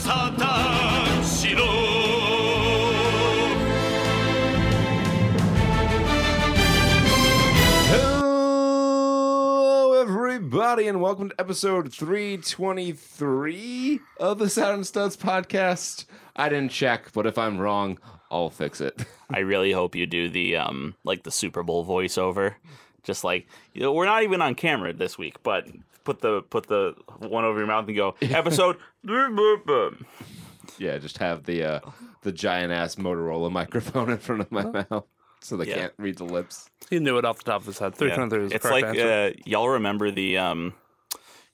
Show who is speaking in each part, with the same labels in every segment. Speaker 1: さたしろ
Speaker 2: Hello, everybody, and welcome to episode 323 of the Sound and Studs podcast. I didn't check, but if I'm wrong, I'll fix it.
Speaker 3: I really hope you do the um like the Super Bowl voiceover. Just like you know, we're not even on camera this week, but put the put the one over your mouth and go episode. boom, boom, boom."
Speaker 2: yeah, just have the uh, the giant ass Motorola microphone in front of my mouth so they
Speaker 3: Yeah.
Speaker 2: can't read the lips.
Speaker 4: He knew it off the top of his head. Three
Speaker 3: Yeah.
Speaker 4: twenty three is the
Speaker 3: It's
Speaker 4: correct
Speaker 3: like
Speaker 4: answer.
Speaker 3: uh, y'all remember the um.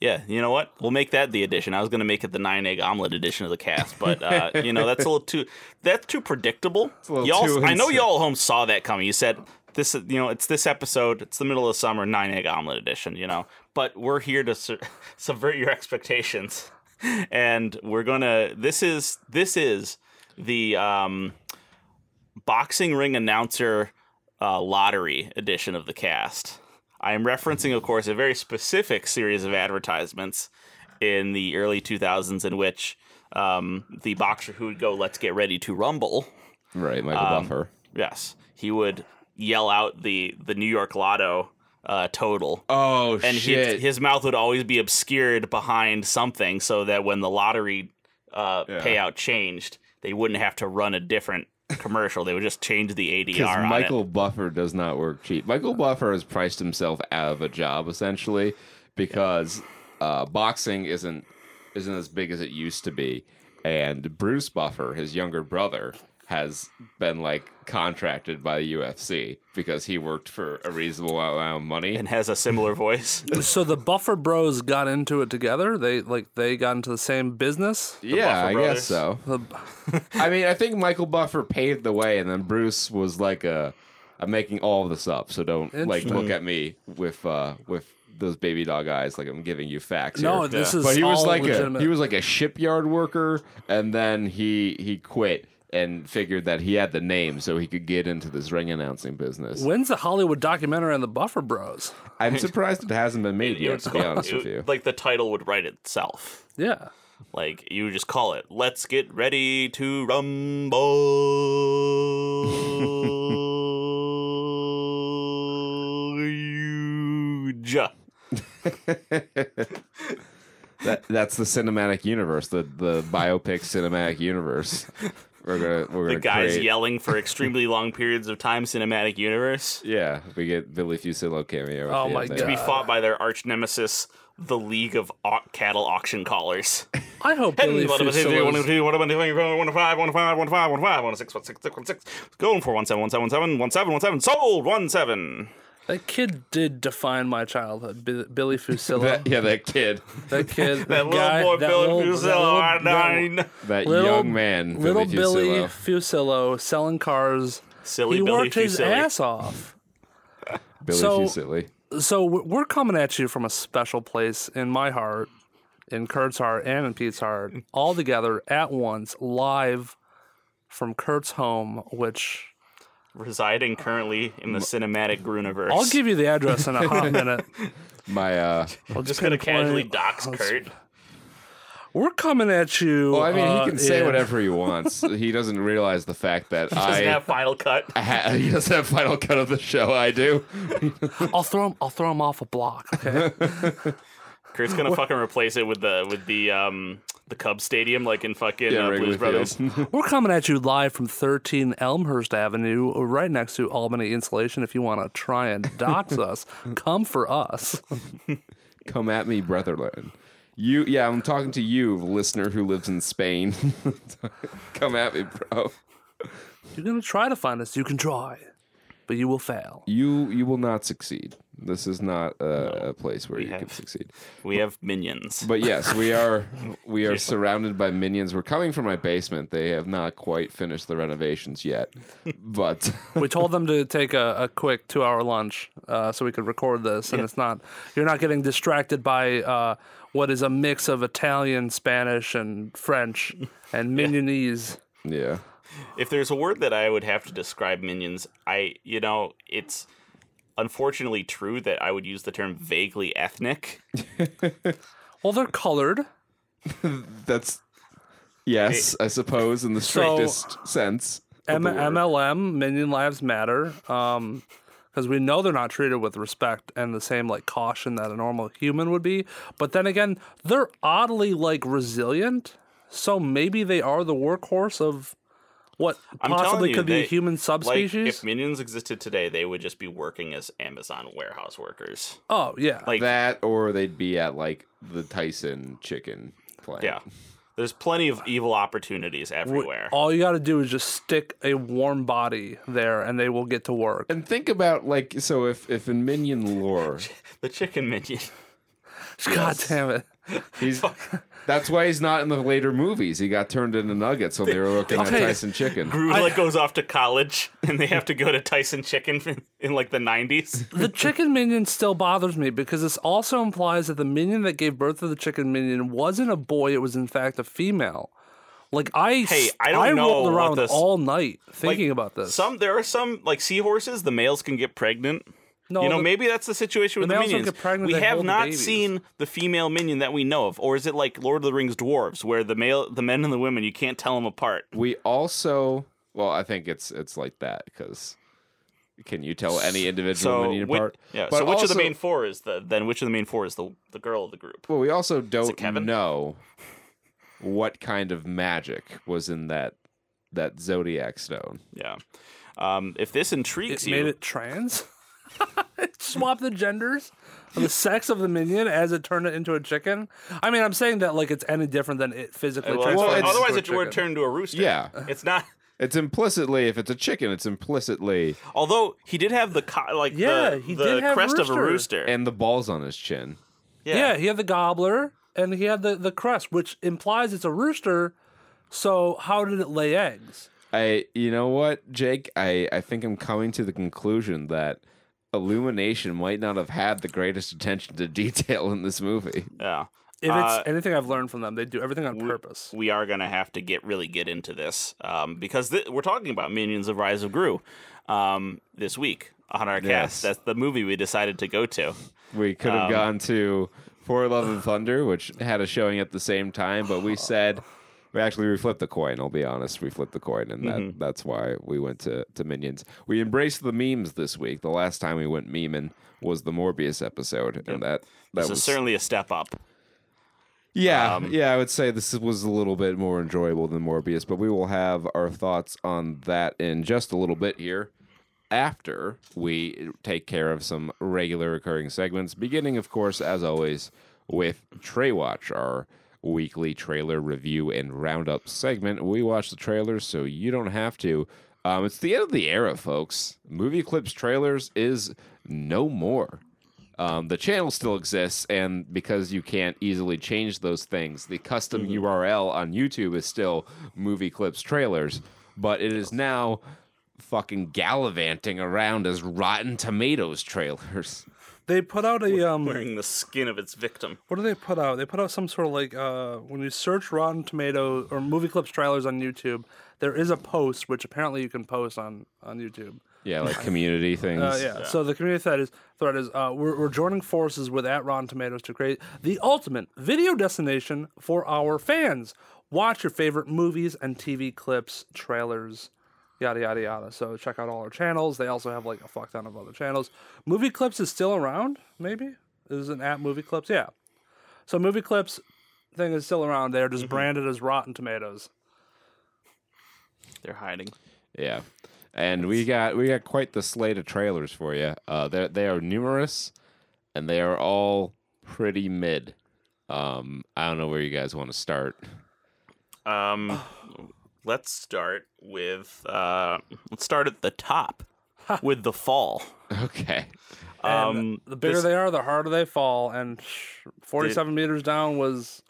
Speaker 3: Yeah, you know what? We'll make that the edition. I was gonna make it the nine egg omelet edition of the cast, but uh, you know that's a little too that's too predictable.
Speaker 2: little
Speaker 3: Y'all,
Speaker 2: too
Speaker 3: I know
Speaker 2: insane.
Speaker 3: y'all at home saw that coming. You said this, is- you know, it's this episode. It's the middle of the summer, nine egg omelet edition. You know, but we're here to su- subvert your expectations, and we're gonna. This is this is the um, boxing ring announcer uh, lottery edition of the cast. I am referencing, of course, a very specific series of advertisements in the early 2000s in which um, the boxer who would go, Let's get ready to rumble,
Speaker 2: Right, Michael Buffer.
Speaker 3: yes, he would yell out the, the New York Lotto uh, total.
Speaker 2: Oh,
Speaker 3: and
Speaker 2: shit.
Speaker 3: he, his mouth would always be obscured behind something so that when the lottery uh,
Speaker 2: Yeah.
Speaker 3: payout changed, they wouldn't have to run a different commercial. They would just change the
Speaker 2: because
Speaker 3: ADR E on it.
Speaker 2: Michael Buffer does not work cheap. Michael Buffer has priced himself out of a job essentially because uh, boxing isn't isn't as big as it used to be, and Bruce Buffer, his younger brother, has been like contracted by the UFC because he worked for a reasonable amount of money.
Speaker 3: and has a similar voice.
Speaker 4: so the Buffer Bros got into it together. They like they got into the same business.
Speaker 2: yeah,
Speaker 3: Buffer
Speaker 2: I
Speaker 3: brothers.
Speaker 2: guess so.
Speaker 4: The,
Speaker 2: I mean, I think Michael Buffer paved the way, and then Bruce was like a. I'm making all of this up, so don't like look at me with uh with those baby dog eyes like I'm giving you facts.
Speaker 4: No,
Speaker 2: here.
Speaker 4: this is
Speaker 2: But he was
Speaker 4: all
Speaker 2: like
Speaker 4: legitimate.
Speaker 2: a he was like a shipyard worker, and then he he quit and figured that he had the name so he could get into this ring announcing business.
Speaker 4: when's the Hollywood documentary on the Buffer Bros?
Speaker 2: I'm surprised it hasn't been made yet. To be honest
Speaker 3: It
Speaker 2: with
Speaker 3: would-
Speaker 2: you,
Speaker 3: Like the title would write itself.
Speaker 4: Yeah,
Speaker 3: Like you would just call it "Let's get ready to rumble." Huge.
Speaker 2: that that's the cinematic universe, the the biopic cinematic universe. We're gonna we're gonna
Speaker 3: The guys
Speaker 2: create-
Speaker 3: yelling for extremely long periods of time. Cinematic universe
Speaker 2: Yeah, we get Billy Fusillo cameo. at
Speaker 4: Oh
Speaker 2: the
Speaker 4: my
Speaker 2: end there.
Speaker 3: to be
Speaker 4: God.
Speaker 3: fought by their arch nemesis, the League of Au- Cattle Auction Callers.
Speaker 4: I hope Billy Fusillo's,
Speaker 3: Going for one seven one seven one seven one seven one seven sold one seven.
Speaker 4: that kid did define my childhood. B- Billy Fusillo,
Speaker 2: That, yeah, that kid,
Speaker 4: that kid,
Speaker 3: That
Speaker 4: that, guy,
Speaker 3: little boy
Speaker 4: that
Speaker 3: Billy
Speaker 4: little- that
Speaker 3: Fusillo I
Speaker 4: little- that little-
Speaker 3: nine.
Speaker 2: that
Speaker 4: Little-
Speaker 2: young man,
Speaker 4: Little Billy
Speaker 2: Billy Fusillo.
Speaker 4: Fusillo selling cars.
Speaker 3: Silly
Speaker 4: he
Speaker 3: Billy
Speaker 4: worked his
Speaker 3: Fusilli.
Speaker 4: ass off.
Speaker 2: Billy
Speaker 4: so-
Speaker 2: Fusilli.
Speaker 4: so w- we're coming at you from a special place in my heart, in Kurt's heart, and in Pete's heart, all together at once, live from Kurt's home. Which
Speaker 3: Residing currently in the cinematic universe.
Speaker 4: I'll give you the address in a hot minute.
Speaker 2: My, uh,
Speaker 4: I'll
Speaker 3: Just gonna
Speaker 4: pinpoint-
Speaker 3: casually dox Kurt.
Speaker 4: We're coming at you.
Speaker 2: well, I mean,
Speaker 4: uh,
Speaker 2: he can say
Speaker 4: in-
Speaker 2: whatever he wants. he doesn't realize the fact that I
Speaker 3: Doesn't have final cut.
Speaker 2: ha- he doesn't have final cut of the show. I do.
Speaker 4: I'll throw him. I'll throw him off a block.
Speaker 2: Mm-hmm.
Speaker 4: Okay.
Speaker 3: Kurt's gonna fucking replace it with the with the um the Cub Stadium like in fucking
Speaker 2: Yeah,
Speaker 3: uh,
Speaker 2: Wrigley
Speaker 3: Blues Brothers.
Speaker 2: Field.
Speaker 4: We're coming at you live from 13 Elmhurst Avenue, right next to Albany Insulation. If you want to try and dox us, come for us.
Speaker 2: Come at me, brethren. You, yeah, I'm talking to you, listener who lives in Spain. Come at me, bro.
Speaker 4: You're gonna try to find us. You can try, but you will fail.
Speaker 2: You, you will not succeed. This is not a, a place where you can
Speaker 3: have-
Speaker 2: succeed.
Speaker 3: We have minions.
Speaker 2: But yes, we are we are surrounded by minions. We're coming from my basement. They have not quite finished the renovations yet, but
Speaker 4: We told them to take a, a quick two-hour lunch uh, so we could record this, and it's not. You're not getting distracted by uh, what is a mix of Italian, Spanish, and French, and Minionese.
Speaker 2: yeah,
Speaker 3: if there's a word that I would have to describe minions, I you know it's unfortunately true that I would use the term vaguely ethnic.
Speaker 4: Well, they're colored.
Speaker 2: that's Yes, I suppose in the strictest sense. of
Speaker 4: M-
Speaker 2: the word.
Speaker 4: MLM, Minion Lives Matter, because we know they're not treated with respect and the same like caution that a normal human would be. But then again, they're oddly like resilient, so maybe they are the workhorse of what
Speaker 3: I'm telling
Speaker 4: possibly
Speaker 3: you,
Speaker 4: could be
Speaker 3: they-
Speaker 4: a human subspecies.
Speaker 3: Like, if minions existed today, they would just be working as Amazon warehouse workers.
Speaker 4: oh yeah,
Speaker 3: Like,
Speaker 2: that or they'd be at like the Tyson chicken plant.
Speaker 3: yeah, there's plenty of evil opportunities everywhere.
Speaker 4: all you got to do is just stick a warm body there, and they will get to work.
Speaker 2: And think about like so if if in minion lore
Speaker 3: the chicken minion.
Speaker 4: God damn it!
Speaker 2: he's that's why he's not in the later movies. He got turned into nuggets when they were looking at
Speaker 4: Okay.
Speaker 2: Tyson chicken.
Speaker 3: Grudla goes off to college, and they have to go to Tyson Chicken in, in like the 90s.
Speaker 4: the chicken minion still bothers me because this also implies that the minion that gave birth to the chicken minion wasn't a boy; it was in fact a female. Like I,
Speaker 3: Hey, I don't know
Speaker 4: rolled
Speaker 3: what
Speaker 4: around
Speaker 3: this-
Speaker 4: all night thinking
Speaker 3: Like,
Speaker 4: about this.
Speaker 3: Some there are some like seahorses. The males can get pregnant.
Speaker 4: no,
Speaker 3: you know,
Speaker 4: the-
Speaker 3: maybe that's the situation with
Speaker 4: the
Speaker 3: the
Speaker 4: males don't
Speaker 3: minions.
Speaker 4: get pregnant,
Speaker 3: we
Speaker 4: they
Speaker 3: have
Speaker 4: hold the
Speaker 3: not
Speaker 4: babies.
Speaker 3: seen the female minion that we know of, or is it like Lord of the Rings dwarves, where the male, the men and the women, you can't tell them apart?
Speaker 2: We also well, I think it's it's like that because can you tell any individual
Speaker 3: So,
Speaker 2: minion
Speaker 3: which,
Speaker 2: apart?
Speaker 3: yeah.
Speaker 2: But
Speaker 3: so which of the
Speaker 2: also-
Speaker 3: main four is the then? Which of the main four is the the girl of the group?
Speaker 2: Well, we also don't
Speaker 3: Kevin?
Speaker 2: know what kind of magic was in that that zodiac stone.
Speaker 3: Yeah. Um, if this intrigues
Speaker 4: it
Speaker 3: you,
Speaker 4: made it trans. Swap the genders, of the sex of the minion as it turned it into a chicken. I mean, I'm saying that like it's any different than it physically.
Speaker 3: well,
Speaker 4: transformed
Speaker 2: it's-
Speaker 4: into
Speaker 3: otherwise
Speaker 4: a
Speaker 3: it would
Speaker 4: chicken.
Speaker 3: turn to a rooster.
Speaker 2: Yeah.
Speaker 3: It's not.
Speaker 2: It's implicitly, if it's a chicken, it's implicitly,
Speaker 3: Although he did have the co- like
Speaker 4: Yeah,
Speaker 3: the,
Speaker 4: he
Speaker 3: the
Speaker 4: did have
Speaker 3: crest of a
Speaker 4: rooster.
Speaker 3: rooster.
Speaker 2: and the balls on his chin.
Speaker 4: Yeah. he had the gobbler and he had the, the crest, which implies it's a rooster. So how did it lay eggs?
Speaker 2: I, you know what, Jake? I, I think I'm coming to the conclusion that Illumination might not have had the greatest attention to detail in this movie.
Speaker 3: yeah.
Speaker 4: If it's
Speaker 3: Uh,
Speaker 4: anything I've learned from them, they do everything on purpose.
Speaker 3: we are going to have to get really get into this um, because th- we're talking about Minions of Rise of Gru um, this week on our
Speaker 2: Yes.
Speaker 3: cast. That's the movie we decided to go to.
Speaker 2: We could have gone to For Love and Thunder, which had a showing at the same time, but we said we actually we flipped the coin. I'll be honest, we flipped the coin, and that, that's why we went to, to Minions. We embraced the memes this week. The last time we went memeing was the Morbius episode, and that that
Speaker 3: This
Speaker 2: was
Speaker 3: is certainly a step up.
Speaker 2: yeah, yeah. I would say this was a little bit more enjoyable than Morbius, but we will have our thoughts on that in just a little bit here. After we take care of some regular recurring segments, beginning, of course, as always, with Trey Watch, our weekly trailer review and roundup segment. We watch the trailers so you don't have to. Um, it's the end of the era, folks. Movie clips trailers is no more. Um, the channel still exists, and because you can't easily change those things, the custom
Speaker 4: Mm-hmm.
Speaker 2: URL on YouTube is still movie clips trailers, but it is now fucking gallivanting around as Rotten Tomatoes trailers.
Speaker 4: They put out a um.
Speaker 3: Wearing the skin of its victim.
Speaker 4: What do they put out? They put out some sort of like uh, when you search Rotten Tomato or movie clips trailers on YouTube, there is a post which apparently you can post on on YouTube.
Speaker 2: Yeah, like community things.
Speaker 4: Uh, yeah. So the community thread is thread is uh, we're, we're joining forces with at Rotten Tomatoes to create the ultimate video destination for our fans. Watch your favorite movies and TV clips, trailers, yada yada yada. So check out all our channels. They also have like a fuck ton of other channels. Movie Clips is still around. Maybe is an app Movie Clips. Yeah. So Movie Clips thing is still around. They're just branded as Rotten Tomatoes.
Speaker 3: They're hiding.
Speaker 2: Yeah, and we got we got quite the slate of trailers for you. Uh, they they are numerous, and they are all pretty mid. Um, I don't know where you guys want to start.
Speaker 3: Um, let's start with uh, let's start at the top with the fall.
Speaker 2: Okay.
Speaker 4: And
Speaker 3: Um,
Speaker 4: the bigger
Speaker 3: this-
Speaker 4: they are, the harder they fall. And sh- forty-seven meters down was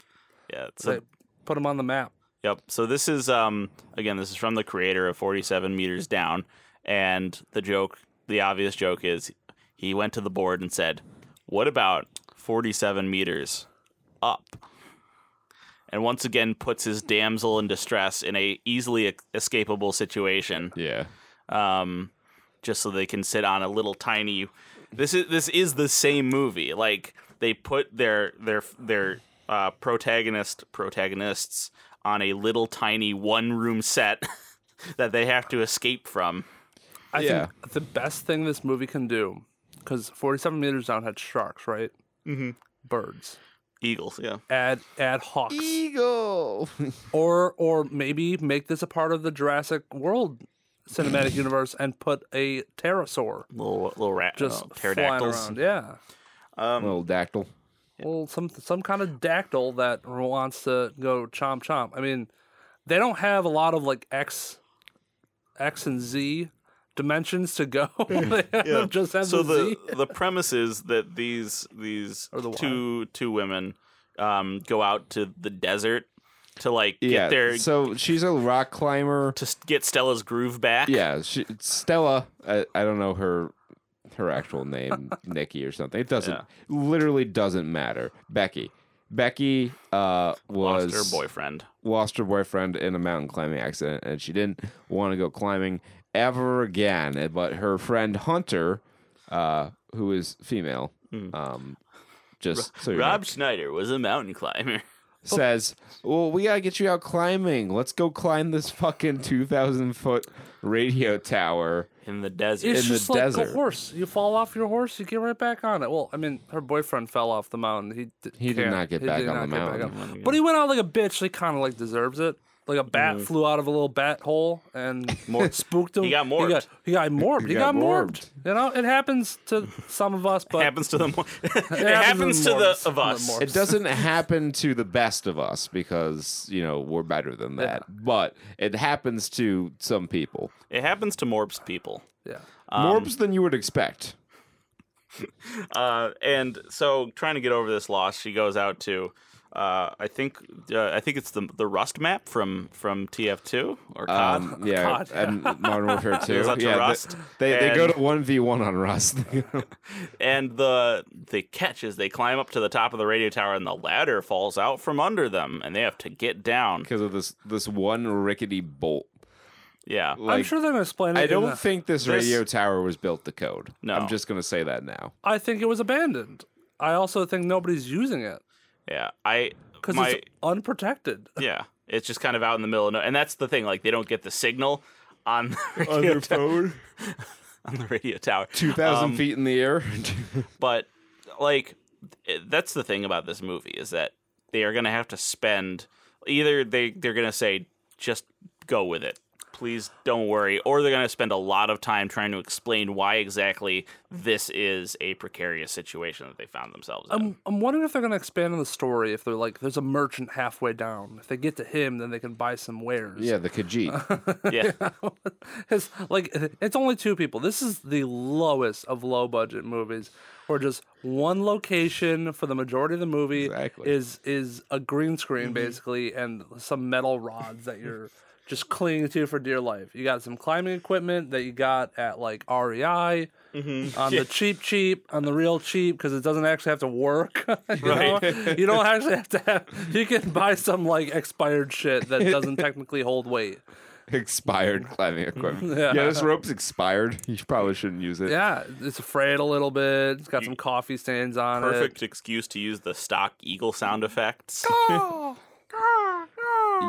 Speaker 3: Yeah, it's
Speaker 4: they
Speaker 3: a
Speaker 4: put them on the map.
Speaker 3: Yep. So this is um again this is from the creator of 47 meters down and the joke the obvious joke is he went to the board and said, "What about 47 meters up?" And once again puts his damsel in distress in a easily e- escapable situation
Speaker 2: Yeah.
Speaker 3: um, just so they can sit on a little tiny. This is this is the same movie. Like they put their their their uh, protagonist protagonists on a little tiny one room set that they have to escape from.
Speaker 4: I
Speaker 2: Yeah.
Speaker 4: think the best thing this movie can do, because 47 meters down had sharks, right? Mm-hmm. Birds.
Speaker 3: Eagles, yeah.
Speaker 4: Add add hawks,
Speaker 2: Eagle.
Speaker 4: or or maybe make this a part of the Jurassic World cinematic universe and put a pterosaur
Speaker 3: Little little rat
Speaker 4: just
Speaker 3: uh,
Speaker 4: flying
Speaker 3: pterodactyls.
Speaker 4: around. Yeah.
Speaker 3: Um,
Speaker 2: Little dactyl.
Speaker 4: Well, some some kind of dactyl that wants to go chomp chomp. I mean, they don't have a lot of like X, X and Z dimensions to go. they just have
Speaker 3: so
Speaker 4: the, Z.
Speaker 3: the the premise is that these these
Speaker 4: Or the Y.
Speaker 3: two two women um, go out to the desert to like
Speaker 2: Yeah.
Speaker 3: get their
Speaker 2: So she's a rock climber.
Speaker 3: to s- get Stella's groove back.
Speaker 2: Yeah. She, Stella. I, I don't know her her actual name, Nikki or something. It doesn't
Speaker 3: Yeah.
Speaker 2: literally doesn't matter. Becky. Becky uh, was
Speaker 3: lost her boyfriend.
Speaker 2: lost her boyfriend in a mountain climbing accident and she didn't want to go climbing ever again. eh, But her friend Hunter, uh, who is female,
Speaker 3: Hmm.
Speaker 2: um, just so you know,
Speaker 3: Rob Schneider was a mountain climber.
Speaker 2: says, Well, we got to get you out climbing. Let's go climb this fucking 2,000 foot radio tower.
Speaker 3: in the desert.
Speaker 4: It's
Speaker 2: in the
Speaker 4: just like a
Speaker 2: desert.
Speaker 4: horse. You fall off your horse, you get right back on it. Well, I mean, her boyfriend fell off the mountain. He d-
Speaker 2: He did
Speaker 4: can't-
Speaker 2: not get
Speaker 4: he
Speaker 2: back
Speaker 4: did
Speaker 2: on
Speaker 4: not
Speaker 2: the
Speaker 4: get back
Speaker 2: mountain.
Speaker 4: on. But he went out like a bitch. He kind of like deserves it. Like a bat flew out of a little bat hole and spooked
Speaker 3: Mm-hmm.
Speaker 4: him.
Speaker 3: He got
Speaker 4: He got,
Speaker 3: morbed.
Speaker 4: he got morbed. He,
Speaker 2: got
Speaker 4: got, morbed.
Speaker 2: morbed.
Speaker 4: You know, it happens to some of us, but
Speaker 3: happens to the mo- it happens, to
Speaker 4: happens to the
Speaker 3: the
Speaker 4: Mormons.
Speaker 3: of us.
Speaker 4: The Mormons.
Speaker 2: It doesn't happen to the best of us because, you know, we're better than that. But it happens to some people.
Speaker 3: It happens to Morb's people.
Speaker 4: yeah.
Speaker 2: More than you would expect.
Speaker 3: Uh, and so, trying to get over this loss, she goes out to. Uh, I think uh, I think it's the the Rust map from from TF2 or COD.
Speaker 2: Um, yeah,
Speaker 4: God.
Speaker 2: and Modern Warfare 2.
Speaker 3: Goes
Speaker 2: yeah,
Speaker 3: up to Rust,
Speaker 2: They, they, they go
Speaker 3: and-
Speaker 2: to 1v1 on Rust.
Speaker 3: and the the catch is they climb up to the top of the radio tower, and the ladder falls out from under them, and they have to get down.
Speaker 2: because of this this one rickety bolt.
Speaker 3: Yeah,
Speaker 4: I'm
Speaker 2: Like,
Speaker 4: sure they're going to explain it.
Speaker 2: I
Speaker 4: in
Speaker 2: don't
Speaker 4: the-
Speaker 2: think this, radio tower was built to code.
Speaker 3: No.
Speaker 2: I'm just gonna say that now.
Speaker 4: I think it was abandoned. I also think nobody's using it
Speaker 3: yeah. I
Speaker 4: because
Speaker 3: my
Speaker 4: it's unprotected.
Speaker 3: yeah, it's just kind of out in the middle of no, and that's the thing. Like they don't get the signal on the radio tower.
Speaker 2: phone,
Speaker 3: on the radio tower.
Speaker 2: two thousand feet in the air.
Speaker 3: But like it- that's the thing about this movie is that they are going to have to spend either they they're going to say just go with it. Please don't worry or they're going to spend a lot of time trying to explain why exactly this is a precarious situation that they found themselves in.
Speaker 4: I'm, I'm wondering if they're going to expand on the story. If they're like, there's a merchant halfway down. If they get to him, then they can buy some wares.
Speaker 2: yeah, the Khajiit.
Speaker 4: Um,
Speaker 3: yeah.
Speaker 4: it's like it's only two people. This is the lowest of low budget movies, where just one location for the majority of the movie
Speaker 2: Exactly.
Speaker 4: is is a green screen basically, and some metal rods that you're just clinging to for dear life. You got some climbing equipment that you got at like REI on the cheap cheap on the real cheap because it doesn't actually have to work. you, know? You don't actually have to have. You can buy some like expired shit that doesn't technically hold weight.
Speaker 2: expired climbing equipment.
Speaker 4: Yeah.
Speaker 2: Yeah. this rope's expired. You probably shouldn't use it.
Speaker 4: Yeah, it's frayed a little bit. It's got some coffee stains on
Speaker 3: Perfect excuse to use the stock eagle sound effects.
Speaker 4: it,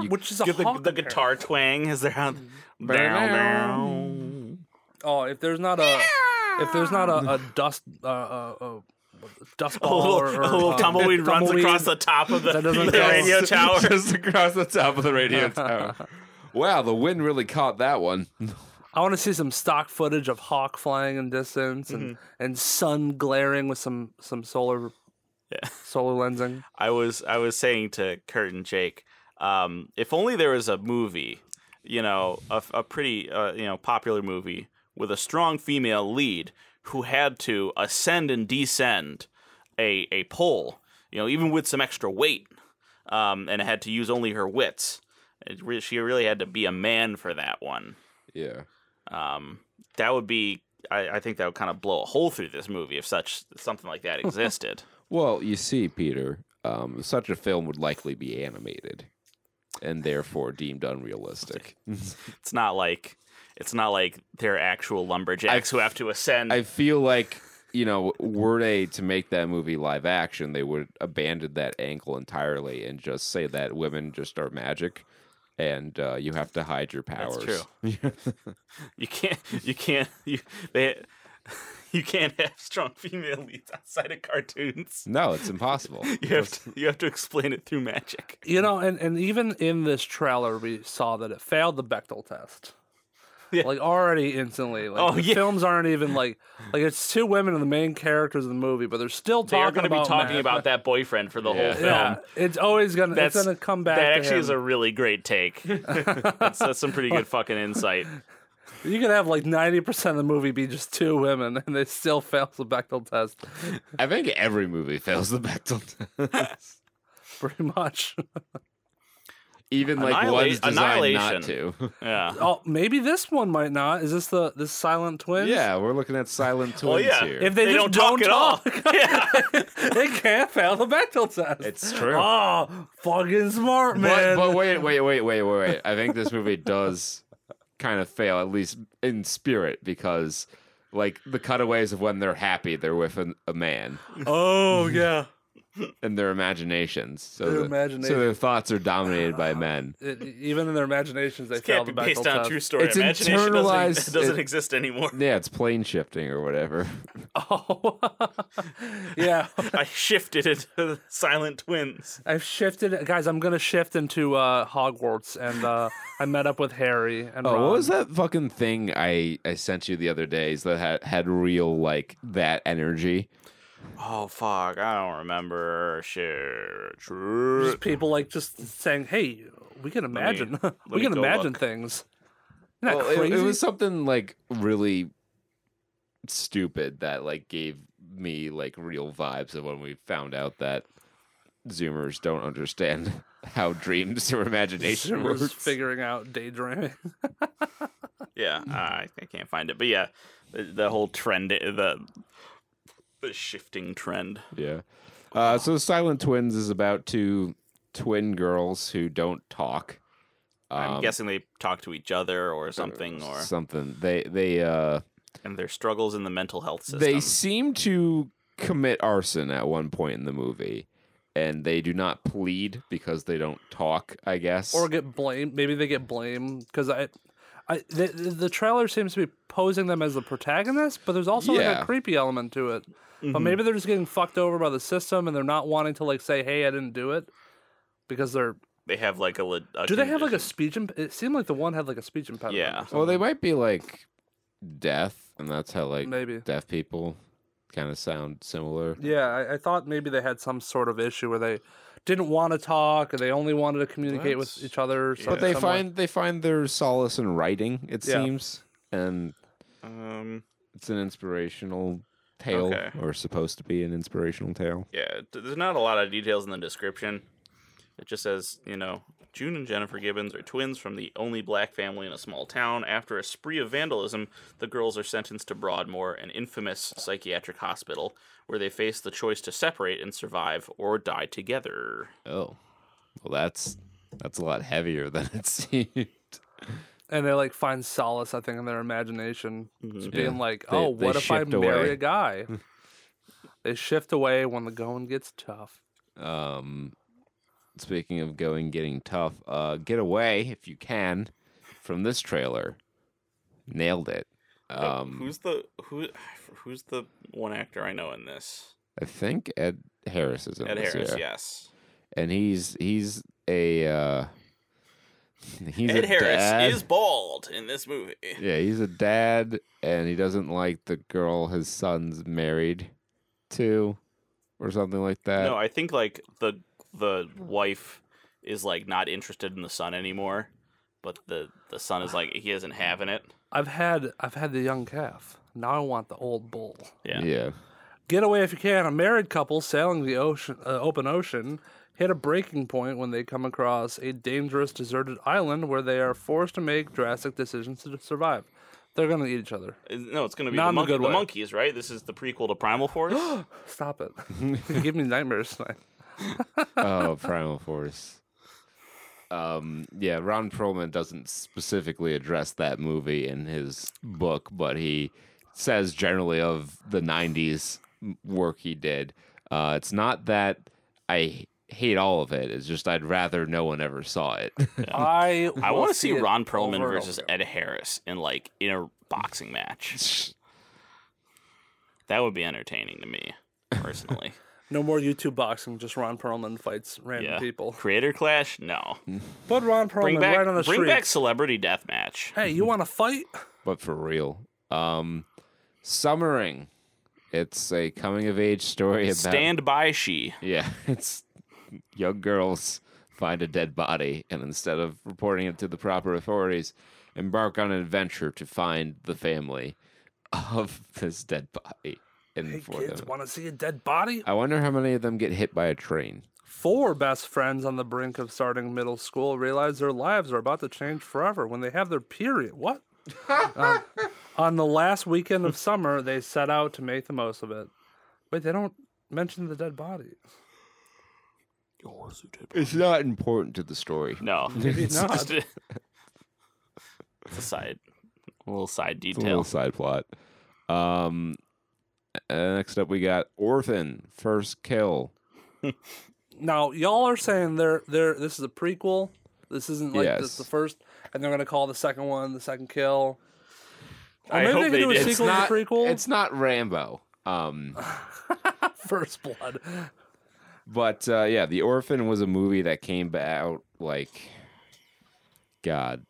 Speaker 4: which is a
Speaker 3: Get the,
Speaker 4: hawk
Speaker 3: the
Speaker 4: apparent.
Speaker 3: guitar twang is there
Speaker 4: Mm-hmm.
Speaker 3: on
Speaker 4: Oh, if there's not a if there's not a, a dust uh, uh, uh, dust
Speaker 3: a
Speaker 4: ball
Speaker 3: little,
Speaker 4: or, or,
Speaker 3: a little
Speaker 4: uh,
Speaker 3: tumbleweed runs
Speaker 4: tumbleweed.
Speaker 3: across the top of the,
Speaker 4: That doesn't
Speaker 3: the
Speaker 4: count.
Speaker 3: radio tower.
Speaker 2: just across the top of the radio tower. Wow, the wind really caught that one.
Speaker 4: I want to see some stock footage of hawk flying in distance and
Speaker 3: Mm-hmm.
Speaker 4: and sun glaring with some some solar solar lensing.
Speaker 3: I was I was saying to Kurt and Jake, um, if only there was a movie, you know, a, a pretty uh, you know popular movie with a strong female lead who had to ascend and descend a a pole, you know, even with some extra weight, um, and had to use only her wits. It re- she really had to be a man for that one.
Speaker 2: Yeah.
Speaker 3: Um, that would be. I, I think that would kind of blow a hole through this movie if such something like that existed.
Speaker 2: Well, you see, Peter, um, such a film would likely be animated and therefore deemed unrealistic.
Speaker 3: It's not like it's not like they're actual lumberjacks who have to ascend.
Speaker 2: I feel like you know, were they to make that movie live action, they would abandon that angle entirely and just say that women just are magic, and uh, you have to hide your powers.
Speaker 3: true. You can't. You can't. You they. You can't have strong female leads outside of cartoons.
Speaker 2: No, it's impossible.
Speaker 3: You have to. You have to explain it through magic.
Speaker 4: You know, and, and even in this trailer, we saw that it failed the Bechtel test. Like already instantly, like
Speaker 3: Oh,
Speaker 4: the
Speaker 3: yeah.
Speaker 4: films aren't even like like it's two women are the main characters of the movie, but they're still
Speaker 3: They are
Speaker 4: talking
Speaker 3: going to be
Speaker 4: about
Speaker 3: talking
Speaker 4: Matt.
Speaker 3: about that boyfriend for the
Speaker 2: Yeah.
Speaker 3: whole film.
Speaker 4: Yeah, it's always gonna it's gonna come back.
Speaker 3: That
Speaker 4: to
Speaker 3: actually
Speaker 4: him.
Speaker 3: is a really great take. that's, that's some pretty good fucking insight.
Speaker 4: You could have like ninety percent of the movie be just two women, and they still fail the Bechdel test,
Speaker 2: I think every movie fails the Bechdel test.
Speaker 4: pretty much.
Speaker 2: Even like one's
Speaker 3: Annihilate-
Speaker 2: designed not
Speaker 3: Annihilation.
Speaker 2: to.
Speaker 3: Yeah.
Speaker 4: oh, maybe this one might not. Is this the this Silent Twins?
Speaker 2: yeah, we're looking at Silent Twins
Speaker 3: Well, yeah.
Speaker 2: here.
Speaker 4: If they,
Speaker 3: They
Speaker 4: just
Speaker 3: don't
Speaker 4: don't,
Speaker 3: talk
Speaker 4: talk, they can't fail the Bechdel test.
Speaker 2: it's true.
Speaker 4: oh, fucking smart man.
Speaker 2: But, but wait, wait, wait, wait, wait, wait. I think this movie does kind of fail, at least in spirit, because like the cutaways of when they're happy, they're with an, a man
Speaker 4: oh yeah.
Speaker 2: and their imaginations. So
Speaker 4: Their
Speaker 2: the-
Speaker 4: imagination.
Speaker 2: So their thoughts are dominated by men.
Speaker 4: It, even in their imaginations, they fail
Speaker 3: Can't
Speaker 4: the
Speaker 3: be
Speaker 4: Bechdel
Speaker 3: based on
Speaker 4: test.
Speaker 3: true story.
Speaker 2: It's
Speaker 3: Imagination doesn't-
Speaker 2: internalized-
Speaker 3: Doesn't, doesn't
Speaker 2: it-
Speaker 3: exist anymore.
Speaker 2: Yeah, it's plane shifting or whatever.
Speaker 4: Oh, yeah.
Speaker 3: I shifted it to Silent Twins.
Speaker 4: I've shifted, guys. I'm gonna shift into uh, Hogwarts, and uh, I met up with Harry and
Speaker 2: Oh,
Speaker 4: Ron.
Speaker 2: what was that fucking thing I, I sent you the other days that had, had real like that energy?
Speaker 3: Oh fuck! I don't remember. Shit.
Speaker 4: Just people like just saying, "Hey, we can imagine.
Speaker 3: let
Speaker 4: we
Speaker 3: me
Speaker 4: can
Speaker 3: go
Speaker 4: imagine
Speaker 3: look."
Speaker 4: things." Isn't that
Speaker 2: Well, it,
Speaker 4: crazy?
Speaker 2: it was something like really stupid that like gave me like real vibes of when we found out that Zoomers don't understand how dreams or imagination
Speaker 4: We're just
Speaker 2: works.
Speaker 4: figuring out daydreaming.
Speaker 3: Yeah,
Speaker 4: Mm.
Speaker 3: I, I can't find it, but yeah, the, the whole trend, the the shifting trend.
Speaker 2: yeah. Uh, so Silent Twins is about two twin girls who don't talk.
Speaker 3: I'm
Speaker 2: Um,
Speaker 3: guessing they talk to each other
Speaker 4: uh,
Speaker 3: or something, or
Speaker 2: something. They they uh
Speaker 3: and their struggles in the mental health system.
Speaker 2: they seem to commit arson at one point in the movie. And they do not plead because they don't talk, I guess.
Speaker 4: or get blamed. Maybe they get blamed because I, I the, the the trailer seems to be posing them as the protagonist, but there's also like
Speaker 2: Yeah.
Speaker 4: a creepy element to it. But maybe they're just getting fucked over by the system, and they're not wanting to like say, "Hey, I didn't do it," because they're.
Speaker 3: they have like a, le- a
Speaker 4: Do they have like
Speaker 3: condition.
Speaker 4: a speech? Imp- it seemed like the one had like a speech impediment. or
Speaker 3: Yeah. Well,
Speaker 2: Well, they
Speaker 4: something.
Speaker 2: might be like deaf, and that's how like
Speaker 4: Maybe.
Speaker 2: deaf people kind of sound similar.
Speaker 4: Yeah, I, I thought maybe they had some sort of issue where they didn't want to talk, or they only wanted to communicate with each other. or
Speaker 2: But they
Speaker 4: some way.
Speaker 2: find they find their solace in writing. It
Speaker 4: Yeah.
Speaker 2: seems, and
Speaker 3: um
Speaker 2: it's an inspirational tale,
Speaker 3: Okay.
Speaker 2: or supposed to be an inspirational tale.
Speaker 3: yeah th- there's not a lot of details in the description it just says you know june and jennifer gibbons are twins from the only black family in a small town after a spree of vandalism the girls are sentenced to broadmoor an infamous psychiatric hospital where they face the choice to separate and survive or die together
Speaker 2: Oh, well, that's that's a lot heavier than it seemed.
Speaker 4: and they like find solace, I think, in their imagination, just being
Speaker 2: Yeah.
Speaker 4: like,
Speaker 2: They-
Speaker 4: "Oh,
Speaker 2: they
Speaker 4: what if I
Speaker 2: shift
Speaker 4: marry
Speaker 2: away.
Speaker 4: a guy?" they shift away when the going gets tough.
Speaker 2: Um, speaking of going getting tough, uh, get away if you can from this trailer. Nailed it. Um,
Speaker 3: who's the who who's the one actor i know in this
Speaker 2: I think Ed Harris is in
Speaker 3: ed
Speaker 2: this.
Speaker 3: harris
Speaker 2: yeah.
Speaker 3: yes
Speaker 2: and he's he's a uh, he's
Speaker 3: ed
Speaker 2: a
Speaker 3: harris
Speaker 2: dad.
Speaker 3: is bald in this movie
Speaker 2: yeah, he's a dad, and he doesn't like the girl his son's married to, or something like that.
Speaker 3: No, I think like the the wife is like not interested in the son anymore, but the the son is like he isn't having it.
Speaker 4: I've had I've had the young calf. Now I want the old bull.
Speaker 3: Yeah.
Speaker 2: yeah.
Speaker 4: Get away if you can. A married couple sailing the ocean, uh, open ocean, hit a breaking point when they come across a dangerous deserted island where they are forced to make drastic decisions to survive. They're gonna eat each other.
Speaker 3: Is- No, it's gonna be
Speaker 4: Not
Speaker 3: the,
Speaker 4: in a
Speaker 3: monkey,
Speaker 4: good
Speaker 3: the
Speaker 4: way.
Speaker 3: monkeys, right? This is the prequel to Primal Force.
Speaker 4: Stop it. You Give me nightmares tonight.
Speaker 2: Oh, Primal Force. Um, yeah, Ron Perlman doesn't specifically address that movie in his book, but he says generally of the 90s work he did. Uh, it's not that I hate all of it, it's just I'd rather no one ever saw it.
Speaker 4: I
Speaker 3: I
Speaker 4: will
Speaker 3: want to see,
Speaker 4: it
Speaker 3: Ron
Speaker 4: over
Speaker 3: Perlman
Speaker 4: and over
Speaker 3: versus
Speaker 4: again.
Speaker 3: Ed Harris in like in a boxing match. that would be entertaining to me personally.
Speaker 4: No more YouTube boxing, just Ron Perlman fights random
Speaker 3: yeah.
Speaker 4: people.
Speaker 3: Creator clash? No.
Speaker 4: Put Ron
Speaker 3: Bring
Speaker 4: Perlman
Speaker 3: back
Speaker 4: right on the
Speaker 3: bring
Speaker 4: street.
Speaker 3: back celebrity death match.
Speaker 4: Hey, you want to fight?
Speaker 2: but for real. Um, Summering. It's a coming of age story about.
Speaker 3: Stand by she.
Speaker 2: Yeah, it's young girls find a dead body and instead of reporting it to the proper authorities, embark on an adventure to find the family of this dead body. And
Speaker 4: Hey,
Speaker 2: for
Speaker 4: kids,
Speaker 2: them.
Speaker 4: want to see a dead body?
Speaker 2: I wonder how many of them get hit by a train.
Speaker 4: Four best friends on the brink of starting middle school realize their lives are about to change forever when they have their period. What? Uh, on the last weekend of summer, they set out to make the most of it. Wait, they don't mention the dead body.
Speaker 2: It's not important to the story.
Speaker 3: No.
Speaker 4: It's not.
Speaker 3: Just a, it's a side a little side
Speaker 2: It's a little
Speaker 3: detail.
Speaker 2: side plot. Um, uh, next up, we got Orphan First Kill.
Speaker 4: Now, y'all are saying they're, they're, this is a prequel. This isn't like
Speaker 2: Yes.
Speaker 4: this is the first, and they're going to call the second one the second kill. Or
Speaker 3: I
Speaker 4: maybe
Speaker 3: hope
Speaker 4: they
Speaker 3: they
Speaker 4: can do a
Speaker 3: did.
Speaker 4: sequel
Speaker 3: It's
Speaker 4: to the prequel.
Speaker 2: It's not Rambo. Um,
Speaker 4: First Blood.
Speaker 2: But uh, yeah, The Orphan was a movie that came ba- out like, God,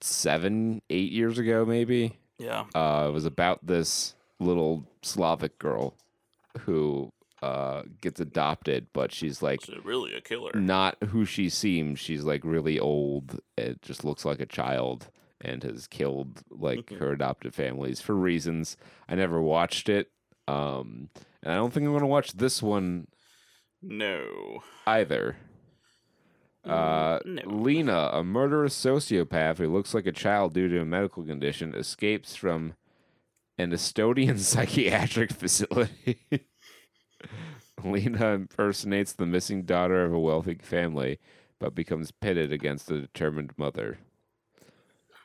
Speaker 2: seven, eight years ago, maybe.
Speaker 3: Yeah.
Speaker 2: Uh, it was about this little Slavic girl who uh, gets adopted, but she's like
Speaker 3: She's really a killer.
Speaker 2: not who she seems. She's like really old. It just looks like a child and has killed like her adopted families for reasons. I never watched it. Um, and I don't think I'm going to watch this one
Speaker 3: No.
Speaker 2: either. Uh,
Speaker 3: no.
Speaker 2: Lena, a murderous sociopath who looks like a child due to a medical condition, escapes from an Estonian psychiatric facility. Lena impersonates the missing daughter of a wealthy family, but becomes pitted against a determined mother.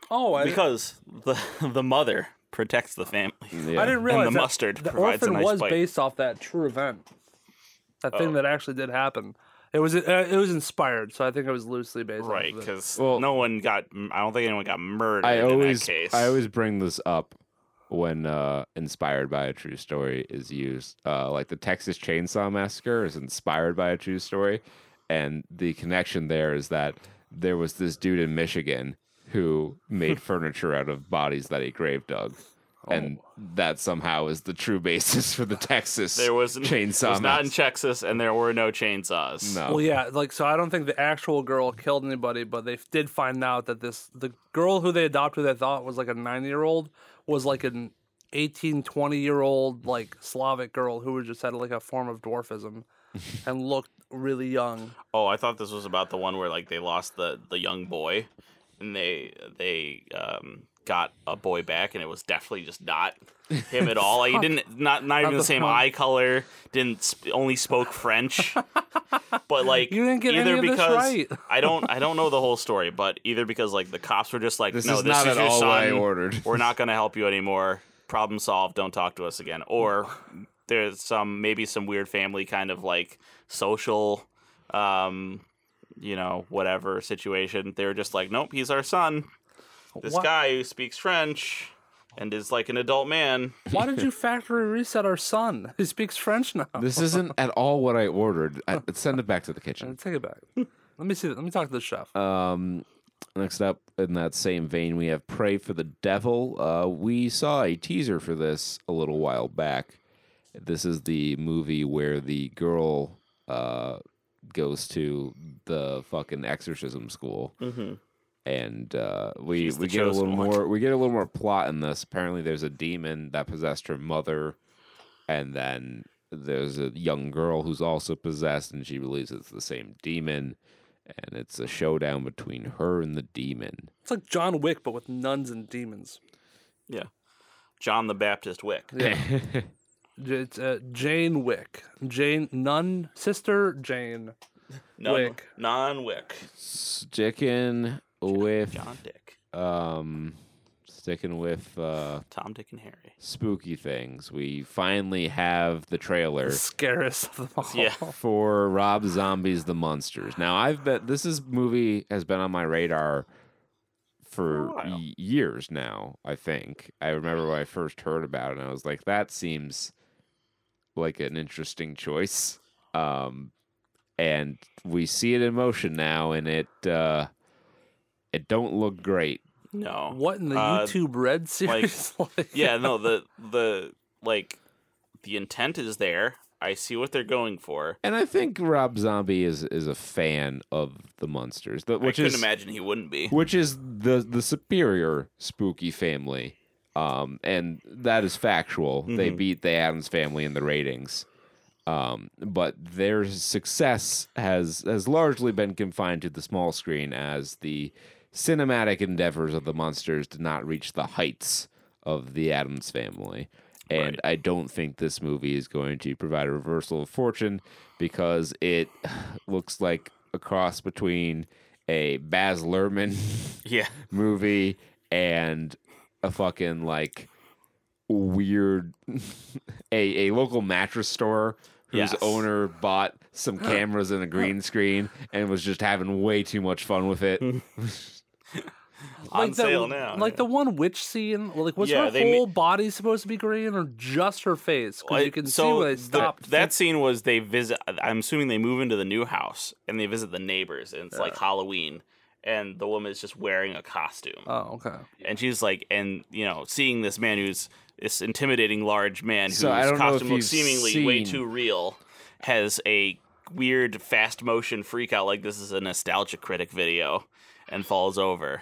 Speaker 4: Oh, I,
Speaker 3: Because the the mother protects the family.
Speaker 2: Yeah.
Speaker 4: I didn't realize
Speaker 3: the
Speaker 4: that
Speaker 3: mustard
Speaker 4: the
Speaker 3: provides a
Speaker 4: orphan
Speaker 3: nice Oh.
Speaker 4: was
Speaker 3: bite.
Speaker 4: based off that true event, that thing that actually did happen. It was uh, it was inspired, so I think it was loosely based.
Speaker 3: Right,
Speaker 4: off of it.
Speaker 3: because
Speaker 2: Well-
Speaker 3: no one got. I don't think anyone got murdered.
Speaker 2: I
Speaker 3: in that
Speaker 2: always,
Speaker 3: case.
Speaker 2: I always bring this up when uh, "inspired by a true story" is used. Uh, like the Texas Chainsaw Massacre is inspired by a true story, and the connection there is that there was this dude in Michigan who made furniture out of bodies that he grave dug.
Speaker 3: Oh.
Speaker 2: And that somehow is the true basis for the Texas
Speaker 3: there was
Speaker 2: chainsaw
Speaker 3: It was not in
Speaker 2: massacre.
Speaker 3: Texas, and there were no chainsaws.
Speaker 2: No.
Speaker 4: Well, yeah, like so. I don't think the actual girl killed anybody, but they did find out that this the girl who they adopted, they thought was like a nine year old, was like an 18, 20 year old like Slavic girl who just had like a form of dwarfism, and looked really young.
Speaker 3: Oh, I thought this was about the one where like they lost the the young boy, and they they um got a boy back, and it was definitely just not him at all. Like, he didn't not not even
Speaker 4: the
Speaker 3: the same
Speaker 4: fuck?
Speaker 3: eye color. Didn't sp- only spoke French. but like
Speaker 4: You didn't get
Speaker 3: either
Speaker 4: any of this
Speaker 3: because
Speaker 4: right.
Speaker 3: I don't I don't know the whole story, but either because like the cops were just like
Speaker 2: This
Speaker 3: no
Speaker 2: is
Speaker 3: this
Speaker 2: not
Speaker 3: is
Speaker 2: at
Speaker 3: your
Speaker 2: all
Speaker 3: son.
Speaker 2: what I ordered.
Speaker 3: We're not going to help you anymore. Problem solved. Don't talk to us again. Or there's some maybe some weird family kind of like social, um, you know, whatever situation. They were just like, nope, he's our son. This
Speaker 4: Why-
Speaker 3: guy who speaks French and is like an adult man.
Speaker 4: Why did you factory reset our son? He speaks French now.
Speaker 2: This isn't at all what I ordered. I, send it back to the kitchen.
Speaker 4: Take it back. Let me see. Let me talk to the chef.
Speaker 2: Um, next up, in that same vein, we have "Pray for the Devil." Uh, we saw a teaser for this a little while back. This is the movie where the girl uh, goes to the fucking exorcism school, and uh, we
Speaker 3: Mm-hmm. She's the
Speaker 2: we get a little
Speaker 3: chosen one.
Speaker 2: more we get a little more plot in this. Apparently, there's a demon that possessed her mother, and then there's a young girl who's also possessed, and she believes it's the same demon and it's a showdown between her and the demon.
Speaker 4: It's like John Wick, but with nuns and demons.
Speaker 3: Yeah. John the Baptist Wick.
Speaker 4: J- It's uh, Jane Wick. Jane, nun, sister, Jane. Wick.
Speaker 3: Non Wick.
Speaker 2: Sticking with
Speaker 3: John Dick.
Speaker 2: um, Sticking with uh,
Speaker 3: Tom, Dick, and Harry.
Speaker 2: spooky things, we finally have the trailer
Speaker 4: Scariest of them all.
Speaker 3: Yeah.
Speaker 2: for Rob Zombie's The Monsters. Now I've been this is movie has been on my radar for
Speaker 3: while.
Speaker 2: y- years now, I think. I remember when I first heard about it and I was like that seems like an interesting choice. Um and we see it in motion now and it uh it don't look great.
Speaker 3: No.
Speaker 4: What in the
Speaker 3: Uh,
Speaker 4: YouTube Red series? Like,
Speaker 3: yeah, no, the the like the intent is there. I see what they're going for.
Speaker 2: And I think Rob Zombie is is a fan of the monsters, the, which
Speaker 3: I couldn't
Speaker 2: is
Speaker 3: imagine he wouldn't be.
Speaker 2: which is the the superior spooky family um and that is factual they beat the adams family in the ratings um but their success has has largely been confined to the small screen as the cinematic endeavors of the monsters did not reach the heights of the adams family and I don't think this movie is going to provide a reversal of fortune because it looks like a cross between a Baz Luhrmann
Speaker 3: Yeah.
Speaker 2: movie and a fucking like weird a a local mattress store whose
Speaker 3: Yes.
Speaker 2: owner bought some cameras and a green screen and was just having way too much fun with it.
Speaker 3: On
Speaker 4: the-
Speaker 3: sale now.
Speaker 4: Like
Speaker 3: yeah.
Speaker 4: the one witch scene. Like, was
Speaker 3: Yeah,
Speaker 4: her
Speaker 3: they ma-
Speaker 4: whole body supposed to be green or just her face? Because you
Speaker 3: Like,
Speaker 4: can see
Speaker 3: so
Speaker 4: where they
Speaker 3: the-
Speaker 4: stopped.
Speaker 3: that scene was they visit. I'm assuming they move into the new house and they visit the neighbors, and it's like Halloween, and the woman is just wearing a costume,
Speaker 4: oh, okay.
Speaker 3: and she's like, and you know, seeing this man who's this intimidating large man whose
Speaker 2: So I don't know if
Speaker 3: costume looks
Speaker 2: you've
Speaker 3: seemingly way
Speaker 2: seen-
Speaker 3: too real, has a weird fast motion freak out like this is a nostalgia critic video, and falls over.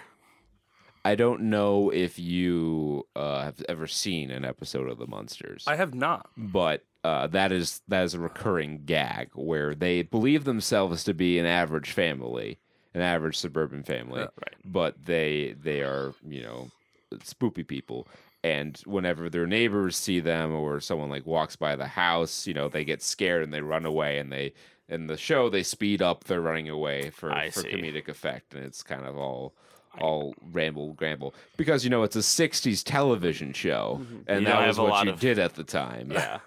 Speaker 2: I don't know if you uh, have ever seen an episode of The Monsters.
Speaker 4: I have not.
Speaker 2: but uh, that is that is a recurring gag where they believe themselves to be an average family, an average suburban family,
Speaker 3: Uh, right.
Speaker 2: but they they are you know spoopy people. And whenever their neighbors see them or someone like walks by the house, you know they get scared and they run away. And they in the show they speed up their running away for
Speaker 3: I
Speaker 2: for
Speaker 3: see.
Speaker 2: comedic effect, and it's kind of all all ramble gramble because you know it's a '60s television show, and
Speaker 3: Mm-hmm. You don't
Speaker 2: that
Speaker 3: have
Speaker 2: was
Speaker 3: a
Speaker 2: what
Speaker 3: lot
Speaker 2: you
Speaker 3: of-
Speaker 2: did at the time.
Speaker 3: Yeah.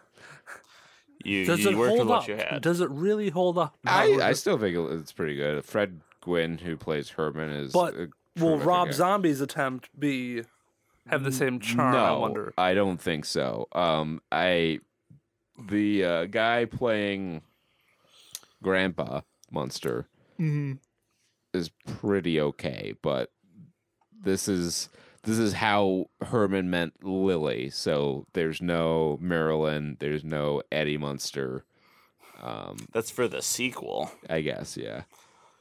Speaker 3: You,
Speaker 4: Does
Speaker 3: you
Speaker 4: it
Speaker 3: worked with
Speaker 4: hold
Speaker 3: what
Speaker 4: up?
Speaker 3: you had.
Speaker 4: Does it really hold up?
Speaker 2: I,
Speaker 4: Howard?
Speaker 2: I still think it- it's pretty good. Fred Gwynn, who plays Herman, is.
Speaker 4: But
Speaker 2: a
Speaker 4: will
Speaker 2: terrific
Speaker 4: Rob
Speaker 2: actor.
Speaker 4: Zombie's attempt be have the same charm? I
Speaker 2: No,
Speaker 4: wonder.
Speaker 2: I don't think so. Um, I the uh, guy playing Grandpa Munster
Speaker 4: Mm-hmm.
Speaker 2: is pretty okay, but this is this is how Herman meant Lily. So there's no Marilyn, there's no Eddie Munster. Um,
Speaker 3: That's for the sequel.
Speaker 2: I guess, yeah.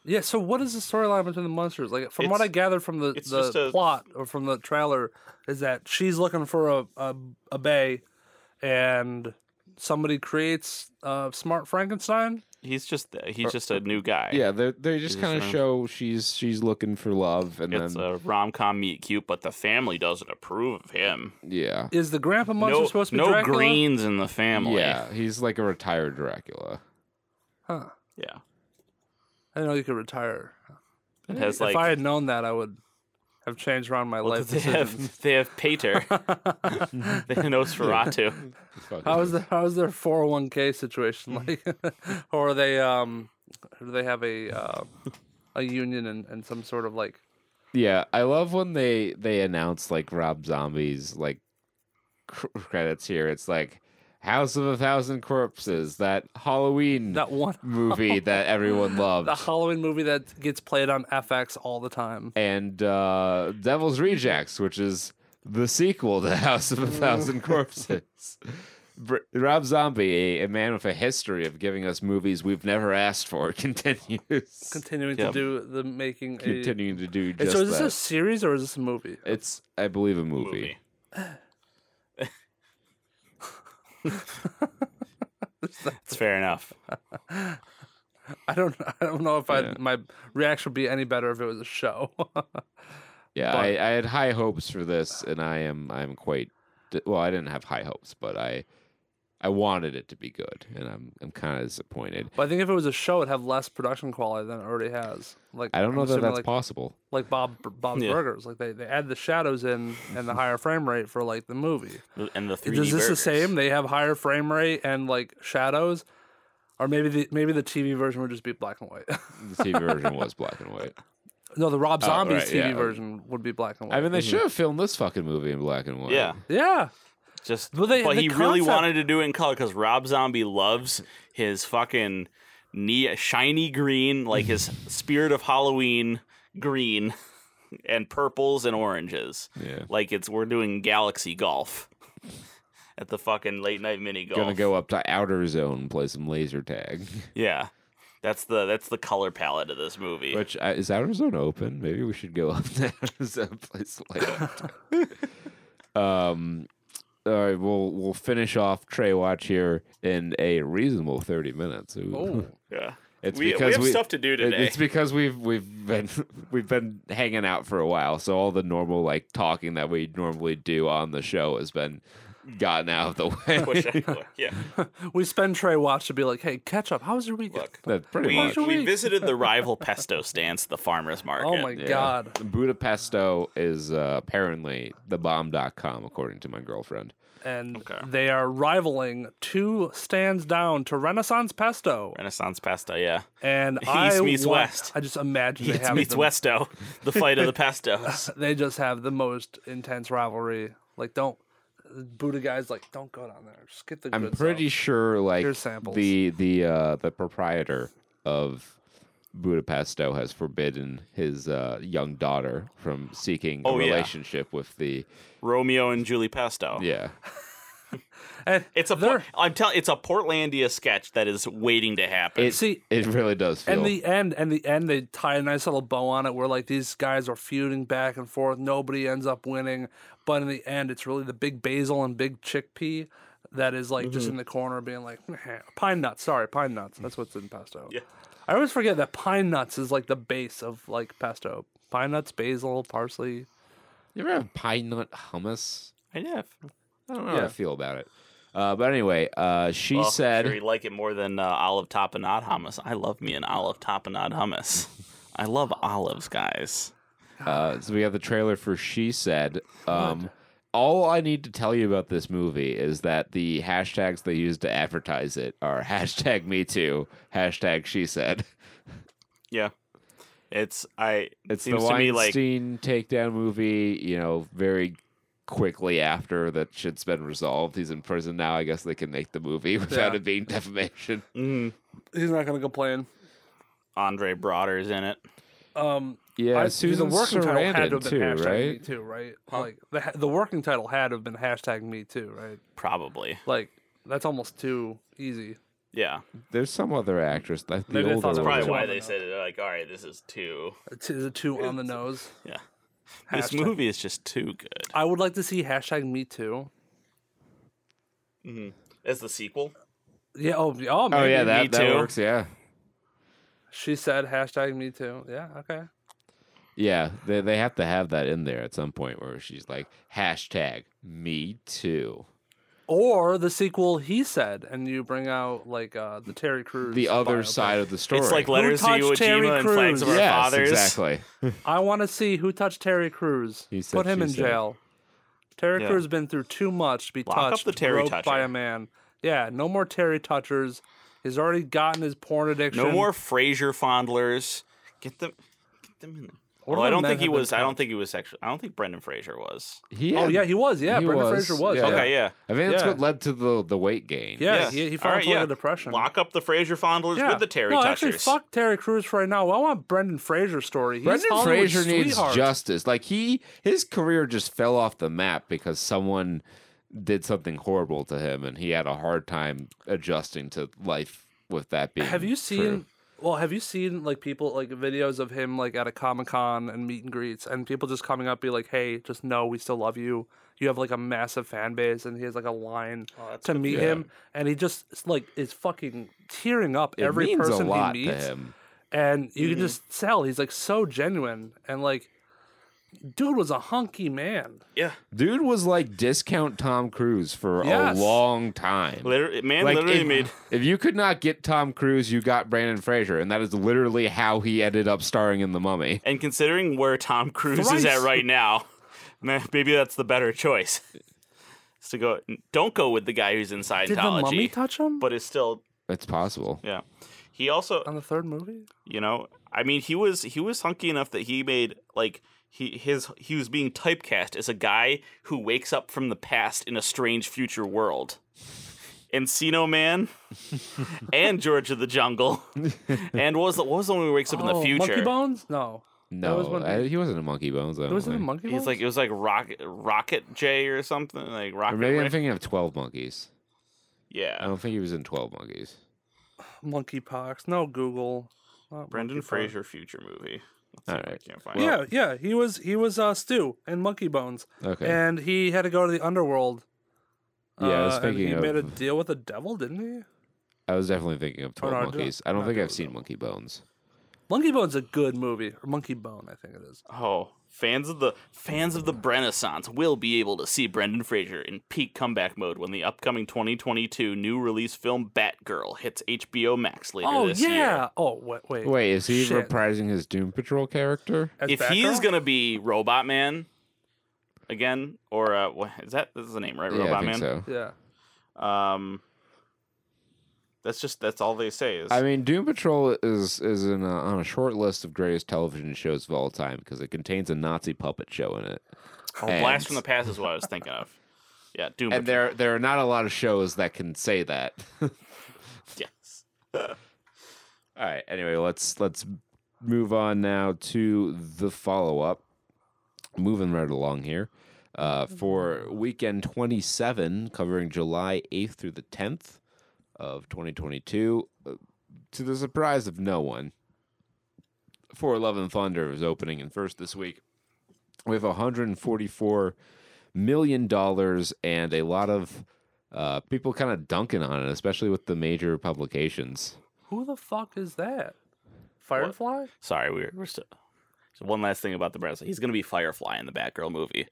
Speaker 4: Yeah. So, what is the storyline between the monsters? Like, from what
Speaker 3: It's-
Speaker 4: I gathered from the,
Speaker 3: it's just
Speaker 4: the
Speaker 3: a-
Speaker 4: plot or from the trailer, is that she's looking for a a, a bay, and somebody creates uh, smart Frankenstein.
Speaker 3: He's just
Speaker 4: Uh,
Speaker 3: he's just a new guy.
Speaker 2: Yeah, they they just
Speaker 3: She's
Speaker 2: kind of
Speaker 3: around.
Speaker 2: show she's she's looking for love, and
Speaker 3: It's
Speaker 2: then
Speaker 3: a rom com meet cute, but the family doesn't approve of him.
Speaker 2: yeah,
Speaker 4: Is the grandpa monster
Speaker 3: no
Speaker 4: supposed to be
Speaker 3: no
Speaker 4: Dracula?
Speaker 3: greens in the family.
Speaker 2: yeah, he's like a retired Dracula.
Speaker 4: Huh.
Speaker 3: Yeah.
Speaker 4: I didn't know you could retire.
Speaker 3: It has
Speaker 4: if
Speaker 3: like
Speaker 4: I had known that, I would have changed around my life
Speaker 3: they
Speaker 4: decisions.
Speaker 3: have they have Pater. they have Nosferatu.
Speaker 4: How's the how's their four hundred one k situation
Speaker 3: Hmm.
Speaker 4: like? or are they um, or do they have a uh, a union and, and some sort of like?
Speaker 2: Yeah, I love when they they announce like Rob Zombie's like cr- credits here. It's like House of a Thousand Corpses, that Halloween
Speaker 4: That one-
Speaker 2: movie that everyone loved,
Speaker 4: The Halloween movie that gets played on FX all the time.
Speaker 2: and uh, Devil's Rejects, which is the sequel to House of a Thousand Corpses. Br- Rob Zombie, a, a man with a history of giving us movies we've never asked for, continues
Speaker 4: Continuing
Speaker 3: Yeah.
Speaker 4: to do the making. A,
Speaker 2: continuing to do
Speaker 4: And
Speaker 2: just
Speaker 4: so is this
Speaker 2: that.
Speaker 4: a series or is this a movie?
Speaker 2: It's, I believe, a movie.
Speaker 3: movie. It's fair enough.
Speaker 4: I don't. I don't know if I my reaction would be any better if it was a show.
Speaker 2: Yeah, I, I had high hopes for this, and I am I'm quite di- well. I didn't have high hopes, but I I wanted it to be good, and I'm I'm kind of disappointed.
Speaker 4: But I think if it was a show, it'd have less production quality than it already has. Like
Speaker 2: I don't know
Speaker 4: I'm
Speaker 2: that
Speaker 4: assuming,
Speaker 2: that's
Speaker 4: like,
Speaker 2: possible.
Speaker 4: Like Bob Bob's
Speaker 3: Yeah.
Speaker 4: Burgers, like they, they add the shadows in and the higher frame rate for like the movie.
Speaker 3: and the three.
Speaker 4: Is this the same? They have higher frame rate and like shadows, or maybe the maybe the TV version would just be black and white.
Speaker 2: The TV version was black and white.
Speaker 4: no, the
Speaker 3: Oh,
Speaker 4: Rob Zombie's
Speaker 2: right,
Speaker 4: TV
Speaker 2: yeah.
Speaker 4: version would be black and white.
Speaker 2: I mean, they should have filmed this fucking movie in black and white.
Speaker 3: Mm-hmm. Yeah,
Speaker 4: yeah,
Speaker 3: just
Speaker 4: Well, they-
Speaker 3: but
Speaker 4: the
Speaker 3: he really
Speaker 4: concept-
Speaker 3: wanted to do it in color because Rob Zombie loves his fucking knee shiny green, like his spirit of Halloween green, and purples and oranges.
Speaker 2: yeah.
Speaker 3: Like it's we're doing galaxy golf at the fucking late night mini golf.
Speaker 2: Gonna go up to Outer Zone and play some laser tag.
Speaker 3: Yeah, that's the that's the color palette of this movie.
Speaker 2: Which uh, is Outer Zone open? Maybe we should go up to Outer Zone and play some laser tag. um. All right, we'll we'll finish off Trey Watch here in a reasonable thirty minutes. Ooh.
Speaker 4: Oh.
Speaker 3: yeah,
Speaker 2: It's
Speaker 3: we, we
Speaker 2: because
Speaker 3: have
Speaker 2: we-
Speaker 3: stuff to do
Speaker 2: It-
Speaker 3: today.
Speaker 2: It's because we've we've been we've been hanging out for a while, so all the normal like talking that we normally do on the show has been gotten out of the
Speaker 3: Hmm. Push
Speaker 2: way.
Speaker 3: that- yeah.
Speaker 4: we spend Trey Watch to be like, hey, catch up. How was your weekend?
Speaker 3: Look,
Speaker 2: That's pretty
Speaker 3: we,
Speaker 2: much
Speaker 4: Market.
Speaker 3: we visited the rival pesto stands, the farmers market.
Speaker 4: oh my
Speaker 2: Yeah.
Speaker 4: god,
Speaker 2: Budapesto is uh, apparently the bomb.com according to my girlfriend.
Speaker 4: and
Speaker 3: Okay.
Speaker 4: they are rivaling two stands down to Renaissance Pesto.
Speaker 3: Renaissance pasta, yeah.
Speaker 4: And
Speaker 3: East
Speaker 4: I
Speaker 3: meets
Speaker 4: want-
Speaker 3: West.
Speaker 4: I just imagine they
Speaker 3: It's
Speaker 4: have
Speaker 3: meets
Speaker 4: the-
Speaker 3: Westo, the fight of the pestos.
Speaker 4: They just have the most intense rivalry. Like, don't Buddha guys like don't go down there. Just get the.
Speaker 2: I'm
Speaker 4: good
Speaker 2: pretty
Speaker 4: stuff.
Speaker 2: sure like
Speaker 4: Here's samples.
Speaker 2: the the uh, the proprietor of Budapesto has forbidden his uh, young daughter from seeking
Speaker 3: Oh,
Speaker 2: a
Speaker 3: yeah.
Speaker 2: relationship with the
Speaker 3: Romeo and Julie Pesto.
Speaker 2: yeah.
Speaker 4: And
Speaker 3: It's a
Speaker 4: They're-
Speaker 3: Port, I'm telling it's a Portlandia sketch that is waiting to happen.
Speaker 2: It,
Speaker 4: See-
Speaker 2: it really does feel
Speaker 4: and the end and the end they tie a nice little bow on it where like these guys are feuding back and forth. Nobody ends up winning, but in the end, it's really the big basil and big chickpea that is like just in the corner being like pine nuts. Sorry, pine nuts. That's what's in pesto.
Speaker 3: Yeah.
Speaker 4: I always forget that pine nuts is like the base of like pesto. Pine nuts, basil, parsley.
Speaker 2: You ever have pine nut hummus?
Speaker 3: I know.
Speaker 2: I don't know how
Speaker 4: Yeah.
Speaker 2: to feel about it. Uh, but anyway, uh, she
Speaker 3: Well,
Speaker 2: said,
Speaker 3: Oh, sure you like it more than uh, olive tapenade hummus. I love me an olive tapenade hummus. I love olives, guys.
Speaker 2: uh, so we have the trailer for She Said. Um, all I need to tell you about this movie is that the hashtags they use to advertise it are hashtag me too, hashtag she said.
Speaker 3: Yeah. It's I
Speaker 2: It's
Speaker 3: seems
Speaker 2: the
Speaker 3: to me like
Speaker 2: Weinstein takedown movie, you know, very quickly after that shit's been resolved. He's in prison now. I guess they can make the movie without
Speaker 4: Yeah.
Speaker 2: it being defamation.
Speaker 3: mm,
Speaker 4: He's not gonna complain.
Speaker 3: Andre Broder's in it.
Speaker 4: Um,
Speaker 2: Yeah,
Speaker 4: I-
Speaker 2: Susan
Speaker 4: the working title had to
Speaker 2: Sarandon
Speaker 4: have been
Speaker 2: too,
Speaker 4: hashtag
Speaker 2: right?
Speaker 4: me too, right? Like the ha- the working title had to have been hashtag me too, right?
Speaker 3: Probably.
Speaker 4: Like that's almost too easy.
Speaker 3: Yeah.
Speaker 2: There's some other actress. Like the
Speaker 4: Maybe they
Speaker 2: older
Speaker 4: thought it was
Speaker 2: one.
Speaker 3: Probably
Speaker 4: Two
Speaker 3: why
Speaker 4: on the
Speaker 3: they
Speaker 4: nose.
Speaker 3: said it like, all right, this is too
Speaker 4: It's, Uh, is it too on the nose?
Speaker 3: Yeah. This
Speaker 4: Hashtag.
Speaker 3: movie is just too good.
Speaker 4: I would like to see hashtag me too.
Speaker 3: As the sequel?
Speaker 4: Yeah. Oh, yeah, oh,
Speaker 2: Oh
Speaker 4: maybe.
Speaker 2: yeah,
Speaker 3: Me
Speaker 2: that, that
Speaker 3: Too.
Speaker 2: works. Yeah,
Speaker 4: She said hashtag me too. Yeah. Okay.
Speaker 2: yeah. They they have to have that in there at some point where she's like hashtag me too.
Speaker 4: Or the sequel he said, and you bring out like uh, the Terry Crews.
Speaker 2: The other
Speaker 4: biopic.
Speaker 2: side of the story.
Speaker 3: It's like letters to
Speaker 4: touched
Speaker 3: Iwo
Speaker 4: Terry
Speaker 3: Jima and
Speaker 4: Crews?
Speaker 3: flags of our
Speaker 2: yes,
Speaker 3: fathers.
Speaker 2: exactly.
Speaker 4: I want to see who touched Terry Crews.
Speaker 2: He said,
Speaker 4: Put him
Speaker 2: she
Speaker 4: in
Speaker 2: said.
Speaker 4: jail. Terry
Speaker 3: Yeah.
Speaker 4: Crews has been through too much to be
Speaker 3: Lock up
Speaker 4: touched
Speaker 3: the Terry
Speaker 4: groped by
Speaker 3: toucher.
Speaker 4: a man. Yeah, no more Terry touchers. He's already gotten his porn addiction. Oh,
Speaker 3: No more Frasier fondlers. Get them, get them in there.
Speaker 4: What
Speaker 3: Well, I
Speaker 4: about
Speaker 3: don't
Speaker 4: men
Speaker 3: think he
Speaker 4: have been
Speaker 3: was. I don't think he was sexual. I don't think Brendan Fraser was.
Speaker 2: He
Speaker 4: Oh
Speaker 2: had-
Speaker 4: yeah, he was. Yeah,
Speaker 2: He
Speaker 4: Brendan
Speaker 2: was,
Speaker 4: Fraser was.
Speaker 2: yeah.
Speaker 4: Okay.
Speaker 3: Okay, yeah.
Speaker 2: I think that's
Speaker 4: Yeah.
Speaker 2: what led to the the weight gain.
Speaker 4: Yeah,
Speaker 3: Yes.
Speaker 4: he, he fell
Speaker 3: All right,
Speaker 4: into
Speaker 3: yeah.
Speaker 4: a depression.
Speaker 3: Lock up the Fraser fondlers
Speaker 4: yeah.
Speaker 3: with the Terry
Speaker 4: no,
Speaker 3: touchers.
Speaker 4: actually, fuck Terry Crews for right now. I want Brendan Fraser's story. He's
Speaker 2: Brendan
Speaker 4: Hollywood's
Speaker 2: Fraser needs
Speaker 4: sweetheart.
Speaker 2: justice. Like he, his career just fell off the map because someone did something horrible to him, and he had a hard time adjusting to life with that being.
Speaker 4: Have you seen?
Speaker 2: true.
Speaker 4: Well, have you seen like people like videos of him like at a comic con and meet and greets, and people just coming up be like, "Hey, just know we still love you." You have like a massive fan base, and he has like a line to meet him, and he just like is fucking tearing up
Speaker 2: It
Speaker 4: every
Speaker 2: means
Speaker 4: person
Speaker 2: a lot
Speaker 4: he meets,
Speaker 2: to him.
Speaker 4: Mm-hmm. and you can just tell he's like so genuine and like dude was a hunky man.
Speaker 3: Yeah,
Speaker 2: Dude was like discount Tom Cruise for
Speaker 4: Yes.
Speaker 2: a long time.
Speaker 3: literally, man,
Speaker 2: Like,
Speaker 3: literally
Speaker 2: if,
Speaker 3: made.
Speaker 2: if you could not get Tom Cruise, you got Brandon Fraser, and that is literally how he ended up starring in The Mummy.
Speaker 3: And considering where Tom Cruise is at
Speaker 4: Thrice.
Speaker 3: right now, man, maybe that's the better choice. is to go, don't go with the guy who's in Scientology,
Speaker 4: Did the mummy touch him?
Speaker 3: but is still,
Speaker 2: It's possible.
Speaker 3: yeah. He also,
Speaker 4: on the third movie?
Speaker 3: you know i mean he was he was hunky enough that he made like he his he was being typecast as a guy who wakes up from the past in a strange future world Encino Man and George of the Jungle and what was the, what was the one who wakes up in the
Speaker 4: Oh, Monkey
Speaker 3: future
Speaker 4: Bones? No.
Speaker 2: No,
Speaker 4: was one
Speaker 2: I-
Speaker 4: thing.
Speaker 2: he wasn't a Monkey Bones. I don't
Speaker 4: It wasn't a
Speaker 2: think.
Speaker 4: Monkey Bones?
Speaker 3: He's like it was like Rocket Rocket J or something like
Speaker 2: Or
Speaker 3: Rocket
Speaker 2: maybe I'm
Speaker 3: Rick.
Speaker 2: thinking of Twelve Monkeys. I
Speaker 3: yeah
Speaker 2: don't think he was in Twelve Monkeys.
Speaker 4: Monkeypox. No Google. Not
Speaker 3: Brendan
Speaker 4: monkeypox.
Speaker 3: Fraser future movie Let's see
Speaker 2: All
Speaker 3: if I
Speaker 2: right.
Speaker 3: can't find it.
Speaker 4: Yeah, yeah. He was he was uh Stu and Monkey Bones.
Speaker 2: Okay.
Speaker 4: And he had to go to the underworld. uh,
Speaker 2: Yeah, I was
Speaker 4: and
Speaker 2: thinking
Speaker 4: he
Speaker 2: of-
Speaker 4: made a deal with the devil, didn't he?
Speaker 2: I was definitely thinking of Twelve
Speaker 4: no, I don't-
Speaker 2: Monkeys. I don't
Speaker 4: no,
Speaker 2: think
Speaker 4: I
Speaker 2: I've
Speaker 4: don't
Speaker 2: seen Monkey Bones.
Speaker 4: Monkey Bone's a good movie. Or Monkey Bone, I think it is.
Speaker 3: Oh, fans of the fans of the Renaissance will be able to see Brendan Fraser in peak comeback mode when the upcoming 2022 new release film Batgirl hits HBO Max later
Speaker 4: Oh
Speaker 3: this
Speaker 4: yeah.
Speaker 3: year.
Speaker 4: Oh wait, wait.
Speaker 2: Wait, is he
Speaker 4: Shit.
Speaker 2: reprising his Doom Patrol character?
Speaker 4: As
Speaker 3: If he is
Speaker 4: Batgirl?
Speaker 3: gonna be Robot Man again, or uh, what is that? That's the name, right?
Speaker 2: yeah, I
Speaker 3: Robot
Speaker 2: think
Speaker 3: Man.
Speaker 2: so.
Speaker 4: Yeah.
Speaker 3: Um, that's just that's all they say is
Speaker 2: I mean, Doom Patrol is is in a, on a short list of greatest television shows of all time because it contains a Nazi puppet show in it.
Speaker 3: Oh, Blast from the Past is what I was thinking of. Yeah, Doom.
Speaker 2: And
Speaker 3: Patrol.
Speaker 2: there there are not a lot of shows that can say that. all
Speaker 3: Yes.
Speaker 2: right. Anyway, let's let's move on now to the follow up. Moving right along here. Uh, for weekend 27, covering July 8th through the 10th of 2022, uh, to the surprise of no one, For Love and Thunder is opening in first this week with 144 million dollars and a lot of uh, people kind of dunking on it, especially with the major publications.
Speaker 4: Who the fuck is that? Firefly?
Speaker 3: Sorry, we're we're still. So one last thing about the Renaissance. He's gonna be Firefly in the Batgirl movie.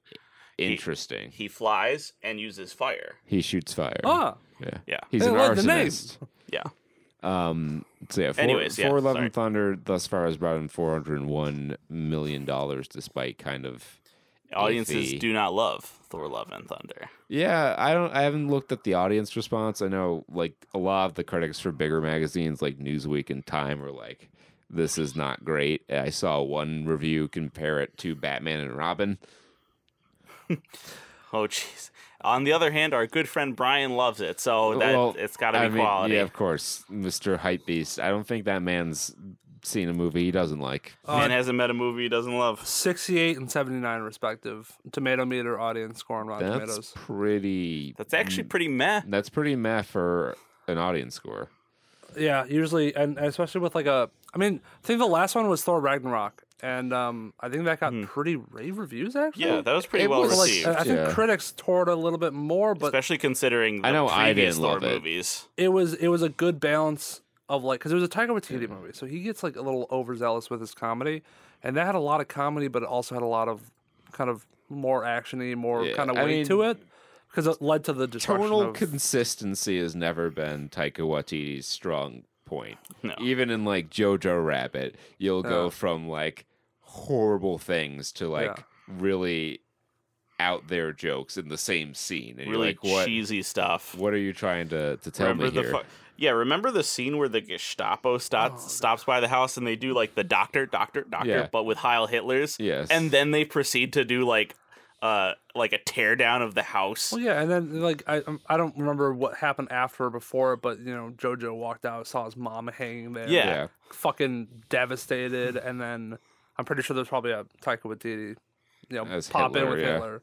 Speaker 2: Interesting.
Speaker 3: He flies and uses fire.
Speaker 2: He shoots fire.
Speaker 4: Ah.
Speaker 2: Yeah,
Speaker 3: Yeah.
Speaker 2: he's
Speaker 4: Hey,
Speaker 2: an
Speaker 4: like the name.
Speaker 2: arsonist.
Speaker 3: Yeah.
Speaker 2: Um. So yeah. For,
Speaker 3: Anyways, yeah,
Speaker 2: for Love
Speaker 3: sorry.
Speaker 2: and Thunder thus far has brought in 401 million dollars, despite kind of.
Speaker 3: Audiences
Speaker 2: iffy-
Speaker 3: do not love Thor Love and Thunder.
Speaker 2: Yeah, I don't. I haven't looked at the audience response. I know, like a lot of the critics for bigger magazines like Newsweek and Time were like, "This is not great." I saw one review compare it to Batman and Robin.
Speaker 3: Oh jeez. On the other hand, our good friend Brian loves it, so that
Speaker 2: Well,
Speaker 3: it's got to be
Speaker 2: I mean,
Speaker 3: quality.
Speaker 2: Yeah, of course, Mister Hypebeast. I don't think that man's seen a movie he doesn't like.
Speaker 3: Man hasn't met a movie he doesn't love.
Speaker 4: 68 and 79 respective tomato meter audience score on rotten
Speaker 2: That's
Speaker 4: tomatoes
Speaker 2: pretty.
Speaker 3: That's actually pretty meh.
Speaker 2: That's pretty meh for an audience score.
Speaker 4: yeah usually and especially with like a i mean i think the last one was thor ragnarok and um i think that got pretty rave reviews actually
Speaker 3: Yeah, that was pretty
Speaker 2: It
Speaker 3: well
Speaker 2: was, uh,
Speaker 4: Or, like,
Speaker 3: received,
Speaker 4: i I think
Speaker 2: Yeah.
Speaker 4: critics tore it a little bit more but
Speaker 3: especially considering the
Speaker 2: I know I
Speaker 3: previous
Speaker 2: didn't
Speaker 3: Thor
Speaker 2: love it.
Speaker 3: movies.
Speaker 4: it was it was a good balance of like because it was a Taika Waititi movie, so he gets like a little overzealous with his comedy, and that had a lot of comedy, but it also had a lot of kind of more actiony, more
Speaker 2: Yeah,
Speaker 4: kind of
Speaker 2: I
Speaker 4: weight
Speaker 2: mean,
Speaker 4: to it, because it led to the destruction
Speaker 2: Tonal
Speaker 4: of
Speaker 2: consistency has never been Taika Waititi's strong point.
Speaker 3: No.
Speaker 2: Even in like Jojo Rabbit, you'll go from like horrible things to like
Speaker 4: Yeah.
Speaker 2: really out there jokes in the same scene, and
Speaker 3: Really
Speaker 2: you're like, what?
Speaker 3: cheesy stuff.
Speaker 2: What are you trying to to tell me
Speaker 3: remember the
Speaker 2: here?
Speaker 3: fu- yeah, remember the scene where the Gestapo stops
Speaker 4: Oh,
Speaker 3: stops by the house and they do like the doctor, doctor, doctor,
Speaker 2: Yeah.
Speaker 3: but with Heil Hitler's.
Speaker 2: Yes.
Speaker 3: And then they proceed to do like uh like a teardown of the house.
Speaker 4: Well, yeah, and then like I um, I don't remember what happened after or before, but you know JoJo walked out, saw his mom hanging there,
Speaker 3: Yeah.
Speaker 2: yeah.
Speaker 4: fucking devastated, and then I'm pretty sure there's probably a Taika Waititi, you know,
Speaker 2: As
Speaker 4: pop in
Speaker 2: Hitler,
Speaker 4: with
Speaker 2: yeah.
Speaker 4: Hitler.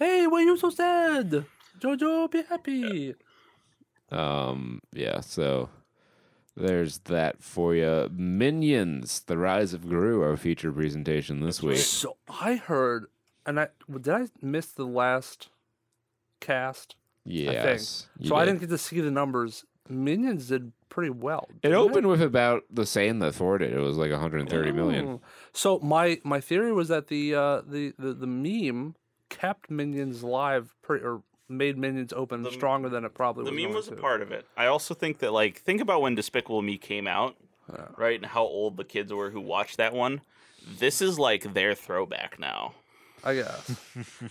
Speaker 4: Hey, why you so sad? JoJo, be happy.
Speaker 2: Um, yeah, so there's that for you. Minions, The Rise of Gru, our feature presentation this week.
Speaker 4: So I heard, and I well, did I miss the last cast?
Speaker 2: Yes. you
Speaker 4: So I
Speaker 2: did.
Speaker 4: didn't get to see the numbers. Minions did pretty well.
Speaker 2: It opened with about the same that Thor did. It was like 130 million.
Speaker 4: Hmm. So my my theory was that the uh, the, the the meme kept minions live pre- or made minions open stronger than it probably
Speaker 3: The
Speaker 4: was.
Speaker 3: meme
Speaker 4: going
Speaker 3: was a
Speaker 4: to.
Speaker 3: part of it. I also think that like think about when Despicable Me came out, right, and how old the kids were who watched that one. This is like their throwback now.
Speaker 4: I guess.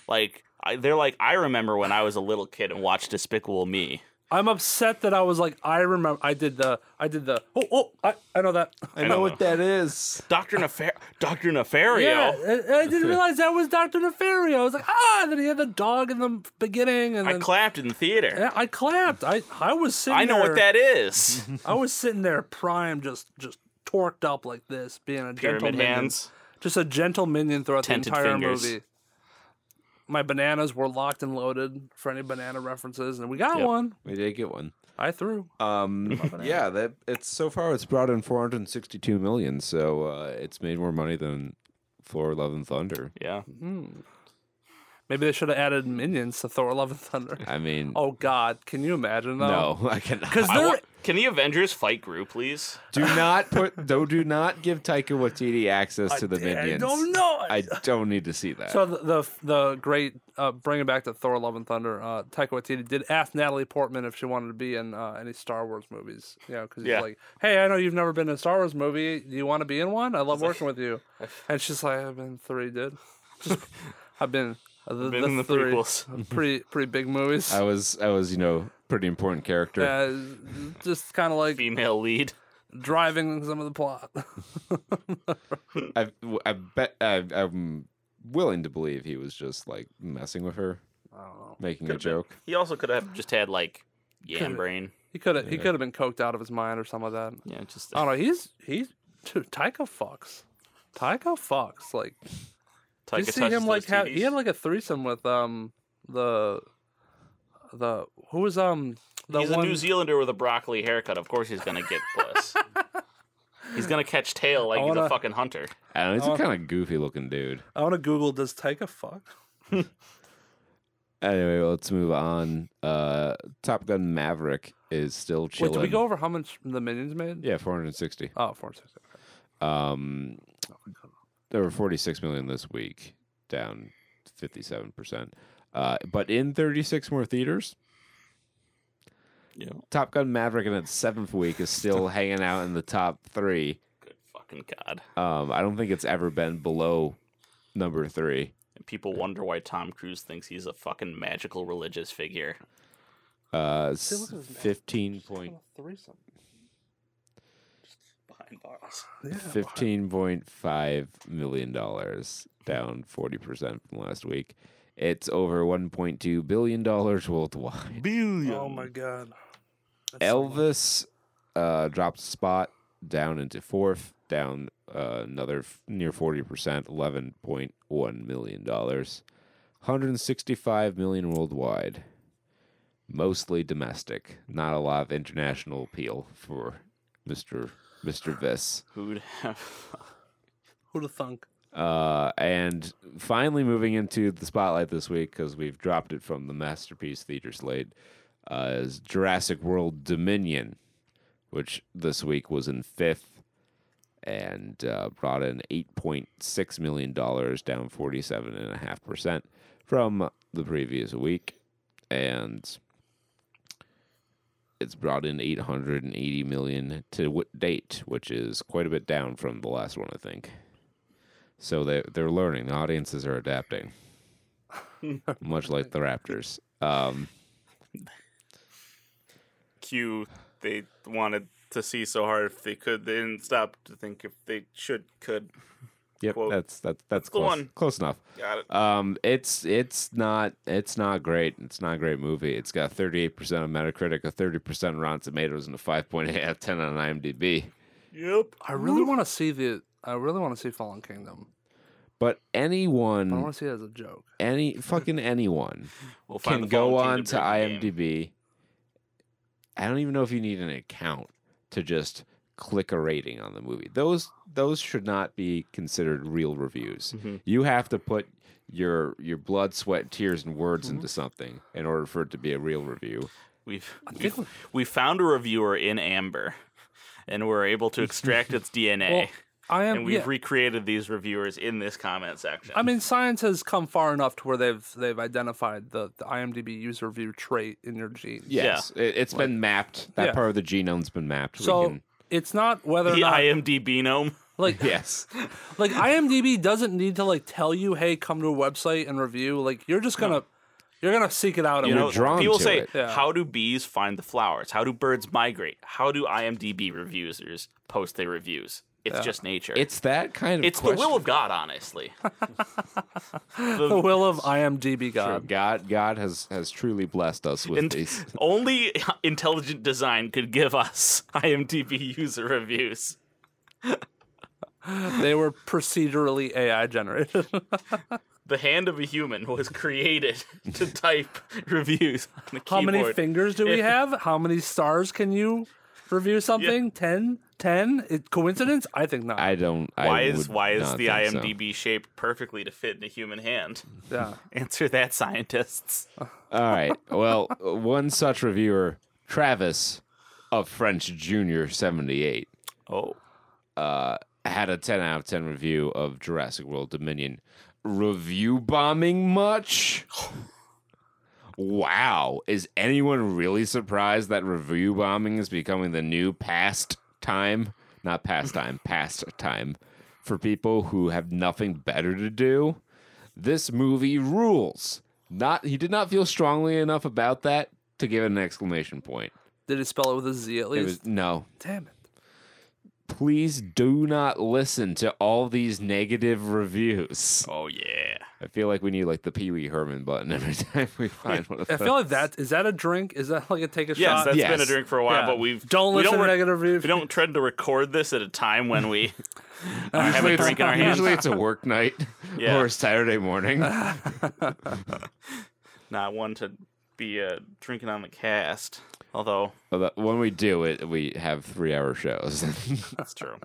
Speaker 3: Like I, they're like I remember when I was a little kid and watched Despicable Me.
Speaker 4: I'm upset that I was like I remember I did the I did the oh oh I, I know that
Speaker 2: I
Speaker 3: know what
Speaker 2: that is.
Speaker 3: Doctor Nefar- Doctor Nefario.
Speaker 4: yeah and- and I didn't realize that was Doctor Nefario. I was like ah and then he had the dog in the beginning and
Speaker 3: I
Speaker 4: then
Speaker 3: clapped in the theater.
Speaker 4: Yeah, I clapped. I I was sitting.
Speaker 3: I know what
Speaker 4: there-
Speaker 3: that is.
Speaker 4: I was sitting there, prime, just just torqued up like this, being a gentle
Speaker 3: Pyramid
Speaker 4: minion.
Speaker 3: hands.
Speaker 4: just a gentle minion throughout
Speaker 3: Tented
Speaker 4: the entire
Speaker 3: fingers.
Speaker 4: movie. My bananas were locked and loaded for any banana references, and we got
Speaker 2: Yep.
Speaker 4: one.
Speaker 2: We did get one.
Speaker 4: I threw.
Speaker 2: Um, yeah, that it's so far it's brought in 462 million, so uh, it's made more money than Thor: Love and Thunder.
Speaker 3: Yeah.
Speaker 4: Maybe they should have added minions to Thor: Love and Thunder.
Speaker 2: I mean,
Speaker 4: Oh God, can you imagine? Though?
Speaker 2: no, I cannot.
Speaker 4: because
Speaker 3: I
Speaker 4: they're
Speaker 3: wa- can the Avengers fight Gru, please?
Speaker 2: do not put do do not give Taika Waititi access to the
Speaker 4: I
Speaker 2: minions.
Speaker 4: don't know.
Speaker 2: I don't need to see that.
Speaker 4: So the the, the great uh, bringing back to Thor: Love and Thunder, uh, Taika Waititi did ask Natalie Portman if she wanted to be in uh, any Star Wars movies. You know, because he's
Speaker 3: Yeah.
Speaker 4: like, "Hey, I know you've never been in a Star Wars movie. Do you want to be in one? I love working with you." And she's like, "I've been in three, dude. I've been uh, the,
Speaker 3: Been
Speaker 4: the
Speaker 3: in the
Speaker 4: three
Speaker 3: prequels."
Speaker 4: pretty pretty big movies.
Speaker 2: I was I was you know pretty important character.
Speaker 4: Yeah, just kind of like
Speaker 3: Female lead.
Speaker 4: driving some of the plot.
Speaker 2: I I bet I, I'm willing to believe he was just like messing with her, making a joke.
Speaker 3: He also could have just had like yam
Speaker 4: Could've-
Speaker 3: brain.
Speaker 4: He could have he could have been coked out of his mind or something like that.
Speaker 3: Yeah, just
Speaker 4: I don't know. He's he's dude. Taika fucks. Taika fucks. Like
Speaker 3: Taika
Speaker 4: you see
Speaker 3: touches
Speaker 4: him like
Speaker 3: those
Speaker 4: have,
Speaker 3: TVs.
Speaker 4: he had like a threesome with um the the who was um the
Speaker 3: he's
Speaker 4: one
Speaker 3: a New Zealander with a broccoli haircut. Of course, he's gonna get puss. he's gonna catch tail like he's
Speaker 4: wanna-
Speaker 3: a fucking hunter.
Speaker 2: I don't know, he's
Speaker 4: Uh,
Speaker 2: a kind of goofy looking dude.
Speaker 4: I want to Google does Taika fuck?
Speaker 2: Anyway, let's move on. Uh, Top Gun Maverick is still
Speaker 4: Wait,
Speaker 2: chilling.
Speaker 4: did we go over how much the minions made?
Speaker 2: Yeah, 460.
Speaker 4: Oh, 460.
Speaker 2: Um, there were 46 million this week, down 57 percent. Uh, but in 36 more theaters.
Speaker 3: Yeah.
Speaker 2: Top Gun Maverick in its seventh week is still hanging out in the top three.
Speaker 3: Good fucking god.
Speaker 2: Um, I don't think it's ever been below number three.
Speaker 3: And people wonder why Tom Cruise thinks he's a fucking magical religious figure.
Speaker 2: Uh,
Speaker 4: look at his math.
Speaker 2: fifteen point
Speaker 4: threesome.
Speaker 3: Behind bars.
Speaker 2: fifteen point five million dollars, down forty percent from last week. It's over one point two billion dollars worldwide.
Speaker 4: Oh my god.
Speaker 2: Elvis uh, dropped a spot down into fourth, down uh, another f- near forty percent, eleven point one million dollars, hundred and sixty-five million worldwide, mostly domestic. Not a lot of international appeal for Mister Mister Viss.
Speaker 3: Who'd have?
Speaker 4: Who'd have thunk?
Speaker 2: Uh, and finally, moving into the spotlight this week because we've dropped it from the masterpiece theater slate uh, is Jurassic World Dominion, which this week was in fifth and uh, brought in eight point six million dollars, down forty seven and a half percent from the previous week, and it's brought in 880 million to w- date which is quite a bit down from the last one i think so they they're learning. The audiences are adapting, much like the Raptors. Um,
Speaker 3: Q they wanted to see so hard if they could. They didn't stop to think if they should could.
Speaker 2: yep,
Speaker 3: Quote.
Speaker 2: that's that's that's
Speaker 3: the
Speaker 2: close,
Speaker 3: one.
Speaker 2: close enough.
Speaker 3: Got it.
Speaker 2: Um, it's it's not it's not great. It's not a great movie. It's got 38 percent on Metacritic, a 30 percent Rotten Tomatoes, and a 5.8 out of 10 on IMDb.
Speaker 3: Yep.
Speaker 4: I really want to see the I really want to see Fallen Kingdom.
Speaker 2: But
Speaker 4: But I
Speaker 2: anyone,
Speaker 4: want to see it as a joke.
Speaker 2: any fucking anyone,
Speaker 3: We'll find
Speaker 2: can
Speaker 3: the
Speaker 2: go
Speaker 3: Fallen
Speaker 2: on to
Speaker 3: Kingdom drinking game.
Speaker 2: IMDb. I don't even know if you need an account to just click a rating on the movie. Those those should not be considered real reviews.
Speaker 3: Mm-hmm.
Speaker 2: You have to put
Speaker 3: Mm-hmm.
Speaker 2: your your blood, sweat, tears, and words into something in order for it to be a real review.
Speaker 3: We've we've, we found a reviewer in Amber, and we're able to extract its
Speaker 2: Eh.
Speaker 3: DNA.
Speaker 4: Well, I am.
Speaker 3: and we've
Speaker 4: yeah.
Speaker 3: recreated these reviewers in this comment section.
Speaker 4: I mean, science has come far enough to where they've they've identified the, the IMDb user review trait in your genes.
Speaker 2: Yes, it, has been mapped. That
Speaker 4: Yeah.
Speaker 2: part of the genome's been mapped. We
Speaker 4: So
Speaker 2: can-
Speaker 4: it's not whether or
Speaker 3: the
Speaker 4: not
Speaker 3: IMDb gnome.
Speaker 4: like
Speaker 2: yes,
Speaker 4: like IMDb doesn't need to like tell you, hey, come to a website and review. Like you're just gonna you're gonna seek it out.
Speaker 3: You
Speaker 4: and
Speaker 3: know,
Speaker 2: drawn
Speaker 3: people
Speaker 2: to
Speaker 3: say,
Speaker 2: it.
Speaker 4: Yeah.
Speaker 3: "How do bees find the flowers? How do birds migrate? How do IMDb reviewers post their reviews? It's just nature.
Speaker 2: it's that kind of.
Speaker 3: It's the will of God, honestly.
Speaker 4: the will of IMDb
Speaker 2: God.
Speaker 4: God.
Speaker 2: God. God has has truly blessed us with
Speaker 3: And
Speaker 2: these.
Speaker 3: only intelligent design could give us IMDb user reviews.
Speaker 4: They were procedurally AI generated.
Speaker 3: The hand of a human was created to type reviews on the
Speaker 4: How
Speaker 3: keyboard.
Speaker 4: many fingers do we have? How many stars can you review something? Ten? Ten? It, coincidence? I think not.
Speaker 2: I don't. I
Speaker 3: Why is
Speaker 2: would
Speaker 3: why is
Speaker 2: not
Speaker 3: the
Speaker 2: think so.
Speaker 3: IMDb shaped perfectly to fit in a human hand?
Speaker 4: yeah.
Speaker 3: Answer that, scientists.
Speaker 2: All right. Well, uh, one such reviewer, Travis of French Junior seventy eight,
Speaker 3: Oh,
Speaker 2: uh, had a ten out of ten review of Jurassic World Dominion. Review bombing much? Wow. Is anyone really surprised that review bombing is becoming the new pastime? Not pastime, pastime for people who have nothing better to do. This movie rules. Not he did not feel strongly enough about that to give it an exclamation point.
Speaker 4: Did it spell it with a Z at
Speaker 2: It
Speaker 4: least?
Speaker 2: was no.
Speaker 4: Damn it.
Speaker 2: Please do not listen to all these negative reviews.
Speaker 3: oh yeah.
Speaker 2: I feel like we need like the Pee Wee Herman button every time we find one of
Speaker 4: I
Speaker 2: those.
Speaker 4: feel like that is that a drink? Is that like a take a
Speaker 3: Yes,
Speaker 4: shot?
Speaker 3: that's
Speaker 2: Yes.
Speaker 3: been a drink for a while,
Speaker 4: Yeah.
Speaker 3: but we've
Speaker 4: Don't
Speaker 3: we
Speaker 4: listen
Speaker 3: don't
Speaker 4: to
Speaker 3: re-
Speaker 4: negative reviews.
Speaker 3: We don't try to record this at a time when we have a drink in our hands.
Speaker 2: Usually it's a work night
Speaker 3: Yeah.
Speaker 2: or a Saturday morning.
Speaker 3: Not one to be uh, drinking on the cast. Although
Speaker 2: Although, when we do it, we have three hour shows.
Speaker 3: that's true.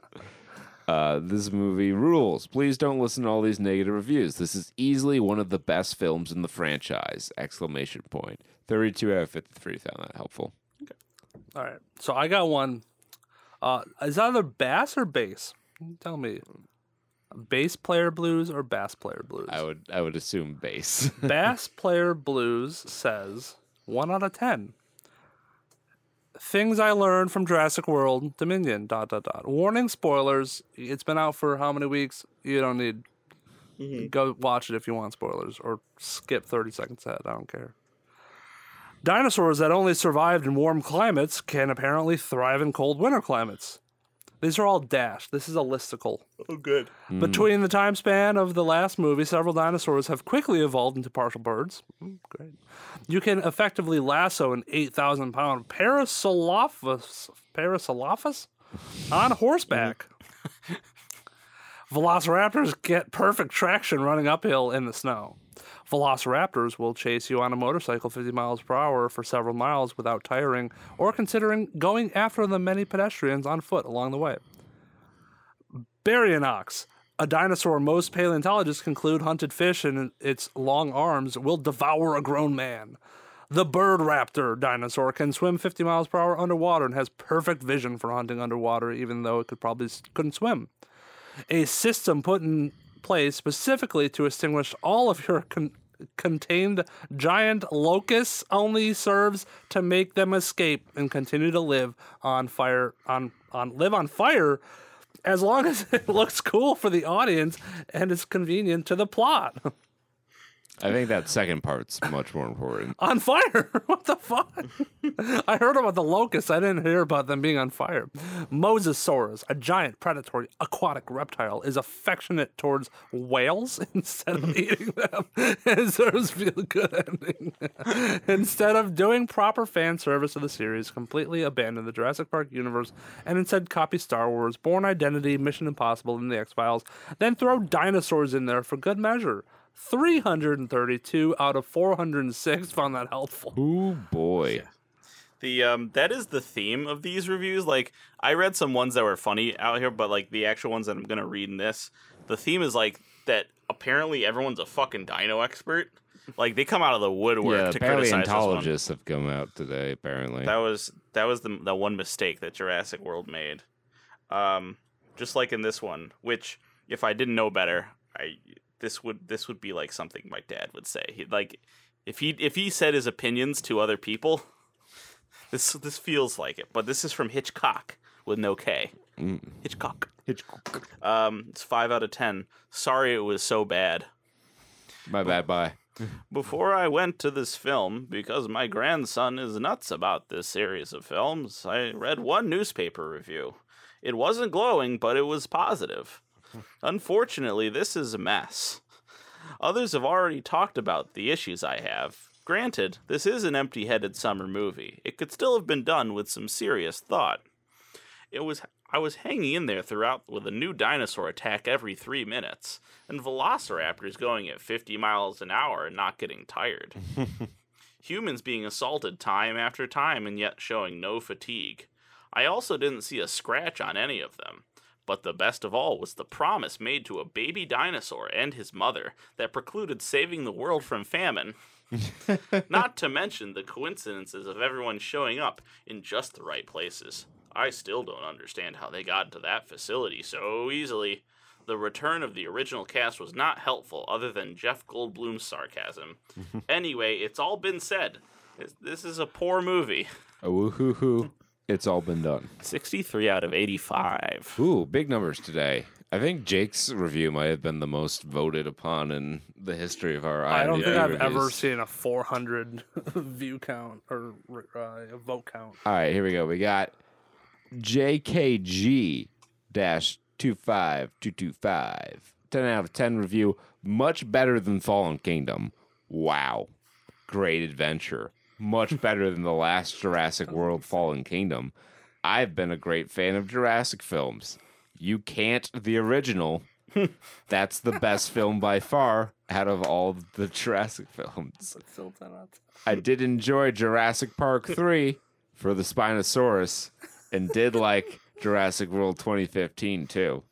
Speaker 2: uh, this movie rules. Please don't listen to all these negative reviews. This is easily one of the best films in the franchise! Exclamation point. 32 out of 53 found that helpful.
Speaker 4: All right. So I got one. Uh, is that either bass or bass? Tell me. Bass player blues or bass player blues?
Speaker 2: I would I would assume base.
Speaker 4: Bass Player Blues says one out of ten. Things I learned from Jurassic World Dominion. Dot dot dot. Warning spoilers. It's been out for how many weeks? You don't need. Go watch it if you want spoilers, or skip thirty seconds ahead. I don't care. Dinosaurs that only survived in warm climates can apparently thrive in cold winter climates. These are all dashed. This is a listicle.
Speaker 3: Oh, good.
Speaker 4: Between the time span of the last movie, several dinosaurs have quickly evolved into partial birds. Mm, Great. You can effectively lasso an 8,000 pound Paracelophus, Paracelophus on horseback. Velociraptors get perfect traction running uphill in the snow. Velociraptors will chase you on a motorcycle 50 miles per hour for several miles without tiring or considering going after the many pedestrians on foot along the way. Baryonyx, a dinosaur most paleontologists conclude hunted fish and its long arms will devour a grown man. The bird raptor dinosaur can swim 50 miles per hour underwater and has perfect vision for hunting underwater, even though it could probably s- couldn't swim. A system put in place specifically to extinguish all of your con- contained giant locusts only serves to make them escape and continue to live on fire on on live on fire as long as it looks cool for the audience and is convenient to the plot.
Speaker 2: I think that second part's much more important.
Speaker 4: on fire. what the fuck? I heard about the locusts. I didn't hear about them being on fire. Mosasaurus, a giant predatory aquatic reptile, is affectionate towards whales instead of eating them. It deserves feel good ending. instead of doing proper fan service to the series, completely abandoned the Jurassic Park universe and instead copy Star Wars, Born Identity, Mission Impossible, and The X Files, then throw dinosaurs in there for good measure. 332 out of 406 found that helpful.
Speaker 2: Oh boy.
Speaker 3: The um that is the theme of these reviews. Like I read some ones that were funny out here, but like the actual ones that I'm gonna read in this, the theme is like that apparently everyone's a fucking dino expert. Like they come out of the woodwork
Speaker 2: yeah,
Speaker 3: to criticize this one.
Speaker 2: paleontologists have come out today. Apparently,
Speaker 3: That was that was the the one mistake that Jurassic World made. Um, just like in this one, which if I didn't know better, I this would this would be like something my dad would say. He, like if he if he said his opinions to other people, this this feels like it. But this is from Hitchcock with no K. Hitchcock.
Speaker 2: Hitchcock.
Speaker 3: Um, it's five out of ten. Sorry, it was so bad.
Speaker 2: my bad. Bye.
Speaker 3: Before I went to this film, because my grandson is nuts about this series of films, I read one newspaper review. It wasn't glowing, but it was positive. Unfortunately, this is a mess. Others have already talked about the issues I have. Granted, this is an empty headed summer movie. It could still have been done with some serious thought. It was I was hanging in there throughout with a new dinosaur attack every three minutes, and velociraptors going at 50 miles an hour and not getting tired. Humans being assaulted time after time and yet showing no fatigue. I also didn't see a scratch on any of them. But the best of all was the promise made to a baby dinosaur and his mother that precluded saving the world from famine. Not to mention the coincidences of everyone showing up in just the right places. I still don't understand how they got into that facility so easily. The return of the original cast was not helpful, other than Jeff Goldblum's sarcasm. anyway, it's all been said. This, this is a poor movie.
Speaker 2: Oh, hoo hoo. It's all been done.
Speaker 3: 63 out of 85.
Speaker 2: Ooh, big numbers today. I think Jake's review might have been the most voted upon in the history of our IMDb
Speaker 4: I don't think I've ever
Speaker 2: reviews.
Speaker 4: seen a 400 view count or uh, vote count.
Speaker 2: All right, here we go. We got JKG dash 25225. 10 out of 10 review. Much better than Fallen Kingdom. Wow. Great adventure. Much better than the last Jurassic World Fallen Kingdom. I've been a great fan of Jurassic films. You can't the original. That's the best film by far out of all the Jurassic films.
Speaker 4: Still 10 out of
Speaker 2: I
Speaker 4: 10.
Speaker 2: did enjoy Jurassic Park 3 for the Spinosaurus and did like Jurassic World 2015 too.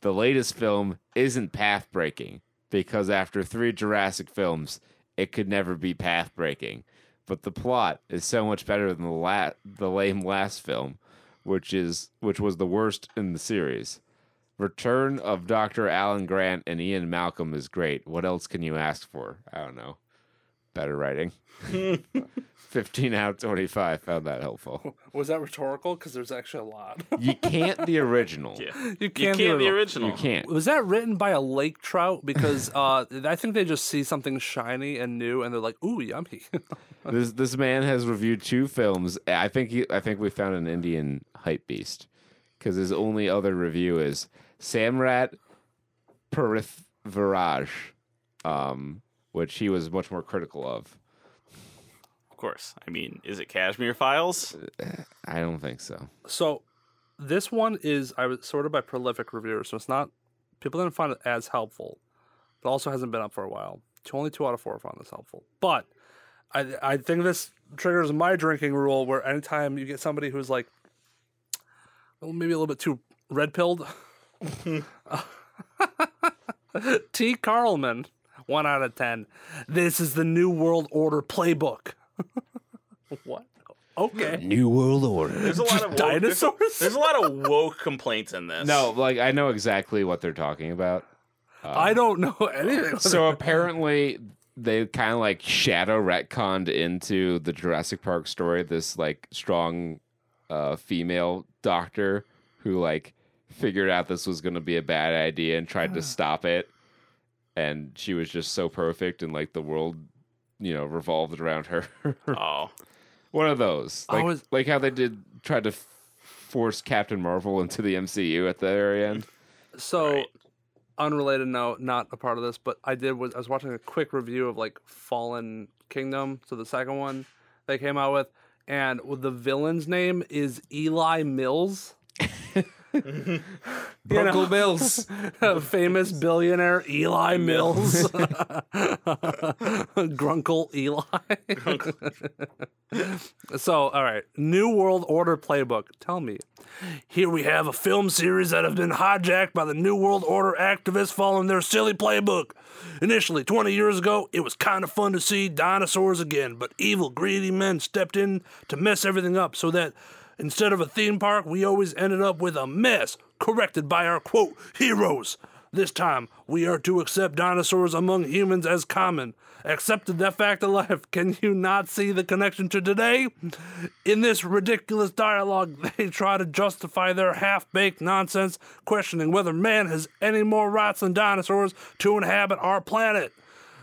Speaker 2: The latest film isn't path breaking because after three Jurassic films, it could never be path breaking. But the plot is so much better than the la- the lame last film, which is which was the worst in the series. Return of Dr. Alan Grant and Ian Malcolm is great. What else can you ask for? I don't know. Better writing. 15 out of 25 found that helpful.
Speaker 4: Was that rhetorical? Because there's actually a lot.
Speaker 2: You can't the original.
Speaker 3: Yeah.
Speaker 4: you
Speaker 3: You
Speaker 4: can't,
Speaker 3: can't be
Speaker 4: original.
Speaker 3: original.
Speaker 2: You can't.
Speaker 4: Was that written by a lake trout? Because uh, I think they just see something shiny and new, and they're like, "Ooh, yummy!"
Speaker 2: This this man has reviewed two films. I think he, I think we found an Indian hype beast cuz his only other review is Samrat Parithraj um which he was much more critical of.
Speaker 3: Of course. I mean, is it Cashmere Files?
Speaker 2: I don't think so.
Speaker 4: so this one is I was sorted by prolific reviewers, so it's not people didn't find it as helpful, but also hasn't been up for a while. Two- Only two out of four found this helpful, but I I think this triggers my drinking rule where anytime you get somebody who's like well, maybe a little bit too red pilled. T. Carlman, one out of ten. This is the New World Order playbook. what? Okay.
Speaker 2: New World Order.
Speaker 3: There's a lot of woke, there's a-
Speaker 4: Dinosaurs?
Speaker 3: There's a lot of woke complaints in this.
Speaker 2: No, like I know exactly what they're talking about.
Speaker 4: I don't know anything.
Speaker 2: so apparently they kind of like shadow retconned into the Jurassic Park story this like strong uh, female doctor who like figured out this was going to be a bad idea and tried to stop it and she was just so perfect and like the world you know revolved around her
Speaker 3: Oh.
Speaker 2: one of those
Speaker 4: I
Speaker 2: like,
Speaker 4: was-
Speaker 2: like how they did tried to f- force captain marvel into the mcu at the very end
Speaker 4: So,
Speaker 3: Right.
Speaker 4: unrelated note, not a part of this, but I did was I was watching a quick review of like Fallen Kingdom, so the second one they came out with, and the villain's name is Eli Mills.
Speaker 2: Uncle Bill's.
Speaker 4: famous billionaire Eli Mills, Grunkle Eli. so, all right, New World Order playbook. Tell me, here we have a film series that have been hijacked by the New World Order activists following their silly playbook. Initially, 20 years ago, it was kind of fun to see dinosaurs again, but evil, greedy men stepped in to mess everything up so that instead of a theme park, we always ended up with a mess corrected by our quote heroes. This time, we are to accept dinosaurs among humans as common. Accepted that fact of life. Can you not see the connection to today? In this ridiculous dialogue, they try to justify their half baked nonsense, questioning whether man has any more rights than dinosaurs to inhabit our planet.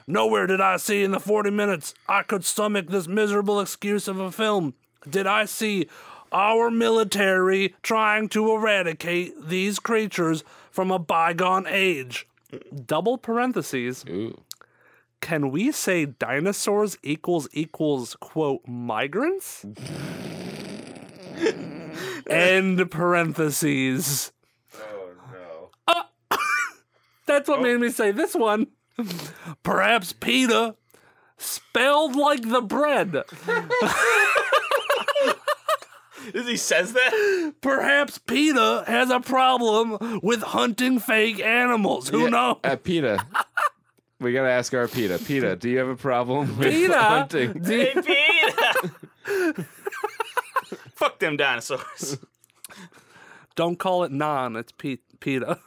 Speaker 4: Nowhere did I see in the 40 minutes I could stomach this miserable excuse of a film. Did I see our military trying to eradicate these creatures from a bygone age? Double parentheses.
Speaker 2: Ooh.
Speaker 4: Can we say dinosaurs equals equals quote migrants? End parentheses. Uh, That's what made me say this one. Perhaps pita spelled like the bread.
Speaker 3: he says that?
Speaker 4: Perhaps pita has a problem with hunting fake animals. Who knows?
Speaker 2: Uh, PETA. We gotta ask our PETA. PETA, do you have a problem with
Speaker 4: PETA?
Speaker 2: hunting?
Speaker 4: Do you-
Speaker 3: Hey, Pete! Fuck them dinosaurs.
Speaker 4: Don't call it non, it's pe- pita.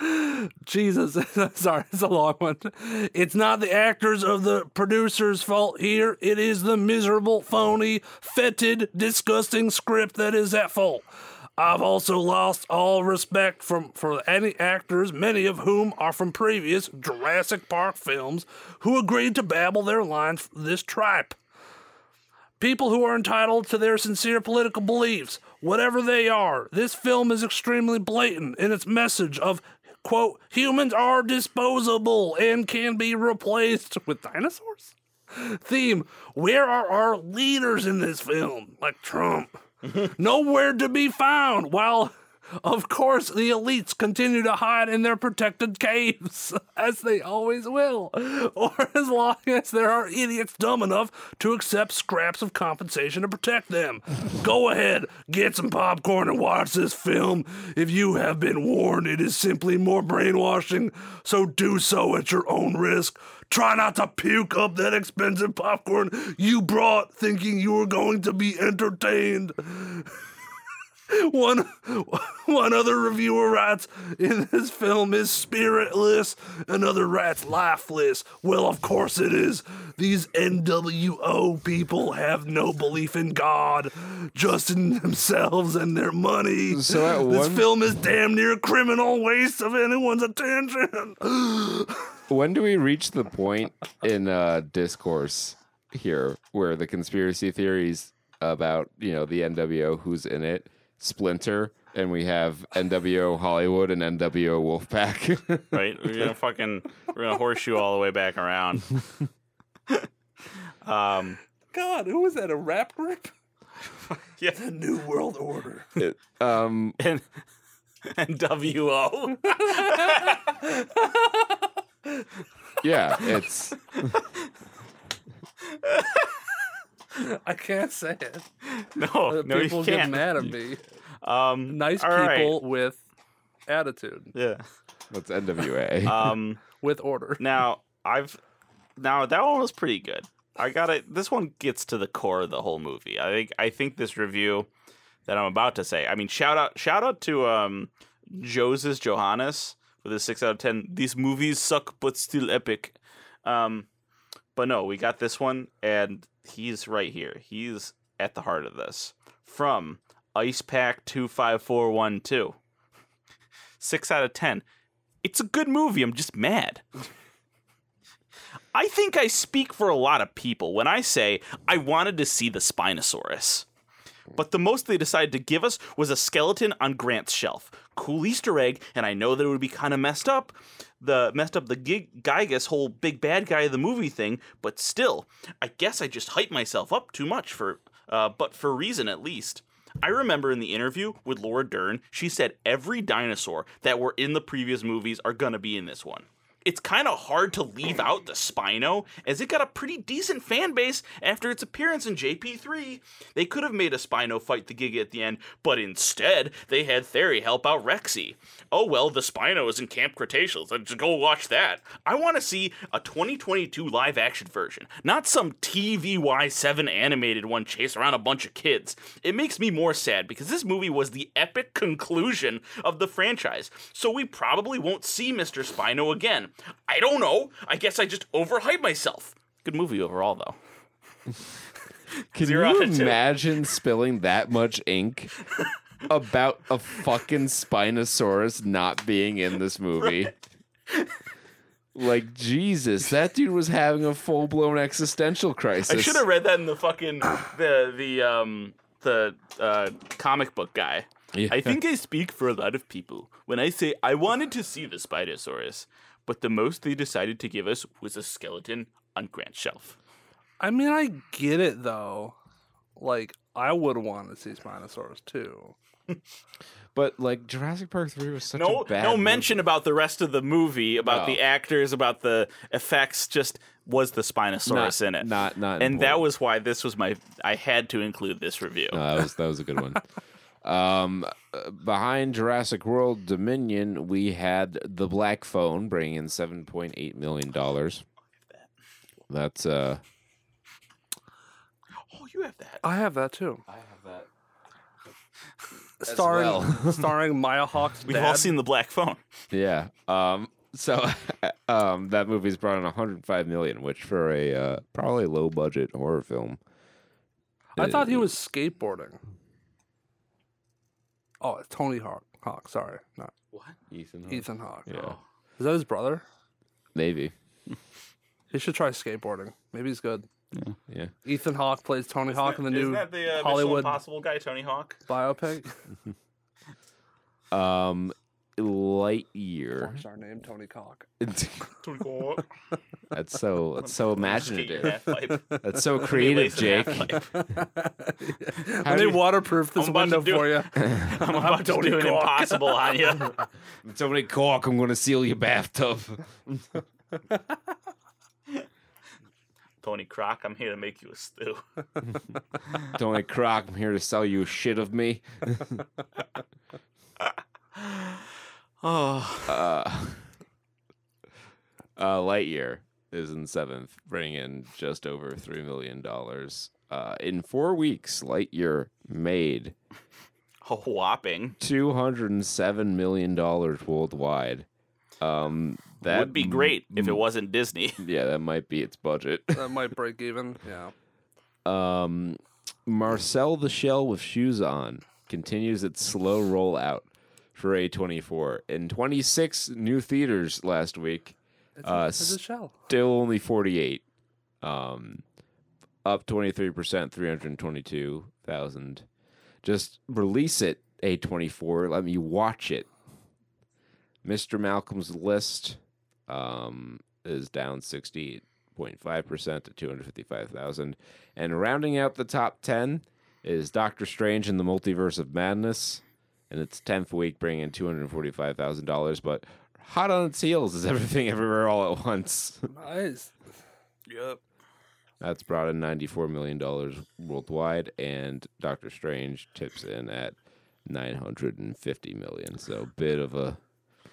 Speaker 4: Jesus, sorry, it's a long one. It's not the actors of the producer's fault here. It is the miserable, phony, fetid, disgusting script that is at fault. I've also lost all respect from for any actors, many of whom are from previous Jurassic Park films, who agreed to babble their lines for this tripe. People who are entitled to their sincere political beliefs, whatever they are, this film is extremely blatant in its message of, quote, humans are disposable and can be replaced with dinosaurs? Theme Where are our leaders in this film? Like Trump. Nowhere to be found, while, of course, the elites continue to hide in their protected caves, as they always will, or as long as there are idiots dumb enough to accept scraps of compensation to protect them. Go ahead, get some popcorn and watch this film. If you have been warned, it is simply more brainwashing, so do so at your own risk. Try not to puke up that expensive popcorn you brought thinking you were going to be entertained. One one other reviewer writes in this film is spiritless, another writes lifeless. Well, of course it is. These NWO people have no belief in God, just in themselves and their money.
Speaker 2: So at
Speaker 4: this
Speaker 2: one-
Speaker 4: film is damn near criminal waste of anyone's attention.
Speaker 2: When do we reach the point in uh, discourse here where the conspiracy theories about you know the NWO who's in it splinter and we have NWO Hollywood and NWO Wolfpack?
Speaker 3: Right? We're gonna fucking we're gonna horseshoe all the way back around. Um
Speaker 4: God, who was that? A rap group?
Speaker 3: yeah.
Speaker 4: New World Order.
Speaker 2: um,
Speaker 3: And, and WO.
Speaker 2: yeah, it's
Speaker 4: I can't say it.
Speaker 3: No, no,
Speaker 4: people
Speaker 3: you
Speaker 4: get
Speaker 3: can't.
Speaker 4: mad at me.
Speaker 3: Um,
Speaker 4: Nice
Speaker 3: all right.
Speaker 4: people with attitude,
Speaker 3: Yeah.
Speaker 2: that's NWA.
Speaker 3: Um,
Speaker 4: with order.
Speaker 3: now I've now that one was pretty good. I got it. This one gets to the core of the whole movie. I think. I think this review that I'm about to say. I mean, shout out, shout out to um, Joses Johannes with a six out of ten. These movies suck, but still epic. Um, but no, we got this one, and he's right here. He's at the heart of this. From Ice Pack two five four one two. Six out of ten. It's a good movie. I'm just mad. I think I speak for a lot of people when I say I wanted to see the Spinosaurus. But the most they decided to give us was a skeleton on Grant's shelf. Cool Easter egg, and I know that it would be kind of messed up. The messed up the gig, Gygas whole big bad guy of the movie thing, but still, I guess I just hyped myself up too much for, uh, but for reason at least. I remember in the interview with Laura Dern, she said every dinosaur that were in the previous movies are gonna be in this one. It's kind of hard to leave out the Spino, as it got a pretty decent fan base after its appearance in JP3. They could have made a Spino fight the Giga at the end, but instead, they had Theory help out Rexy. Oh well, the Spino is in Camp Cretaceous. Let's go watch that. I want to see a 2022 live action version, not some TVY7 animated one chase around a bunch of kids. It makes me more sad because this movie was the epic conclusion of the franchise, so we probably won't see Mr. Spino again. I don't know. I guess I just overhyped myself. Good movie overall, though.
Speaker 2: Can
Speaker 3: Zero
Speaker 2: you
Speaker 3: out of ten.
Speaker 2: imagine spilling that much ink about a fucking Spinosaurus not being in this movie? Like Jesus, that dude was having a full blown existential crisis.
Speaker 3: I should have read that in the fucking the the um the uh, comic book guy.
Speaker 2: Yeah.
Speaker 3: I think I speak for a lot of people when I say I wanted to see the Spidosaurus, but the most they decided to give us was a skeleton on Grant's shelf.
Speaker 4: I mean, I get it though. Like, I would want to see Spinosaurus too.
Speaker 2: but like Jurassic Park three was such
Speaker 3: No,
Speaker 2: a bad.
Speaker 3: no
Speaker 2: movie. Oh.
Speaker 3: mention about the rest of the movie, about
Speaker 2: No.
Speaker 3: the actors, about the effects. Just was the Spinosaurus
Speaker 2: Not-
Speaker 3: in it?
Speaker 2: not- not
Speaker 3: And that
Speaker 2: important.
Speaker 3: was why this was my. I had to include this review.
Speaker 2: No, that was that was a good one. um, uh, behind Jurassic World Dominion, we had the Black Phone bringing in seven point eight million dollars. That's uh,
Speaker 3: oh, you have that.
Speaker 4: I have that too.
Speaker 2: I have that.
Speaker 4: starring
Speaker 2: well.
Speaker 4: starring Maya Hawke's
Speaker 3: We've
Speaker 4: dad.
Speaker 3: all seen the black phone.
Speaker 2: Yeah. Um. So, um, that movie's brought in 105 million, which for a uh, probably low budget horror film.
Speaker 4: I thought he was skateboarding. Oh, it's Tony Hawk. Hawk, sorry, not
Speaker 2: Ethan.
Speaker 4: Ethan Hawk.
Speaker 2: Yeah.
Speaker 4: Oh. Is that his brother?
Speaker 2: Maybe.
Speaker 4: He should try skateboarding. Maybe he's good.
Speaker 2: Yeah.
Speaker 4: Ethan Hawk plays Tony Hawk in the new Hollywood
Speaker 3: uh, Impossible guy, Tony Hawk?
Speaker 4: biopic.
Speaker 2: Um. Lightyear.
Speaker 4: What's our name? Tony Hawk.
Speaker 3: Tony Hawk.
Speaker 2: that's so. That's so imaginative.
Speaker 3: I'm
Speaker 2: That's so creative, Jake.
Speaker 4: Let me
Speaker 2: do you-
Speaker 4: waterproof this
Speaker 3: I'm about to
Speaker 4: window
Speaker 3: do
Speaker 4: for you.
Speaker 3: about to
Speaker 4: Tony
Speaker 3: do an
Speaker 4: Hawk.
Speaker 3: impossible on you.
Speaker 2: Somebody cork. I'm gonna seal your bathtub.
Speaker 3: Tony Croc, I'm here to make you a stew.
Speaker 2: Tony Croc. I'm here to sell you shit of me.
Speaker 3: Oh,
Speaker 2: Uh, uh, Lightyear is in seventh, bringing in just over three million dollars. Uh, in four weeks, Lightyear made
Speaker 3: a whopping.
Speaker 2: two hundred and seven million dollars worldwide. Um, that
Speaker 3: Would be great if it wasn't Disney.
Speaker 2: Yeah, that might be its budget.
Speaker 4: That might break even. Yeah.
Speaker 2: Um, Marcel the Shell with Shoes On continues its slow rollout for A24 in 26 new theaters last week.
Speaker 4: It's,
Speaker 2: Uh,
Speaker 4: a, it's a
Speaker 2: s-
Speaker 4: shell.
Speaker 2: still only 48 um up 23% 322,000 just release it A24 let me watch it Mr. Malcolm's list um is down 60.5% to 255,000 and rounding out the top 10 is Doctor Strange in the Multiverse of Madness and its 10th week bringing in $245,000 but hot on its heels is everything everywhere all at once
Speaker 4: Nice. Yep.
Speaker 2: That's brought in ninety-four million dollars worldwide, and Doctor Strange tips in at nine hundred and fifty million. So, a bit of a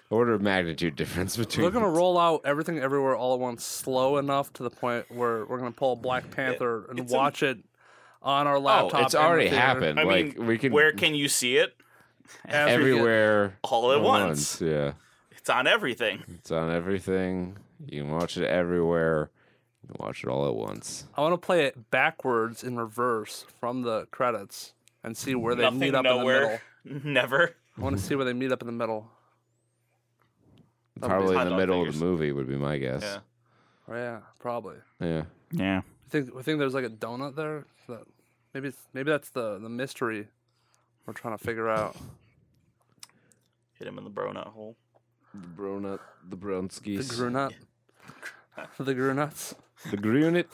Speaker 2: order of magnitude difference between.
Speaker 4: They're gonna roll out everything everywhere all at once, slow enough to the point where we're gonna pull Black Panther and
Speaker 3: a-
Speaker 4: watch it on our
Speaker 2: Oh,
Speaker 4: laptop.
Speaker 2: it's
Speaker 4: in the
Speaker 2: already
Speaker 4: theater
Speaker 2: happened.
Speaker 3: I
Speaker 2: like
Speaker 3: mean,
Speaker 2: we can
Speaker 3: Where can you see it?
Speaker 4: as we get-
Speaker 2: everywhere
Speaker 3: All at once.
Speaker 2: Yeah,
Speaker 3: It's on everything.
Speaker 2: it's on everything. You can watch it everywhere. You can watch it all at once.
Speaker 4: I want to play it backwards in reverse from the credits and see where they
Speaker 3: Nothing,
Speaker 4: meet up in the middle.
Speaker 3: nowhere, never.
Speaker 4: I want to see where they meet up in the middle.
Speaker 2: Probably in
Speaker 3: hot
Speaker 2: the
Speaker 3: dog
Speaker 2: middle of
Speaker 3: fingers.
Speaker 2: the movie would be my guess.
Speaker 3: Yeah.
Speaker 4: Oh, yeah, probably.
Speaker 2: yeah.
Speaker 3: Yeah.
Speaker 4: I think I think there's like a donut there. That maybe it's, maybe that's the the mystery we're trying to figure out.
Speaker 3: Hit him in the bro nut hole.
Speaker 2: The Bronut, the Bronskis,
Speaker 4: The grunut. the grunuts.
Speaker 2: the Grunit,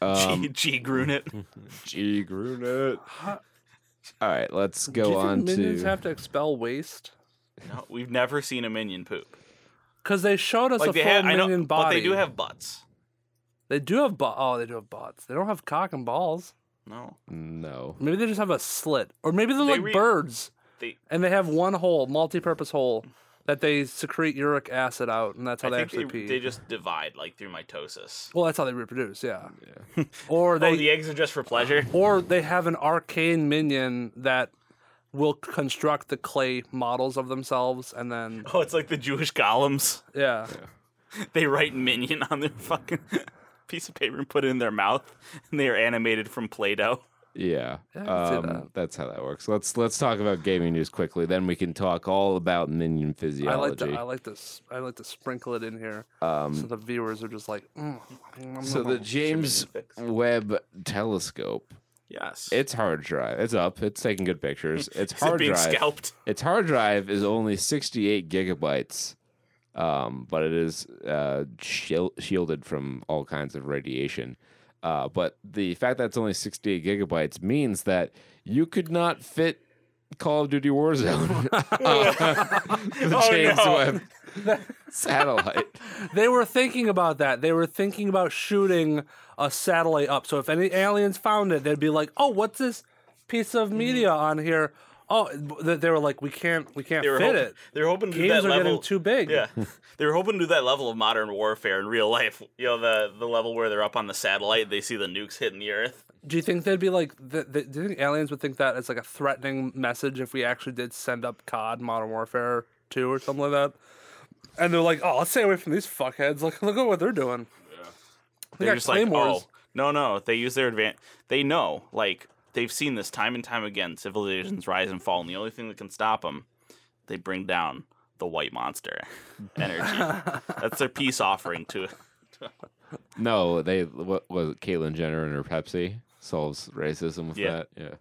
Speaker 2: um,
Speaker 3: G, G Grunet.
Speaker 2: G Grunit. All right, let's
Speaker 4: Do
Speaker 2: go
Speaker 4: you
Speaker 2: on
Speaker 4: think minions
Speaker 2: to.
Speaker 4: have to expel waste?
Speaker 3: No, we've never seen a minion poop.
Speaker 4: Because they showed us
Speaker 3: Like
Speaker 4: a
Speaker 3: they
Speaker 4: full
Speaker 3: have, I
Speaker 4: minion
Speaker 3: know,
Speaker 4: body.
Speaker 3: but they do have butts.
Speaker 4: They do have. Bu- oh, they do have bots. They don't have cock and balls.
Speaker 3: No,
Speaker 2: No.
Speaker 4: Maybe they just have a slit, or maybe they're
Speaker 3: They
Speaker 4: like
Speaker 3: re-
Speaker 4: birds,
Speaker 3: they.
Speaker 4: and they have one hole, multi-purpose hole, that they secrete uric acid out, and that's how
Speaker 3: I
Speaker 4: they
Speaker 3: think
Speaker 4: actually
Speaker 3: they,
Speaker 4: pee.
Speaker 3: they just divide like through mitosis.
Speaker 4: well, that's how they reproduce. Yeah. or they,
Speaker 3: oh, the eggs are just for pleasure.
Speaker 4: or they have an arcane minion that will construct the clay models of themselves, and then
Speaker 3: Oh, it's like the Jewish columns.
Speaker 4: yeah.
Speaker 3: They write minion on their fucking piece of paper and put it in their mouth, and they are animated from Play-Doh.
Speaker 2: Yeah,
Speaker 4: Yeah, I can see
Speaker 2: um,
Speaker 4: that.
Speaker 2: that's how that works. Let's let's talk about gaming news quickly. Then we can talk all about minion
Speaker 4: I like
Speaker 2: physiology.
Speaker 4: to I like to s- I like to sprinkle it in here, so the viewers are just like, mm, mm,
Speaker 2: Um, so
Speaker 4: mm,
Speaker 2: the
Speaker 4: mm.
Speaker 2: James
Speaker 3: fix.
Speaker 2: Webb Telescope,
Speaker 3: Yes,
Speaker 2: it's hard drive. It's up. It's taking good pictures. It's
Speaker 3: Is it
Speaker 2: hard
Speaker 3: being
Speaker 2: drive.
Speaker 3: scalped.
Speaker 2: Its hard drive is only 68 gigabytes, um, but it is uh, shil- shielded from all kinds of radiation. Uh, but the fact that it's only 68 gigabytes means that you could not fit Call of Duty Warzone on the
Speaker 3: Oh,
Speaker 2: James
Speaker 3: no.
Speaker 2: Webb satellite.
Speaker 4: They were thinking about that. They were thinking about shooting a satellite up. So if any aliens found it, they'd be like, "Oh, what's this piece
Speaker 3: Mm-hmm.
Speaker 4: of media on here?" Oh, th- they were like, "We can't, we can't
Speaker 3: They
Speaker 4: fit
Speaker 3: were hoping,
Speaker 4: it.
Speaker 3: They were hoping to do
Speaker 4: Games
Speaker 3: that
Speaker 4: are
Speaker 3: level.
Speaker 4: getting too big."
Speaker 3: Yeah, they were hoping to do that level of modern warfare in real life. You know, the the level where they're up on the satellite, they see the nukes hitting the Earth.
Speaker 4: Do you think they'd be like? Th- th- do you think aliens would think that as like a threatening message if we actually did send up COD Modern Warfare Two or something like that? And they're like, "Oh, let's stay away from these fuckheads. Look, look at what they're doing." They
Speaker 3: They're
Speaker 4: got
Speaker 3: just like,
Speaker 4: claymores.
Speaker 3: oh, no, no. They use their advan They know, like they've seen this time and time again. Civilizations rise and fall, and the only thing that can stop them, they bring down the white monster energy. That's their peace offering to
Speaker 2: No, they what was it, Caitlyn Jenner and her Pepsi solves racism with
Speaker 3: Yeah.
Speaker 2: that. Yeah.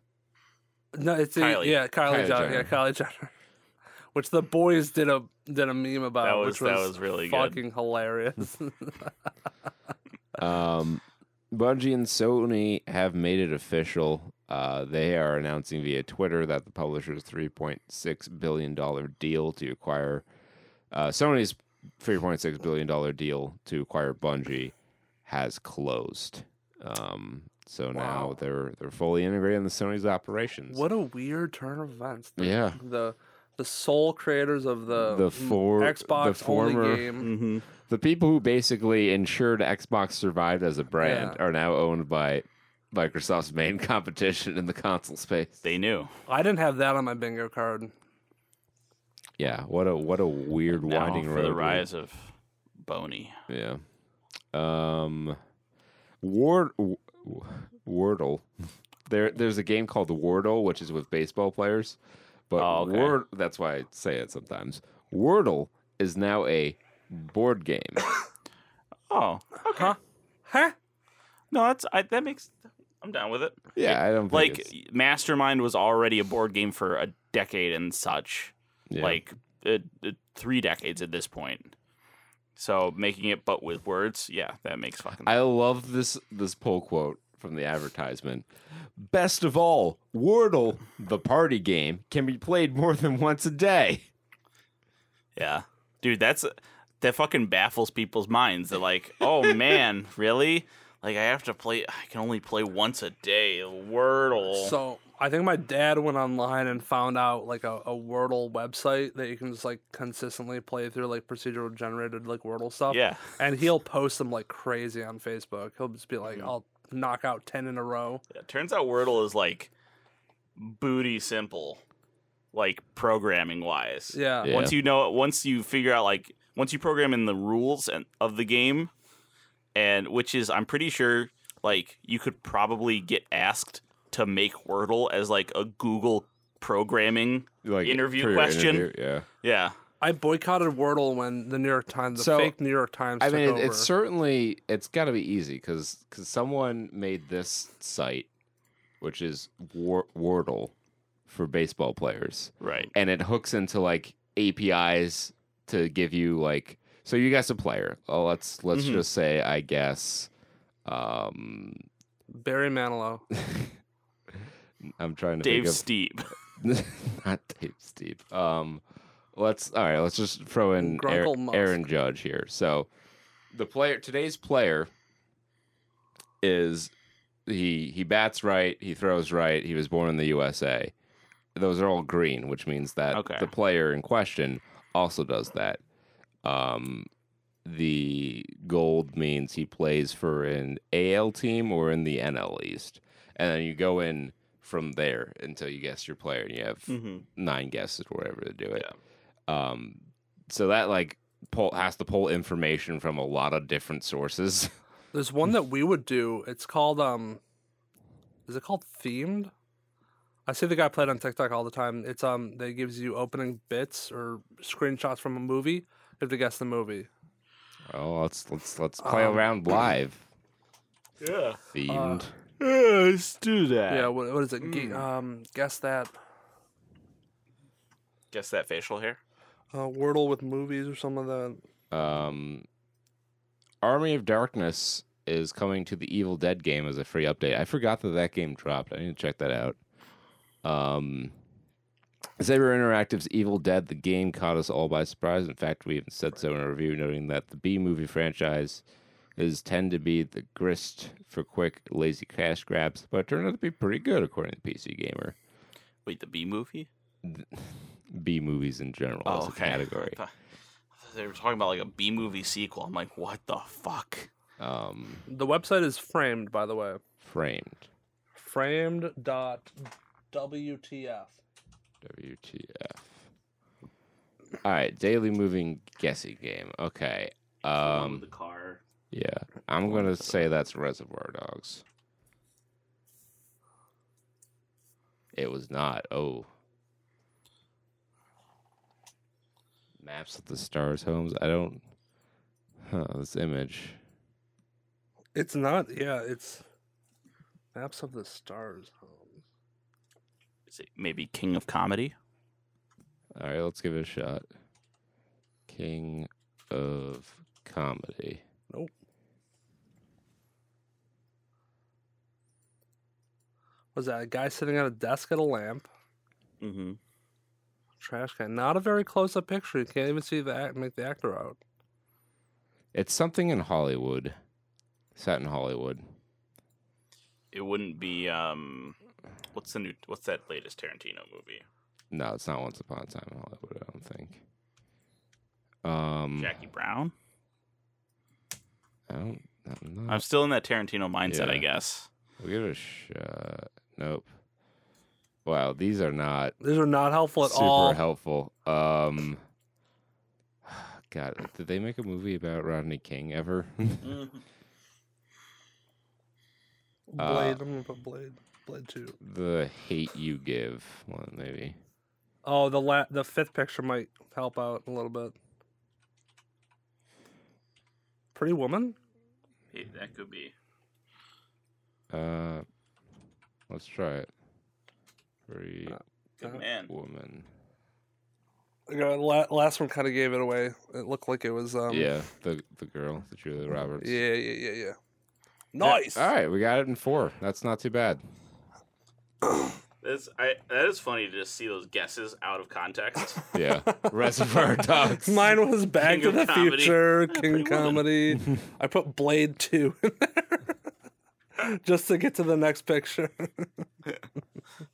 Speaker 4: No, it's the-
Speaker 3: Kylie.
Speaker 4: yeah, Kylie,
Speaker 2: Kylie
Speaker 4: Jenner.
Speaker 2: Jenner.
Speaker 4: Yeah, Kylie Jenner. Which the boys did a did a meme about,
Speaker 3: That was-
Speaker 4: Uh, which was
Speaker 3: that was really good.
Speaker 4: fucking hilarious.
Speaker 2: Um, Bungie and Sony have made it official. Uh, they are announcing via Twitter that the publisher's $3.6 billion deal to acquire uh, Sony's $3.6 billion deal to acquire Bungie has closed. Um, so now
Speaker 4: Wow.
Speaker 2: they're they're fully integrated into Sony's operations.
Speaker 4: what a weird turn of events. The,
Speaker 2: Yeah.
Speaker 4: the the sole creators of the
Speaker 2: The
Speaker 4: m-
Speaker 2: for- the
Speaker 4: Xbox
Speaker 2: former-
Speaker 4: only game.
Speaker 2: The people who basically ensured Xbox survived as a brand are now owned by Microsoft's main competition in the console space.
Speaker 3: They knew.
Speaker 4: I didn't have that on my bingo card.
Speaker 2: Yeah, what a what a weird
Speaker 3: Now
Speaker 2: winding
Speaker 3: for
Speaker 2: road.
Speaker 3: the
Speaker 2: we-
Speaker 3: rise of Boney.
Speaker 2: Yeah. Um Ward W- Wordle. There there's a game called Wordle which is with baseball players. But
Speaker 3: Oh, okay.
Speaker 2: Word that's why I say it sometimes. Wordle is now a board game.
Speaker 3: Oh, okay.
Speaker 4: Huh?
Speaker 3: No, that's I, that makes. I'm down with it.
Speaker 2: yeah, I don't think
Speaker 3: Like
Speaker 2: it's-
Speaker 3: Mastermind was already a board game for a decade and such.
Speaker 2: yeah.
Speaker 3: Like it, it- three decades at this point. So making it but with words, yeah, that makes fucking.
Speaker 2: I love this this poll quote from the advertisement. Best of all, Wordle, the party game, can be played more than once a day.
Speaker 3: yeah, dude, that's that fucking baffles people's minds. They're like, oh man, really? Like I have to play. I can only play once a day. Wordle.
Speaker 4: So I think my dad went online and found out like a, a Wordle website that you can just like consistently play through like procedural generated like Wordle stuff.
Speaker 3: Yeah.
Speaker 4: And he'll post them like crazy on Facebook. He'll just be like,
Speaker 2: Mm.
Speaker 4: I'll knock out ten in a row.
Speaker 3: Yeah, turns out Wordle is like booty simple, like programming wise.
Speaker 4: Yeah.
Speaker 2: Yeah.
Speaker 3: Uh, Once you know, once you figure out like once you program in the rules and of the game, and which is I'm pretty sure like you could probably get asked to make Wordle as like a Google programming.
Speaker 2: Like
Speaker 3: Interview
Speaker 2: for your
Speaker 3: question?
Speaker 2: interview, yeah.
Speaker 3: Yeah.
Speaker 4: I boycotted Wordle when the New York Times, the
Speaker 2: So,
Speaker 4: fake New York Times,
Speaker 2: I
Speaker 4: took
Speaker 2: mean, it,
Speaker 4: over.
Speaker 2: it's certainly it's got to be easy because someone made this site, which is War- Wordle, for baseball players,
Speaker 3: Right.
Speaker 2: and it hooks into like APIs to give you like. So you guess a player. Oh, let's let's
Speaker 4: Mm-hmm.
Speaker 3: Mhm.
Speaker 2: just say I guess, um,
Speaker 4: Barry Manilow.
Speaker 2: I'm trying to
Speaker 3: Dave
Speaker 2: think of
Speaker 3: Steeb.
Speaker 2: not Dave Steep. Um, let's all right. Let's just throw in Aar-
Speaker 4: Grunkle Musk.
Speaker 2: Aaron Judge here. So the player today's player is he he bats right, he throws right. He was born in the USA. Those are all green, which means that
Speaker 3: Okay.
Speaker 2: the player in question also does that. Um, the gold means he plays for an AL team or in the NL East, and then you go in from there until you guess your player, and you have nine guesses or whatever to do it. Um, so that like pull has to pull information from a lot of different sources.
Speaker 4: There's one that we would do. It's called um is it called themed? I see the guy played on TikTok all the time. It's um they gives you opening bits or screenshots from a movie. You have to guess the movie.
Speaker 2: oh, let's let's let's play
Speaker 4: Um,
Speaker 2: around live
Speaker 3: Yeah.
Speaker 2: themed.
Speaker 3: let's do that.
Speaker 4: Yeah, what, what is it?
Speaker 2: Hmm.
Speaker 4: Ge- um guess that
Speaker 3: Guess that facial hair.
Speaker 4: uh, Wordle with movies or some of that.
Speaker 2: um, Army of Darkness is coming to the Evil Dead game as a free update. I forgot that that game dropped. I need to check that out. Um, Saber Interactive's Evil Dead, the game caught us all by surprise. In fact, we even said so in a review, noting that the B movie franchise is tend to be the grist for quick, lazy cash grabs, but it turned out to be pretty good according to PC Gamer.
Speaker 3: Wait, the B movie?
Speaker 2: B movies in general as
Speaker 3: Oh,
Speaker 2: a category.
Speaker 3: I thought- I thought They were talking about like a B movie sequel. I'm like, what the fuck?
Speaker 2: Um,
Speaker 4: The website is framed, by the way.
Speaker 2: framed.
Speaker 4: Framed dot WTF.
Speaker 2: WTF. All right, daily moving guessy game. Okay. Um
Speaker 3: the car.
Speaker 2: yeah. I'm going to say that's Reservoir Dogs. It was not. Oh. Maps of the Stars Homes. I don't Huh, this image.
Speaker 4: It's not. Yeah, it's maps of the stars.
Speaker 3: Is it maybe King of Comedy?
Speaker 2: All right, let's give it a shot. King of Comedy.
Speaker 4: Nope. Was that a guy sitting at a desk at a lamp?
Speaker 3: Mm-hmm.
Speaker 4: Trash can. Not a very close up picture. You can't even see the act, make the actor out.
Speaker 2: It's something in Hollywood. Set in Hollywood.
Speaker 3: It wouldn't be. um What's the new? What's that latest Tarantino movie?
Speaker 2: No, it's not Once Upon a Time in Hollywood. I don't think. Um,
Speaker 3: Jackie Brown.
Speaker 2: I don't. I'm
Speaker 3: I'm
Speaker 2: not.
Speaker 3: still in that Tarantino mindset, I
Speaker 2: Yeah.
Speaker 3: guess.
Speaker 2: We'll give it a shot. Nope. Wow, these are not
Speaker 4: These are not helpful at
Speaker 2: super
Speaker 4: all.
Speaker 2: helpful. Um, God, did they make a movie about Rodney King ever? Uh,
Speaker 4: Blade. I'm gonna put Blade. Blade two.
Speaker 2: the Hate You Give one, maybe.
Speaker 4: Oh, the la- the fifth picture might help out a little bit. Pretty Woman.
Speaker 3: Hey, that could be.
Speaker 2: Uh, let's try it. Free
Speaker 4: Uh, Good
Speaker 3: man.
Speaker 2: woman.
Speaker 4: I got- la- last one kind of gave it away. It looked like it was. Um, uh,
Speaker 2: yeah, the the girl, the Julia Roberts.
Speaker 4: Yeah, yeah, yeah, yeah. Nice.
Speaker 2: All right, we got it in four. That's not too bad.
Speaker 3: That's I. That is funny to just see those guesses out of context.
Speaker 2: Yeah. Reservoir Dogs.
Speaker 4: Mine was
Speaker 3: King
Speaker 4: Back to
Speaker 3: of
Speaker 4: the
Speaker 3: Comedy.
Speaker 4: Future, King
Speaker 3: pretty
Speaker 4: Comedy. I put Blade 2 in there just to get to the next picture.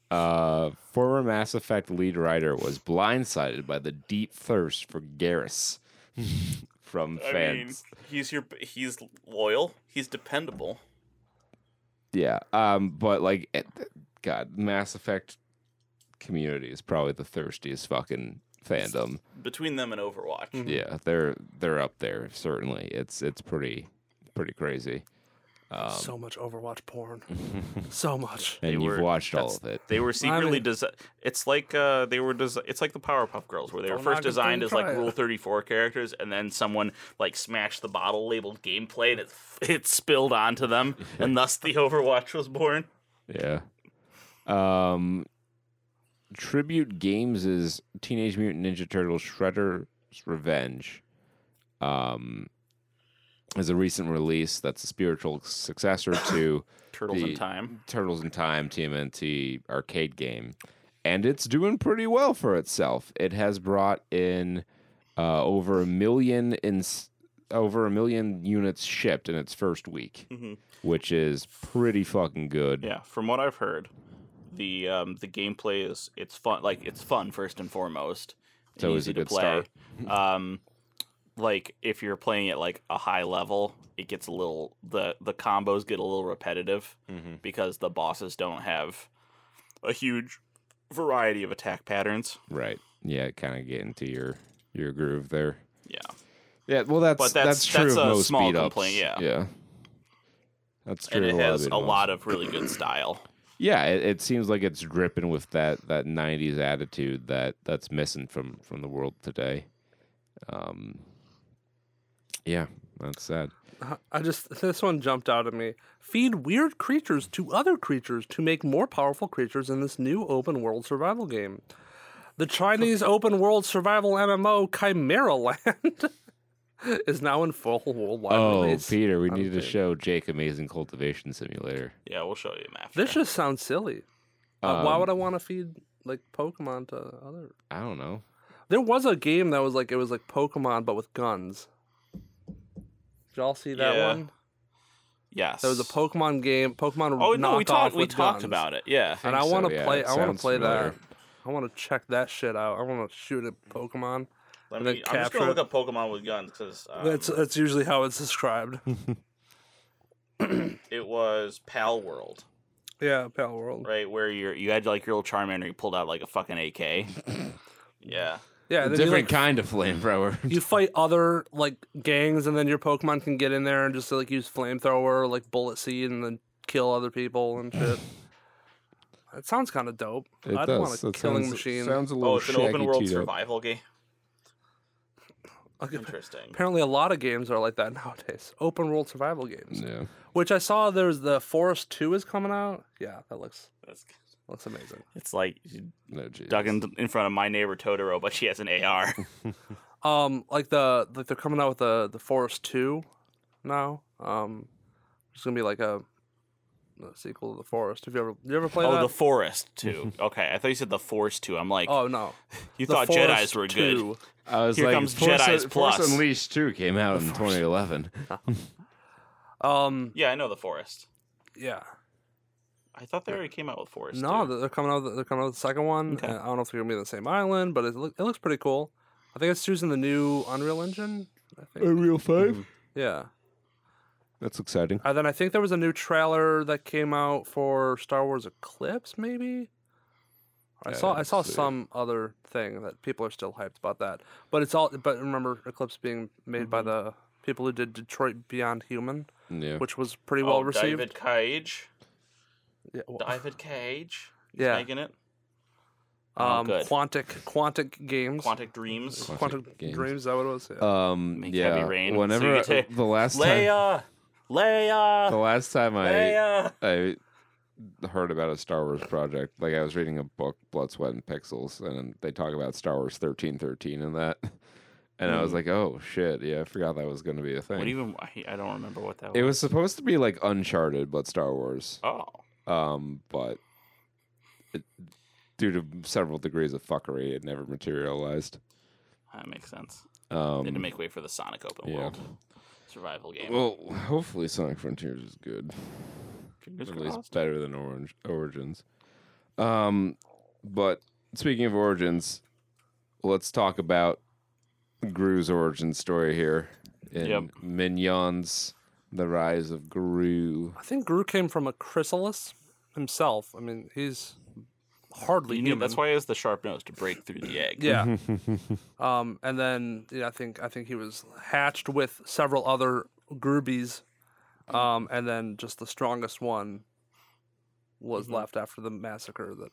Speaker 2: Uh, former Mass Effect lead writer was blindsided by the deep thirst for Garrus from
Speaker 3: I mean,
Speaker 2: fans.
Speaker 3: he's your. He's loyal. He's dependable.
Speaker 2: yeah. Um, but like, it, God, Mass Effect community is probably the thirstiest fucking fandom.
Speaker 3: Between them and Overwatch.
Speaker 2: Yeah, they're they're up there. Certainly, it's it's pretty pretty crazy.
Speaker 3: Um,
Speaker 4: so much Overwatch porn. so much.
Speaker 2: And you've
Speaker 3: were-
Speaker 2: watched all
Speaker 3: that's-
Speaker 2: of it.
Speaker 3: They were secretly
Speaker 4: mean-
Speaker 3: desi- It's like uh, they were desi- It's like the Powerpuff Girls, where they were
Speaker 4: Don't knock
Speaker 3: first
Speaker 4: it till
Speaker 3: designed
Speaker 4: you
Speaker 3: as like
Speaker 4: try it.
Speaker 3: Rule Thirty Four characters, and then someone like smashed the bottle labeled gameplay, and it it spilled onto them, and thus the Overwatch was born.
Speaker 2: Yeah. Um Tribute Games is Teenage Mutant Ninja Turtles Shredder's Revenge. Um is a recent release that's a spiritual successor to
Speaker 3: Turtles
Speaker 2: the
Speaker 3: in Time.
Speaker 2: Turtles in Time TMNT arcade game, and it's doing pretty well for itself. It has brought in uh, over a million in over a million units shipped in its first week, which is pretty fucking good.
Speaker 3: Yeah, from what I've heard, the um, the gameplay is it's fun. Like it's fun first and foremost.
Speaker 2: It's always a good start.
Speaker 3: Um, like if you're playing at like a high level, it gets a little the the combos get a little repetitive because the bosses don't have a huge variety of attack patterns.
Speaker 2: Right? Yeah, kind of get into your your groove there.
Speaker 3: Yeah,
Speaker 2: Yeah, well, that's
Speaker 3: But
Speaker 2: that's,
Speaker 3: that's-
Speaker 2: true
Speaker 3: that's
Speaker 2: of
Speaker 3: a
Speaker 2: most
Speaker 3: small
Speaker 2: beat-ups.
Speaker 3: complaint, yeah.
Speaker 2: yeah, that's true.
Speaker 3: and it
Speaker 2: of a lot
Speaker 3: has
Speaker 2: of
Speaker 3: a
Speaker 2: beat-em-ups.
Speaker 3: lot of really good style.
Speaker 2: Yeah, it, it seems like it's dripping with that that '90s attitude that that's missing from from the world today. Um, yeah, that's sad.
Speaker 4: I just this one jumped out at me. Feed weird creatures to other creatures to make more powerful creatures in this new open world survival game. The Chinese open world survival MMO Chimera Land is now in full worldwide
Speaker 2: Oh,
Speaker 4: release.
Speaker 2: Peter, we need to
Speaker 4: Unfair.
Speaker 2: show Jake Amazing Cultivation Simulator.
Speaker 3: Yeah, we'll show you them after.
Speaker 4: This just sounds silly. Uh, why
Speaker 2: Um,
Speaker 4: would I want to feed like Pokemon to other?
Speaker 2: I don't know.
Speaker 4: There was a game that was like it was like Pokemon but with guns. Did y'all see that
Speaker 3: Yeah.
Speaker 4: one?
Speaker 3: yes,
Speaker 4: That was a Pokemon game. Pokemon.
Speaker 3: Oh no, we
Speaker 4: knockoff
Speaker 3: talked. We
Speaker 4: with
Speaker 3: talked
Speaker 4: guns.
Speaker 3: about it. Yeah,
Speaker 2: think
Speaker 4: and I
Speaker 2: so,
Speaker 4: want to
Speaker 2: yeah.
Speaker 4: play.
Speaker 2: It
Speaker 4: I want
Speaker 2: sounds
Speaker 4: to play
Speaker 2: familiar.
Speaker 4: that. I want to check that shit out. I want to shoot at Pokemon.
Speaker 3: Let
Speaker 4: and then
Speaker 3: me, I'm just gonna
Speaker 4: capture it.
Speaker 3: look up Pokemon with guns because um,
Speaker 4: That's that's usually how it's described.
Speaker 3: it was Pal World,
Speaker 4: yeah, Pal World.
Speaker 3: right? Where you you had like your little Charmander, you pulled out like a fucking AK. yeah,
Speaker 4: Yeah, and then you,
Speaker 2: Different
Speaker 4: like,
Speaker 2: kind of flamethrower.
Speaker 4: you fight other like gangs, and then your Pokemon can get in there and just like use flamethrower, or, like bullet seed, and then kill other people and shit. That sounds kind of dope. I'd want a
Speaker 2: That
Speaker 4: killing
Speaker 2: sounds-
Speaker 4: machine.
Speaker 2: Sounds a little
Speaker 3: oh, it's an
Speaker 2: shaky
Speaker 3: open world
Speaker 2: too, though.
Speaker 3: survival game.
Speaker 4: Like,
Speaker 3: Interesting.
Speaker 4: apparently, a lot of games are like that nowadays. Open world survival games,
Speaker 2: Yeah.
Speaker 4: which I saw. There's the Forest Two is coming out. Yeah, that looks
Speaker 3: That's good.
Speaker 4: looks amazing.
Speaker 3: It's like
Speaker 2: No, Jesus.
Speaker 3: ducking in front of my neighbor Totoro, but she has an AR.
Speaker 4: Um, like the like they're coming out with the the Forest Two now. Um, it's gonna be like a, a sequel to the Forest. Have you ever you ever played
Speaker 3: oh,
Speaker 4: that?
Speaker 3: the Forest too.
Speaker 2: Mm-hmm.
Speaker 3: okay, I thought you said the Force too. I'm like,
Speaker 4: oh no,
Speaker 3: you
Speaker 4: the
Speaker 3: thought Jedi's
Speaker 4: Forest
Speaker 3: were good.
Speaker 4: 2.
Speaker 2: I was
Speaker 3: Here
Speaker 2: like,
Speaker 3: comes
Speaker 2: Force,
Speaker 3: Jedi's
Speaker 2: Force
Speaker 3: Plus.
Speaker 2: Unleashed 2 came out in 2011.
Speaker 4: Um,
Speaker 3: Yeah, I know the Forest.
Speaker 4: yeah,
Speaker 3: I thought they already came out with Forest.
Speaker 4: no,
Speaker 3: too.
Speaker 4: they're coming out. with- They're coming out with the second one.
Speaker 3: Okay.
Speaker 4: Uh, I don't know if they're gonna be on the same island, but it, look, it looks pretty cool. I think it's using the new Unreal Engine. I think.
Speaker 2: Unreal 5?
Speaker 4: Yeah,
Speaker 2: That's exciting.
Speaker 4: and then I think there was a new trailer that came out for Star Wars Eclipse, maybe. I
Speaker 2: I
Speaker 4: saw I
Speaker 2: didn't
Speaker 4: saw
Speaker 2: see it.
Speaker 4: some other thing that people are still hyped about that, but it's all. But remember, Eclipse being made by
Speaker 3: Mm-hmm.
Speaker 4: the people who did Detroit Beyond Human,
Speaker 2: Yeah.
Speaker 4: which was pretty
Speaker 3: Oh,
Speaker 4: well received.
Speaker 3: David Cage.
Speaker 4: Yeah, well,
Speaker 3: David Cage. He's
Speaker 4: Yeah.
Speaker 3: making it. oh,
Speaker 4: um,
Speaker 3: good.
Speaker 4: Quantic Quantic Games,
Speaker 3: Quantic Uh, Dreams.
Speaker 4: Quantic
Speaker 2: Quantic Games.
Speaker 4: Dreams. Is that what it was? Yeah.
Speaker 2: Um,
Speaker 3: Make
Speaker 2: yeah.
Speaker 3: heavy rain so you
Speaker 2: Whenever
Speaker 3: can take-
Speaker 2: the last time,
Speaker 3: Leia,
Speaker 2: the
Speaker 3: Leia,
Speaker 2: last time Oh, I
Speaker 3: Leia.
Speaker 2: I heard about a Star Wars project, like I was reading a book, Blood, Sweat, and Pixels, and they talk about Star Wars thirteen thirteen and that, and I was like, oh shit, yeah, I forgot that was going to be a thing.
Speaker 3: Hmm. What even? I, I don't remember what that was.
Speaker 2: it was supposed to be like Uncharted, but Star Wars.
Speaker 3: Oh,
Speaker 2: Um, but it, due to several degrees of fuckery, it never materialized.
Speaker 3: that makes sense.
Speaker 2: Um,
Speaker 3: They had to make way for the Sonic open
Speaker 2: yeah.
Speaker 3: world survival game.
Speaker 2: Well, hopefully Sonic Frontiers is good.
Speaker 3: Fingers
Speaker 2: At least
Speaker 3: crossed.
Speaker 2: better than Orange Origins. Um, but speaking of Origins, let's talk about Gru's origin story here in
Speaker 3: Yep.
Speaker 2: Minions: The Rise of Gru.
Speaker 4: I think Gru came from a chrysalis himself. I mean, he's hardly
Speaker 3: You knew-
Speaker 4: human.
Speaker 3: that's why he has the sharp nose to break through the egg.
Speaker 4: Yeah. um, and then yeah, I think I think he was hatched with several other Groobies,
Speaker 3: Mm-hmm.
Speaker 4: um, and then just the strongest one was
Speaker 3: Mm-hmm.
Speaker 4: left after the massacre that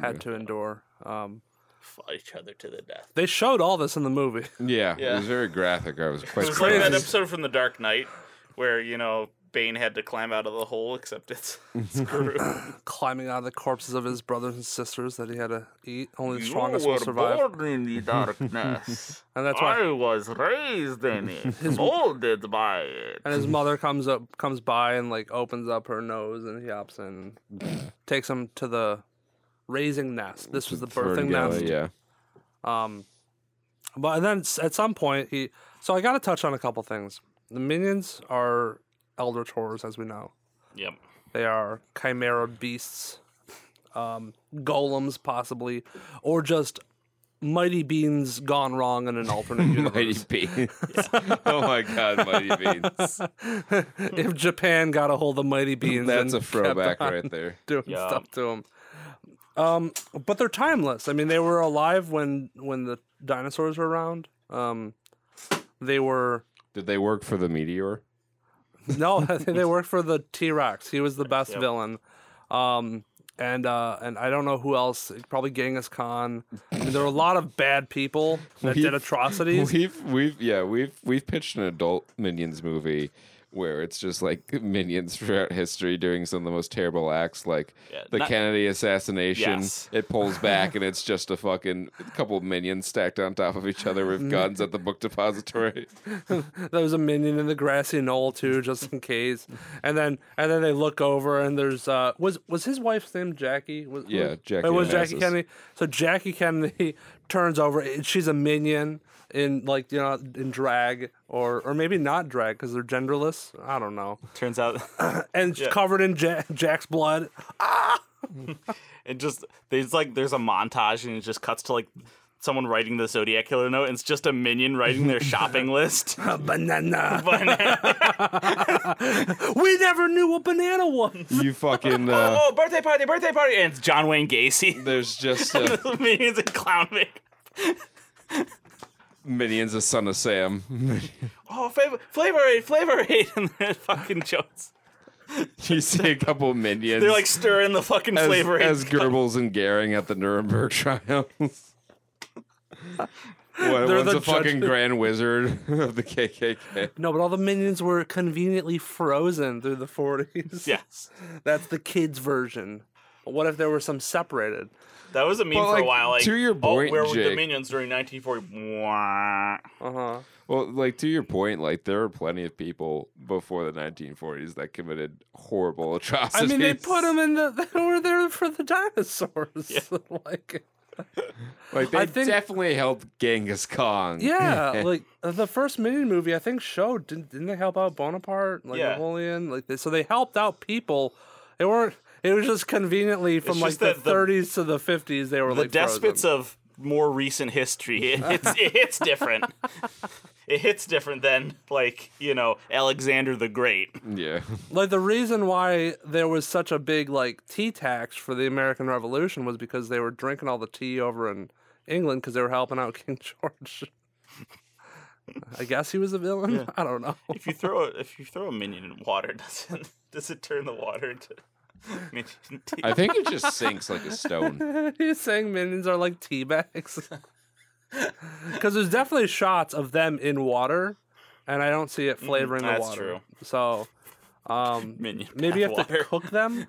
Speaker 4: had to endure. Um,
Speaker 3: Fought each other to the death.
Speaker 4: they showed all this in the movie.
Speaker 2: Yeah, it
Speaker 3: Yeah.
Speaker 2: was very graphic. I was quite
Speaker 3: It was like that
Speaker 2: surprised.
Speaker 3: episode from The Dark Knight where you know Bane had to climb out of the hole, except it's, it's Groot.
Speaker 4: climbing out of the corpses of his brothers and sisters that he had to eat. Only the strongest will survive.
Speaker 3: born in the darkness.
Speaker 4: And that's why-
Speaker 3: was raised in it, molded by it.
Speaker 4: And his mother comes up, comes by, and like opens up her nose, and he hops in, and takes him to the raising nest. This was the birthing
Speaker 2: Ferngully,
Speaker 4: nest.
Speaker 2: Yeah.
Speaker 4: Um, but then s- at some point he. So I got to touch on a couple things. The minions are eldritch horrors, as we know.
Speaker 3: Yep.
Speaker 4: They are chimera beasts, um, golems possibly, or just mighty beans gone wrong in an alternate universe.
Speaker 2: Mighty Beans. oh my God, Mighty Beans.
Speaker 4: if Japan got a hold of mighty beans,
Speaker 2: That's
Speaker 4: and
Speaker 2: a throwback
Speaker 4: kept on
Speaker 2: right there.
Speaker 4: doing
Speaker 3: Yeah.
Speaker 4: stuff to them. Um, but they're timeless. I mean, they were alive when when the dinosaurs were around. Um, they were
Speaker 2: Did they work for the meteor?
Speaker 4: no, I think they worked for the T Rex. He was the best
Speaker 3: Yep.
Speaker 4: villain. Um, and uh, and I don't know who else. Probably Genghis Khan. I mean, there were a lot of bad people that
Speaker 2: We-
Speaker 4: did atrocities.
Speaker 2: We've we've yeah we've we've pitched an adult Minions movie where it's just like Minions throughout history doing some of the most terrible acts, like
Speaker 3: Yeah,
Speaker 2: the
Speaker 3: not-
Speaker 2: Kennedy assassination.
Speaker 3: Yes.
Speaker 2: It pulls back and it's just a fucking couple of Minions stacked on top of each other with guns at the book depository.
Speaker 4: there was a minion in the grassy knoll too, just in case. And then and then they look over and there's uh was was his wife's name Jackie? Was, who-
Speaker 2: Yeah, Jackie
Speaker 4: It was
Speaker 2: Onassis.
Speaker 4: Jackie Kennedy. So Jackie Kennedy turns over. and She's a minion in like you know in drag or or maybe not drag because they're genderless. I don't know.
Speaker 3: Turns out,
Speaker 4: And she's covered in ja- Jack's blood.
Speaker 3: it just there's like there's a montage and it just cuts to like someone writing the Zodiac killer note, and it's just a minion writing their shopping list. Oh,
Speaker 4: A banana.
Speaker 3: But-
Speaker 4: we never knew what banana was.
Speaker 2: You fucking. Uh,
Speaker 3: oh, birthday party, birthday party, and it's John Wayne Gacy.
Speaker 2: There's just uh,
Speaker 3: Minions in clown makeup.
Speaker 2: Minions, a son of Sam.
Speaker 3: Oh, flavor, flavor aid, flavor aid, and they're fucking jokes.
Speaker 2: you see a couple Minions.
Speaker 3: They're like stirring the fucking
Speaker 2: as,
Speaker 3: flavor aid.
Speaker 2: as Goebbels and Goering at the Nuremberg trials. One, one's
Speaker 4: the
Speaker 2: a fucking
Speaker 4: judges.
Speaker 2: grand wizard of the KKK.
Speaker 4: No, but all the minions were conveniently frozen through the 40s.
Speaker 3: yes.
Speaker 4: That's the kids' version. But what if there were some separated?
Speaker 3: That was a meme
Speaker 2: But,
Speaker 3: for
Speaker 2: like,
Speaker 3: a while. Like,
Speaker 2: to your point,
Speaker 3: oh, where were the
Speaker 2: Jake-
Speaker 3: minions during 1940? Wah.
Speaker 4: Uh
Speaker 3: Uh-huh.
Speaker 4: huh.
Speaker 2: Well, like to your point, like there were plenty of people before the 1940s that committed horrible
Speaker 4: I
Speaker 2: atrocities.
Speaker 4: mean, they put them in the. They were there for the dinosaurs. like,
Speaker 2: Like they
Speaker 4: I think-
Speaker 2: definitely helped Genghis Khan.
Speaker 4: yeah, like uh, the first minion movie, I think showed didn't, didn't they help out Bonaparte, like
Speaker 3: Yeah.
Speaker 4: Napoleon, like they, so they helped out people. They weren't. It was just conveniently from like
Speaker 3: just
Speaker 4: the
Speaker 3: that the-
Speaker 4: 30s to the 50s. They were
Speaker 3: The
Speaker 4: like
Speaker 3: despots
Speaker 4: frozen.
Speaker 3: of more recent history. It, it's, it hits different. it hits different than, like, you know, Alexander the Great.
Speaker 2: yeah.
Speaker 4: like the reason why there was such a big like tea tax for the American Revolution was because they were drinking all the tea over in England because they were helping out King George. I guess he was a villain. I don't know.
Speaker 3: If you throw a, if you throw a minion in water, doesn't does it turn the water into minion tea?
Speaker 2: I think it just sinks like a stone.
Speaker 4: He's saying minions are like tea bags. Because there's definitely shots of them in water, and I don't see it flavoring the
Speaker 3: that's
Speaker 4: water.
Speaker 3: true.
Speaker 4: So, um,
Speaker 3: Minion
Speaker 4: maybe you have
Speaker 3: bath
Speaker 4: to
Speaker 3: water.
Speaker 4: cook them.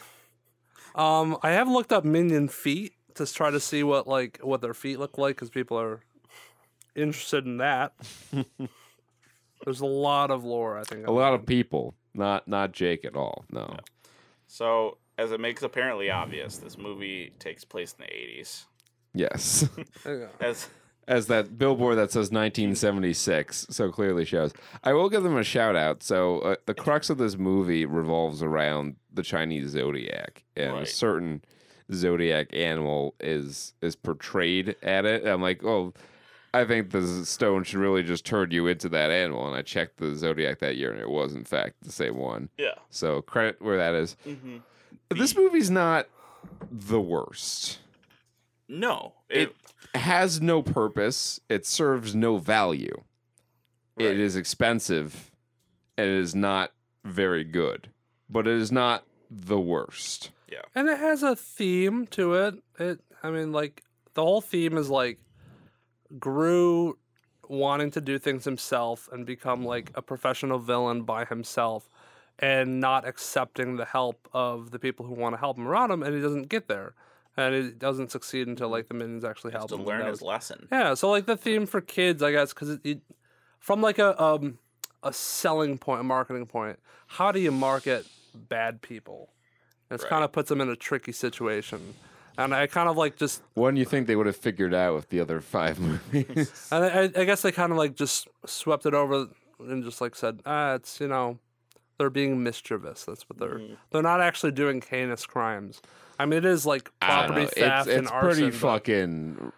Speaker 4: Um, I have looked up minion feet to try to see what like what their feet look like because people are interested in that. There's a lot of lore, I think.
Speaker 2: A lot of people, not not Jake at all. No.
Speaker 3: So, as it makes apparently obvious, this movie takes place in the 80s.
Speaker 2: Yes.
Speaker 3: As
Speaker 2: as that billboard that says 1976 so clearly shows. I will give them a shout out. So uh, the crux of this movie revolves around the Chinese zodiac and a
Speaker 3: Right.
Speaker 2: certain zodiac animal is is portrayed at it. I'm like, "Oh, I think the z- stone should really just turn you into that animal." And I checked the zodiac that year and it was in fact the same one.
Speaker 3: yeah,
Speaker 2: So credit where that is.
Speaker 3: hmm
Speaker 2: This movie's not the worst
Speaker 3: no,
Speaker 2: it has no purpose. It serves no value.
Speaker 3: Right.
Speaker 2: It is expensive, and it is not very good. But it is not the worst.
Speaker 4: and it has a theme to it. It, I mean, like the whole theme is like Gru wanting to do things himself and become like a professional villain by himself and not accepting the help of the people who want to help him around him, and he doesn't get there, and he doesn't succeed until like the minions actually help
Speaker 3: to
Speaker 4: him. and
Speaker 3: learn
Speaker 4: that
Speaker 3: his
Speaker 4: was-
Speaker 3: lesson.
Speaker 4: yeah, so like the theme for kids, I guess, because it, it from like a um a selling point, a marketing point. How do you market bad people? It's kind of puts them in a tricky situation, and I kind of like just
Speaker 2: One you think they would have figured out with the other five movies?
Speaker 4: and I, I guess they kind of like just swept it over and just like said, ah, it's you know, they're being mischievous. That's what they're
Speaker 2: Mm-hmm.
Speaker 4: they're not actually doing heinous crimes. I mean, it is like
Speaker 2: I don't
Speaker 4: property
Speaker 2: know.
Speaker 4: theft
Speaker 2: it's,
Speaker 4: and
Speaker 2: it's
Speaker 4: arson.
Speaker 2: pretty
Speaker 4: but-
Speaker 2: fucking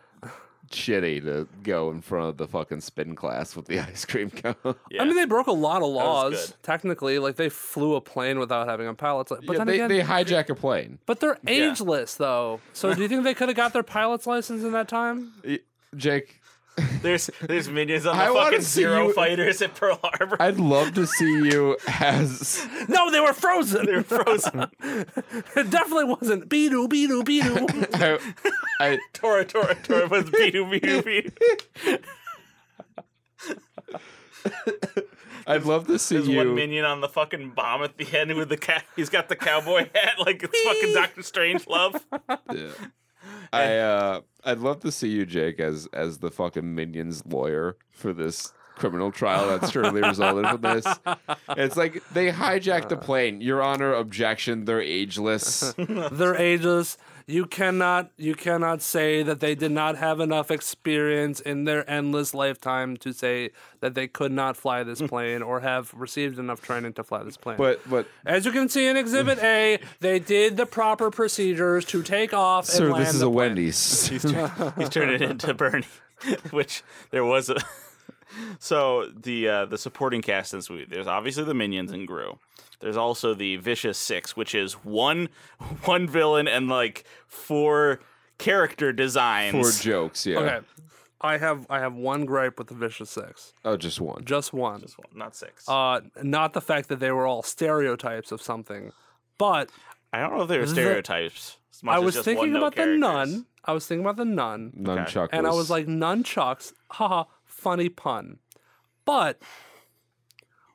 Speaker 2: shitty to go in front of the fucking spin class with the ice cream cone.
Speaker 3: Yeah.
Speaker 4: I mean, they broke a lot of
Speaker 3: was
Speaker 4: laws. Technically, like they flew a plane without having a pilot's license. But
Speaker 2: Yeah,
Speaker 4: then
Speaker 2: they,
Speaker 4: again,
Speaker 2: they hijack a plane.
Speaker 4: but they're ageless though. So do you think they could have got their pilot's license in that time?
Speaker 2: Jake,
Speaker 3: There's there's minions on the
Speaker 2: I wanna
Speaker 3: fucking
Speaker 2: see
Speaker 3: zero
Speaker 2: you-
Speaker 3: fighters at Pearl Harbor.
Speaker 2: I'd love to see you as
Speaker 4: No, they were frozen.
Speaker 3: They're frozen.
Speaker 4: it definitely wasn't. Beedoo, beedoo, beedoo.
Speaker 2: I, I
Speaker 3: Tora, Tora, Tora was beating, beating, beating.
Speaker 2: I'd love to see
Speaker 3: There's one
Speaker 2: you.
Speaker 3: minion on the fucking bomb at the end with the cat. He's got the cowboy hat like it's fucking Doctor Strange love.
Speaker 2: Yeah. I uh I'd love to see you, Jake, as as the fucking minions lawyer for this criminal trial that's surely resulted from this. It's like they hijacked
Speaker 4: Uh.
Speaker 2: the plane. Your Honor, objection. They're ageless.
Speaker 4: They're ageless. You cannot you cannot say that they did not have enough experience in their endless lifetime to say that they could not fly this plane or have received enough training to fly this plane.
Speaker 2: But but
Speaker 4: as you can see in Exhibit A, they did the proper procedures to take off. and
Speaker 2: sir,
Speaker 4: land
Speaker 2: this is
Speaker 4: the
Speaker 2: a
Speaker 4: plane.
Speaker 2: Wendy's.
Speaker 3: He's, tur- he's turned it into Bernie, which there was a. So the uh, the supporting cast in this movie. There's obviously the minions and Gru. There's also the Vicious Six, which is one one villain and like four character
Speaker 2: Four
Speaker 3: designs.
Speaker 2: jokes, yeah.
Speaker 4: Okay, I have I have one gripe with the Vicious Six,
Speaker 2: Oh, just one.
Speaker 4: just one.
Speaker 3: Just one, not six.
Speaker 4: Uh, not the fact that they were all stereotypes of something, but
Speaker 3: I don't know if they were stereotypes. as much
Speaker 4: I
Speaker 3: as
Speaker 4: was
Speaker 3: just
Speaker 4: thinking
Speaker 3: one-note
Speaker 4: about the
Speaker 3: characters.
Speaker 4: nun. I was thinking about the nun.
Speaker 2: Nunchuck.
Speaker 4: and I was like, nunchucks, haha, funny pun. But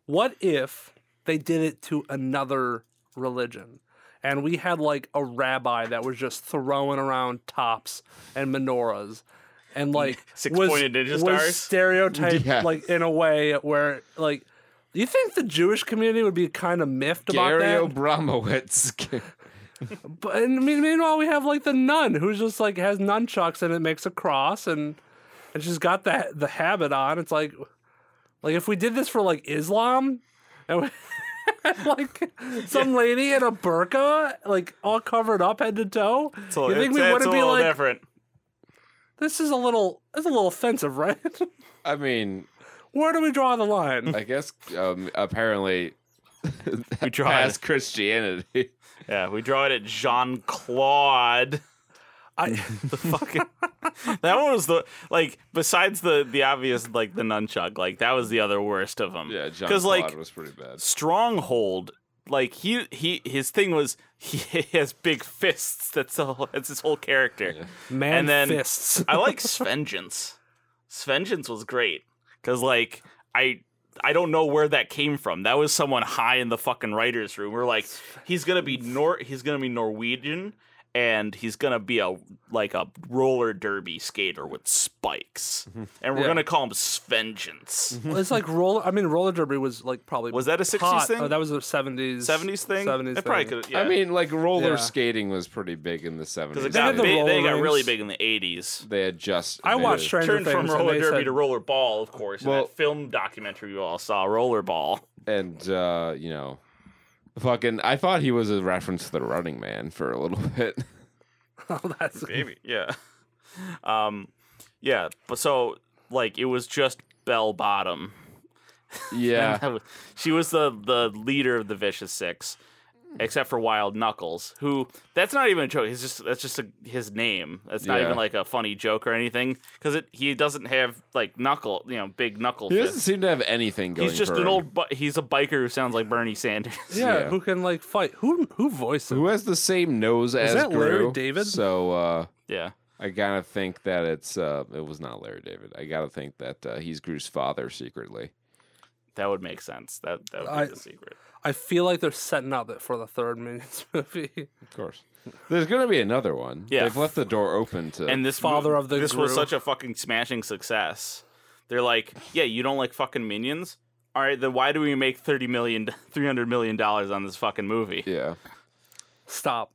Speaker 4: what if they did it to another religion? And we had like a rabbi that was just throwing around tops and menorahs and like was,
Speaker 3: Six-pointed ninja
Speaker 4: was
Speaker 3: stars?
Speaker 4: stereotyped
Speaker 2: Yeah.
Speaker 4: like in a way where like you think the Jewish community would be kind of miffed about
Speaker 2: Gary
Speaker 4: that?
Speaker 2: Obramowitz.
Speaker 4: But and I mean, meanwhile, we have like the nun who's just like has nunchucks and it makes a cross and and she's got the the habit on. It's like like if we did this for like Islam and we, like some lady in a burqa, like all covered up head to toe,
Speaker 3: It's a-
Speaker 4: you think
Speaker 3: it's-
Speaker 4: we
Speaker 3: it's
Speaker 4: wouldn't
Speaker 3: a
Speaker 4: be
Speaker 3: little
Speaker 4: like
Speaker 3: different.
Speaker 4: this is a little this is a little offensive, right?
Speaker 2: I mean,
Speaker 4: Where do we draw the line?
Speaker 2: I guess um, apparently
Speaker 3: We draw
Speaker 2: past
Speaker 3: it.
Speaker 2: Christianity.
Speaker 3: Yeah, we draw it at Jean Claude.
Speaker 4: I,
Speaker 3: the fucking that one was the like besides the the obvious like the nunchuck like that was the other worst of them
Speaker 2: Yeah, John
Speaker 3: because like
Speaker 2: was pretty bad.
Speaker 3: stronghold like he he his thing was he has big fists that's the whole that's his whole character
Speaker 4: man
Speaker 3: And then-
Speaker 4: fists.
Speaker 3: i like svengeance svengeance was great because like i I don't know where that came from. That was someone high in the fucking writers' room. We're like, he's gonna be Nor, he's gonna be Norwegian, and he's gonna be a like a roller derby skater with spikes, and we're
Speaker 4: Mm-hmm. Yeah. Mm-hmm.
Speaker 3: gonna call him Svengeance.
Speaker 4: it's like roller. I mean, roller derby was like probably
Speaker 3: Was that a
Speaker 4: hot.
Speaker 3: sixties thing?
Speaker 4: Oh, that was a seventies
Speaker 3: seventies thing.
Speaker 4: Seventies.
Speaker 3: It probably could. Yeah.
Speaker 2: I mean, like roller
Speaker 4: Yeah.
Speaker 2: skating was pretty big in the seventies.
Speaker 3: because it
Speaker 4: They
Speaker 3: got
Speaker 4: had the
Speaker 3: big,
Speaker 4: roller
Speaker 3: they got
Speaker 4: rings.
Speaker 3: really big in the eighties.
Speaker 2: They had just.
Speaker 4: I watched
Speaker 2: invaded.
Speaker 4: Stranger
Speaker 3: Turned
Speaker 4: Things
Speaker 3: from
Speaker 4: and
Speaker 3: roller
Speaker 4: they
Speaker 3: derby
Speaker 4: said-
Speaker 3: to roller ball, of course. in
Speaker 2: Well-
Speaker 3: that film documentary you all saw, roller ball.
Speaker 2: and uh, you know, fucking. I thought he was a reference to the Running Man for a little bit.
Speaker 4: Oh, that's
Speaker 3: Maybe, yeah. Um, yeah, but so like it was just Bell Bottom.
Speaker 2: yeah,
Speaker 3: she was the the leader of the Vicious Six, except for Wild Knuckles, who that's not even a joke. He's just that's just a, his name. That's not
Speaker 2: Yeah.
Speaker 3: even like a funny joke or anything because it he doesn't have like knuckle, you know, big knuckle.
Speaker 2: he doesn't
Speaker 3: Fist.
Speaker 2: seem to have anything going.
Speaker 3: He's just
Speaker 2: for
Speaker 3: an
Speaker 2: him.
Speaker 3: old. Bu- he's a biker who sounds like Bernie Sanders.
Speaker 4: yeah,
Speaker 2: Yeah.
Speaker 4: Who can like fight? Who who voiced him?
Speaker 2: Who has the same nose as
Speaker 4: that Larry
Speaker 2: Gru,
Speaker 4: David?
Speaker 2: So uh,
Speaker 3: yeah.
Speaker 2: I gotta think that it's uh, it was not Larry David. I gotta think that uh, he's Gru's father secretly.
Speaker 3: That would make sense. That that would be
Speaker 4: I-
Speaker 3: the secret.
Speaker 4: I feel like they're setting up it for the third Minions movie.
Speaker 2: Of course. There's going to be another one.
Speaker 3: Yeah.
Speaker 2: They've left the door open to.
Speaker 3: And this
Speaker 4: Father
Speaker 3: mo-
Speaker 4: of the
Speaker 3: this was
Speaker 4: Gru.
Speaker 3: such a fucking smashing success. They're like, yeah, you don't like fucking minions. All right, then why do we make 30 million, 300 million dollars on this fucking movie?
Speaker 2: yeah.
Speaker 4: Stop.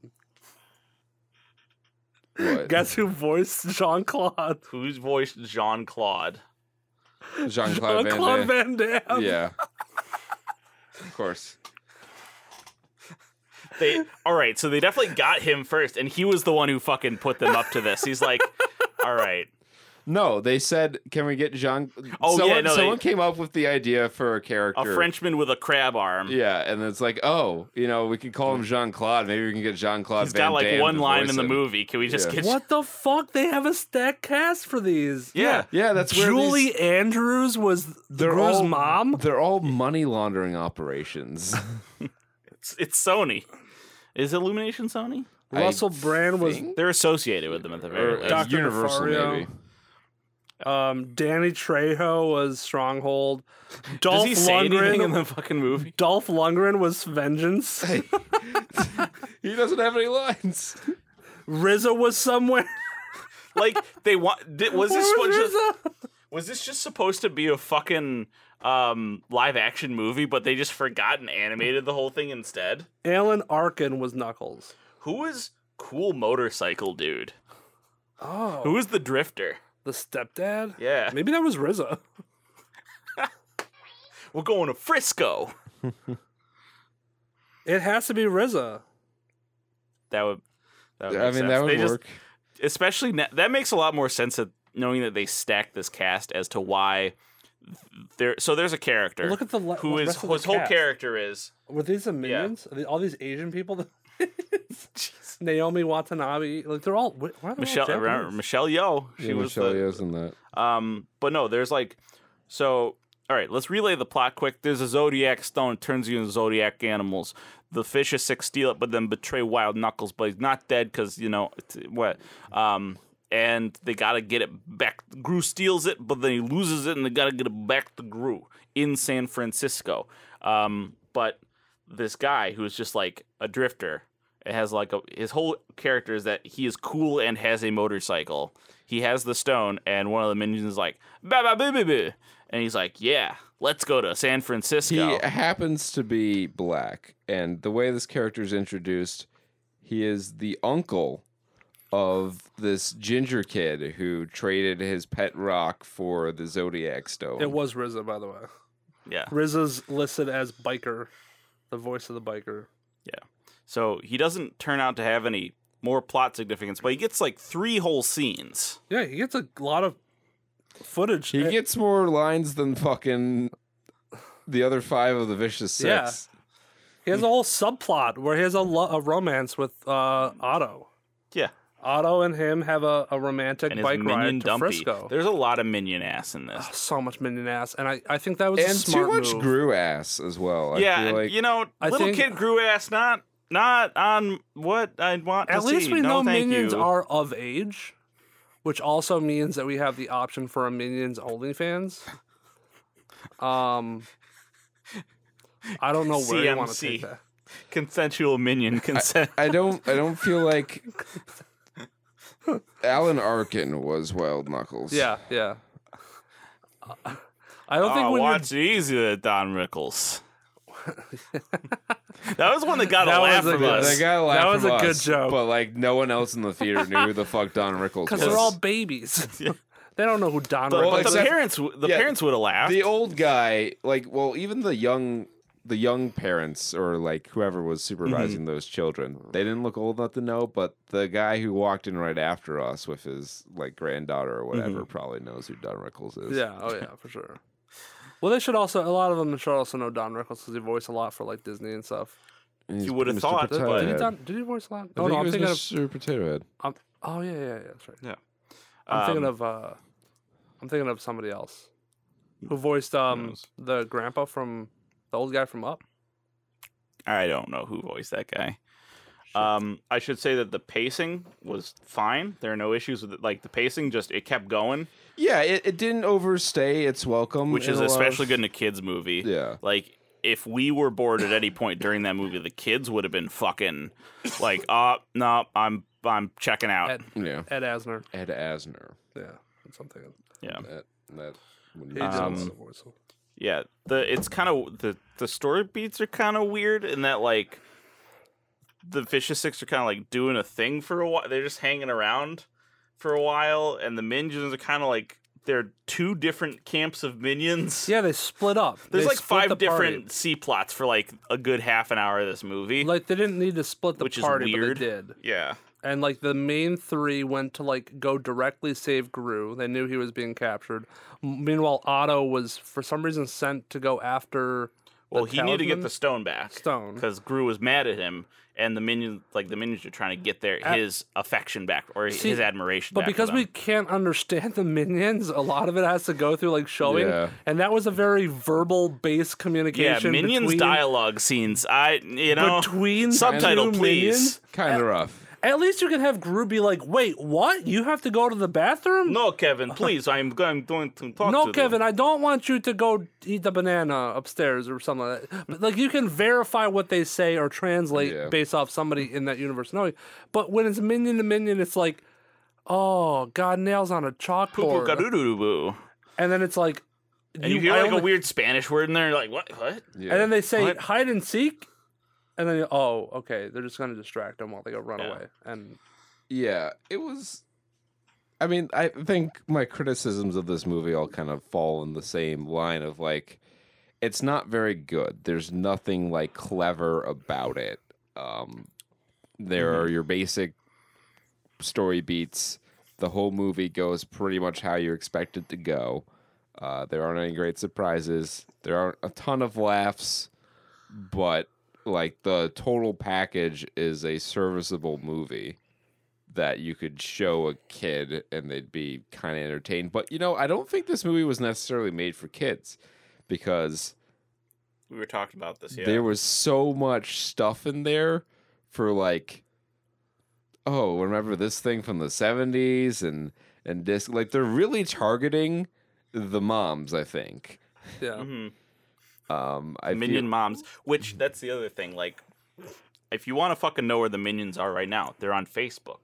Speaker 2: What?
Speaker 4: Guess who voiced Jean Claude?
Speaker 3: Who's voiced Jean Claude?
Speaker 2: Jean Claude
Speaker 4: Jean
Speaker 2: Van Damme.
Speaker 4: Claude Van Damme.
Speaker 2: yeah. of course.
Speaker 3: They all right, so they definitely got him first, and he was the one who fucking put them up to this. He's like, all right,
Speaker 2: No, they said, "Can we get Jean?"
Speaker 3: Oh, yeah,
Speaker 2: someone,
Speaker 3: no, they-
Speaker 2: someone came up with the idea for a character,
Speaker 3: a Frenchman with a crab arm.
Speaker 2: Yeah, and it's like, oh, you know, we can call him Jean Claude. Maybe we can get Jean Claude.
Speaker 3: He's got like one line in the movie. Can we just
Speaker 2: Yeah.
Speaker 3: get
Speaker 4: What the fuck? They have a stacked cast for these.
Speaker 3: Yeah.
Speaker 2: Yeah, that's where
Speaker 4: Julie
Speaker 2: these-
Speaker 4: Andrews was the
Speaker 2: They're
Speaker 4: Gru's
Speaker 2: all-
Speaker 4: mom.
Speaker 2: They're all money laundering operations.
Speaker 3: It's, it's Sony. Is Illumination Sony?
Speaker 2: I
Speaker 4: Russell Brand was
Speaker 2: think?
Speaker 3: They're associated with them at the
Speaker 2: or
Speaker 3: very
Speaker 2: uh,
Speaker 3: least.
Speaker 4: Dr.
Speaker 2: Universal,
Speaker 4: Nefario.
Speaker 2: maybe.
Speaker 4: Um, Danny Trejo was Stronghold.
Speaker 3: Does
Speaker 4: Dolph
Speaker 3: he say anything
Speaker 4: Lundgren.
Speaker 3: in the fucking movie?
Speaker 4: Dolph Lundgren was Vengeance.
Speaker 2: He doesn't have any lines.
Speaker 4: RZA was somewhere.
Speaker 3: Like they want? Did, was this
Speaker 4: Where
Speaker 3: was
Speaker 4: was
Speaker 3: just,
Speaker 4: RZA?
Speaker 3: was this just supposed to be a fucking um, live action movie? But they just forgot and animated the whole thing instead.
Speaker 4: Alan Arkin was Knuckles.
Speaker 3: Who is cool motorcycle dude?
Speaker 4: Oh,
Speaker 3: Who is the drifter?
Speaker 4: the stepdad.
Speaker 3: Yeah.
Speaker 4: maybe that was RZA.
Speaker 3: We're going to Frisco.
Speaker 4: It has to be RZA.
Speaker 3: That would. That would
Speaker 2: I mean,
Speaker 3: make sense.
Speaker 2: that would
Speaker 3: They just-
Speaker 2: work.
Speaker 3: especially na- that makes a lot more sense that knowing that they stacked this cast as to why there. So there's a character.
Speaker 4: Look at the le-
Speaker 3: who
Speaker 4: the
Speaker 3: is
Speaker 4: rest of the
Speaker 3: whose whole
Speaker 4: cast.
Speaker 3: character is
Speaker 4: Were these the minions? Are they- all these Asian people? the minions? Naomi Watanabe. Like they're all. Why are they
Speaker 3: Michelle.
Speaker 4: All
Speaker 3: Remember,
Speaker 4: Japanese?
Speaker 3: Michelle Yeoh. She
Speaker 2: Yeah,
Speaker 3: was
Speaker 2: Michelle
Speaker 3: the,
Speaker 2: Yeoh's in that.
Speaker 3: Um, but no, there's like, so all right, let's relay the plot quick. There's a zodiac stone it turns you into zodiac animals. The fish is sick, steal it, but then betray Wild Knuckles, but he's not dead because you know it's, what. Um, and they gotta get it back. Gru steals it, but then he loses it, and they gotta get it back to Gru in San Francisco. Um, but this guy who's just like a drifter. It has like a his whole character is that he is cool and has a motorcycle. He has the stone, and one of the minions is like ba ba boo boo boo, and he's like, "Yeah, let's go to San
Speaker 2: He
Speaker 3: Francisco."
Speaker 2: happens to be black, and the way this character is introduced, he is the uncle of this ginger kid who traded his pet rock for the zodiac stone.
Speaker 4: It was RZA, by the way.
Speaker 3: yeah,
Speaker 4: RZA's listed as biker, the voice of the biker.
Speaker 3: so he doesn't turn out to have any more plot significance, but he gets like three whole scenes.
Speaker 4: Yeah, he gets a lot of footage.
Speaker 2: he
Speaker 4: Eh,
Speaker 2: gets more lines than fucking the other five of the vicious
Speaker 4: Yeah.
Speaker 2: six.
Speaker 4: he has a whole subplot where he has a, lo- a romance with uh, Otto.
Speaker 3: Yeah,
Speaker 4: Otto and him have a, a romantic
Speaker 3: and his
Speaker 4: bike
Speaker 3: minion
Speaker 4: ride to
Speaker 3: dumpy.
Speaker 4: Frisco.
Speaker 3: There's a lot of minion ass in this.
Speaker 4: so much minion ass, and I, I think that was a
Speaker 2: And too
Speaker 4: smart
Speaker 2: much
Speaker 4: move.
Speaker 2: grew ass as well. I
Speaker 3: yeah,
Speaker 2: feel
Speaker 3: and,
Speaker 2: like
Speaker 3: you know,
Speaker 4: I
Speaker 3: little
Speaker 4: think-
Speaker 3: kid grew ass, not not on what I want.
Speaker 4: At
Speaker 3: to
Speaker 4: least
Speaker 3: see.
Speaker 4: we
Speaker 3: no,
Speaker 4: know
Speaker 3: thank
Speaker 4: minions
Speaker 3: you.
Speaker 4: are of age, which also means that we have the option for a minions only fans. Um, I don't know where you want to
Speaker 3: CMC.
Speaker 4: take that.
Speaker 3: consensual minion consent.
Speaker 2: I don't I don't feel like Alan Arkin was Wild Knuckles.
Speaker 4: Yeah, yeah. Uh, I don't think
Speaker 3: oh,
Speaker 4: when you're
Speaker 3: watch it easy, there, Don Rickles. that was one that got
Speaker 4: That
Speaker 3: a
Speaker 4: was
Speaker 3: laugh
Speaker 4: a
Speaker 3: from
Speaker 4: good-
Speaker 3: us.
Speaker 2: They got a laugh
Speaker 4: That was
Speaker 2: from
Speaker 4: a good
Speaker 2: us,
Speaker 4: joke.
Speaker 2: But like no one else in the theater knew who the fuck Don Rickles was.
Speaker 4: because they're all babies. they don't know who Don
Speaker 3: But,
Speaker 2: Well,
Speaker 3: but
Speaker 4: Rickles
Speaker 3: the
Speaker 2: except-
Speaker 3: parents, w- the
Speaker 2: yeah,
Speaker 3: parents would have laughed.
Speaker 2: the old guy, like well, even the young the young parents or like whoever was supervising those children, they didn't look old enough to know, but the guy who walked in right after us with his like granddaughter or whatever probably knows who Don Rickles is.
Speaker 4: Yeah, oh yeah, for sure. Well, they should also a lot of them should also know Don Rickles because he voiced a lot for like Disney and stuff.
Speaker 2: And he's
Speaker 3: You would've
Speaker 2: Mr.
Speaker 3: thought,
Speaker 2: Potato
Speaker 3: but-
Speaker 4: Did he,
Speaker 2: Head.
Speaker 4: Don, did he voice a lot?
Speaker 2: I
Speaker 4: Oh no,
Speaker 2: think
Speaker 4: I'm
Speaker 2: it
Speaker 4: thinking of.
Speaker 2: was Mr. Potato Head.
Speaker 4: I'm, oh yeah, yeah, yeah, that's right.
Speaker 3: Yeah.
Speaker 4: I'm thinking
Speaker 3: Um,
Speaker 4: of. uh I'm thinking of somebody else who voiced um
Speaker 3: knows?
Speaker 4: the grandpa from the old guy from Up.
Speaker 3: I don't know who voiced that guy. Um, I should say that the pacing was fine. There are no issues with it. Like the pacing, just it kept going,
Speaker 2: Yeah, it, it didn't overstay its welcome,
Speaker 3: which
Speaker 2: in
Speaker 3: is
Speaker 2: a lot of-
Speaker 3: especially good in a kids movie.
Speaker 2: Yeah.
Speaker 3: Like if we were bored at any point during that movie, the kids would have been fucking like, uh, no, I'm I'm checking out.
Speaker 4: Ed,
Speaker 2: Yeah,
Speaker 4: Ed Asner.
Speaker 2: Ed Asner.
Speaker 4: Yeah, that's something.
Speaker 3: yeah.
Speaker 2: That that would
Speaker 4: He
Speaker 2: make
Speaker 4: did
Speaker 3: Um,
Speaker 2: sense.
Speaker 4: also voice him.
Speaker 3: Yeah, the it's kind of the the story beats are kind of weird in that like the Vicious Six are kind of like doing a thing for a while. They're just hanging around for a while, and the minions are kind of like they're two different camps of minions.
Speaker 4: Yeah, they split up.
Speaker 3: there's
Speaker 4: They
Speaker 3: like
Speaker 4: split
Speaker 3: five
Speaker 4: the party.
Speaker 3: different C plots for like a good half an hour of this movie.
Speaker 4: Like they didn't need to split the
Speaker 3: Which is
Speaker 4: party,
Speaker 3: weird.
Speaker 4: but they did.
Speaker 3: yeah,
Speaker 4: And like the main three went to like go directly save Gru. They knew he was being captured. M- Meanwhile, Otto was for some reason sent to go after.
Speaker 3: well, he needed to get
Speaker 4: talisman?
Speaker 3: the stone back.
Speaker 4: Stone.
Speaker 3: because Gru was mad at him, and the minions like the minions are trying to get their his affection back or
Speaker 4: See,
Speaker 3: his admiration.
Speaker 4: But
Speaker 3: back for
Speaker 4: because
Speaker 3: them.
Speaker 4: we can't understand the minions, a lot of it has to go through like showing,
Speaker 2: Yeah.
Speaker 4: and that was a very verbal based
Speaker 3: Yeah,
Speaker 4: communication.
Speaker 3: minions
Speaker 4: between,
Speaker 3: dialogue scenes. I you know
Speaker 4: between
Speaker 3: subtitle
Speaker 4: two
Speaker 3: please.
Speaker 4: minions?
Speaker 2: Kind of rough.
Speaker 4: At least you can have Gru be like, "Wait, what? You have to go to the bathroom?
Speaker 3: No, Kevin, please. I'm going going to talk.
Speaker 4: Uh-huh. No,
Speaker 3: to them.
Speaker 4: Kevin, I don't want you to go eat the banana upstairs or something like that. But like you can verify what they say or translate
Speaker 2: Yeah.
Speaker 4: based off somebody in that universe knowing. But when it's minion to minion, it's like, oh, God nails on a
Speaker 3: Poo
Speaker 4: chalkboard,
Speaker 3: Garudurubu.
Speaker 4: and then it's like,
Speaker 3: And you, hear
Speaker 4: I
Speaker 3: like a
Speaker 4: only-
Speaker 3: weird Spanish word in there. You're like what? What?
Speaker 2: Yeah.
Speaker 4: And then they say
Speaker 3: What?
Speaker 4: hide and seek, and then oh, okay, they're just gonna distract them while they go run
Speaker 3: Yeah.
Speaker 4: away. And
Speaker 2: yeah, it was. I mean, I think my criticisms of this movie all kind of fall in the same line of like, it's not very good. There's nothing like clever about it. Um, there are your basic story beats. The whole movie goes pretty much how you expect it to go. Uh, there aren't any great surprises. There aren't a ton of laughs, but like the total package is a serviceable movie that you could show a kid and they'd be kind of entertained. But you know, I don't think this movie was necessarily made for kids because
Speaker 3: We were talking about this. Yeah.
Speaker 2: there was so much stuff in there for like oh remember this thing from the 70s and and this like they're really targeting the moms i think
Speaker 4: yeah,
Speaker 3: Mhm.
Speaker 2: um i
Speaker 3: minion
Speaker 2: feel,
Speaker 3: moms. Which that's the other thing. Like, if you want to fucking know where the minions are right now, they're on Facebook.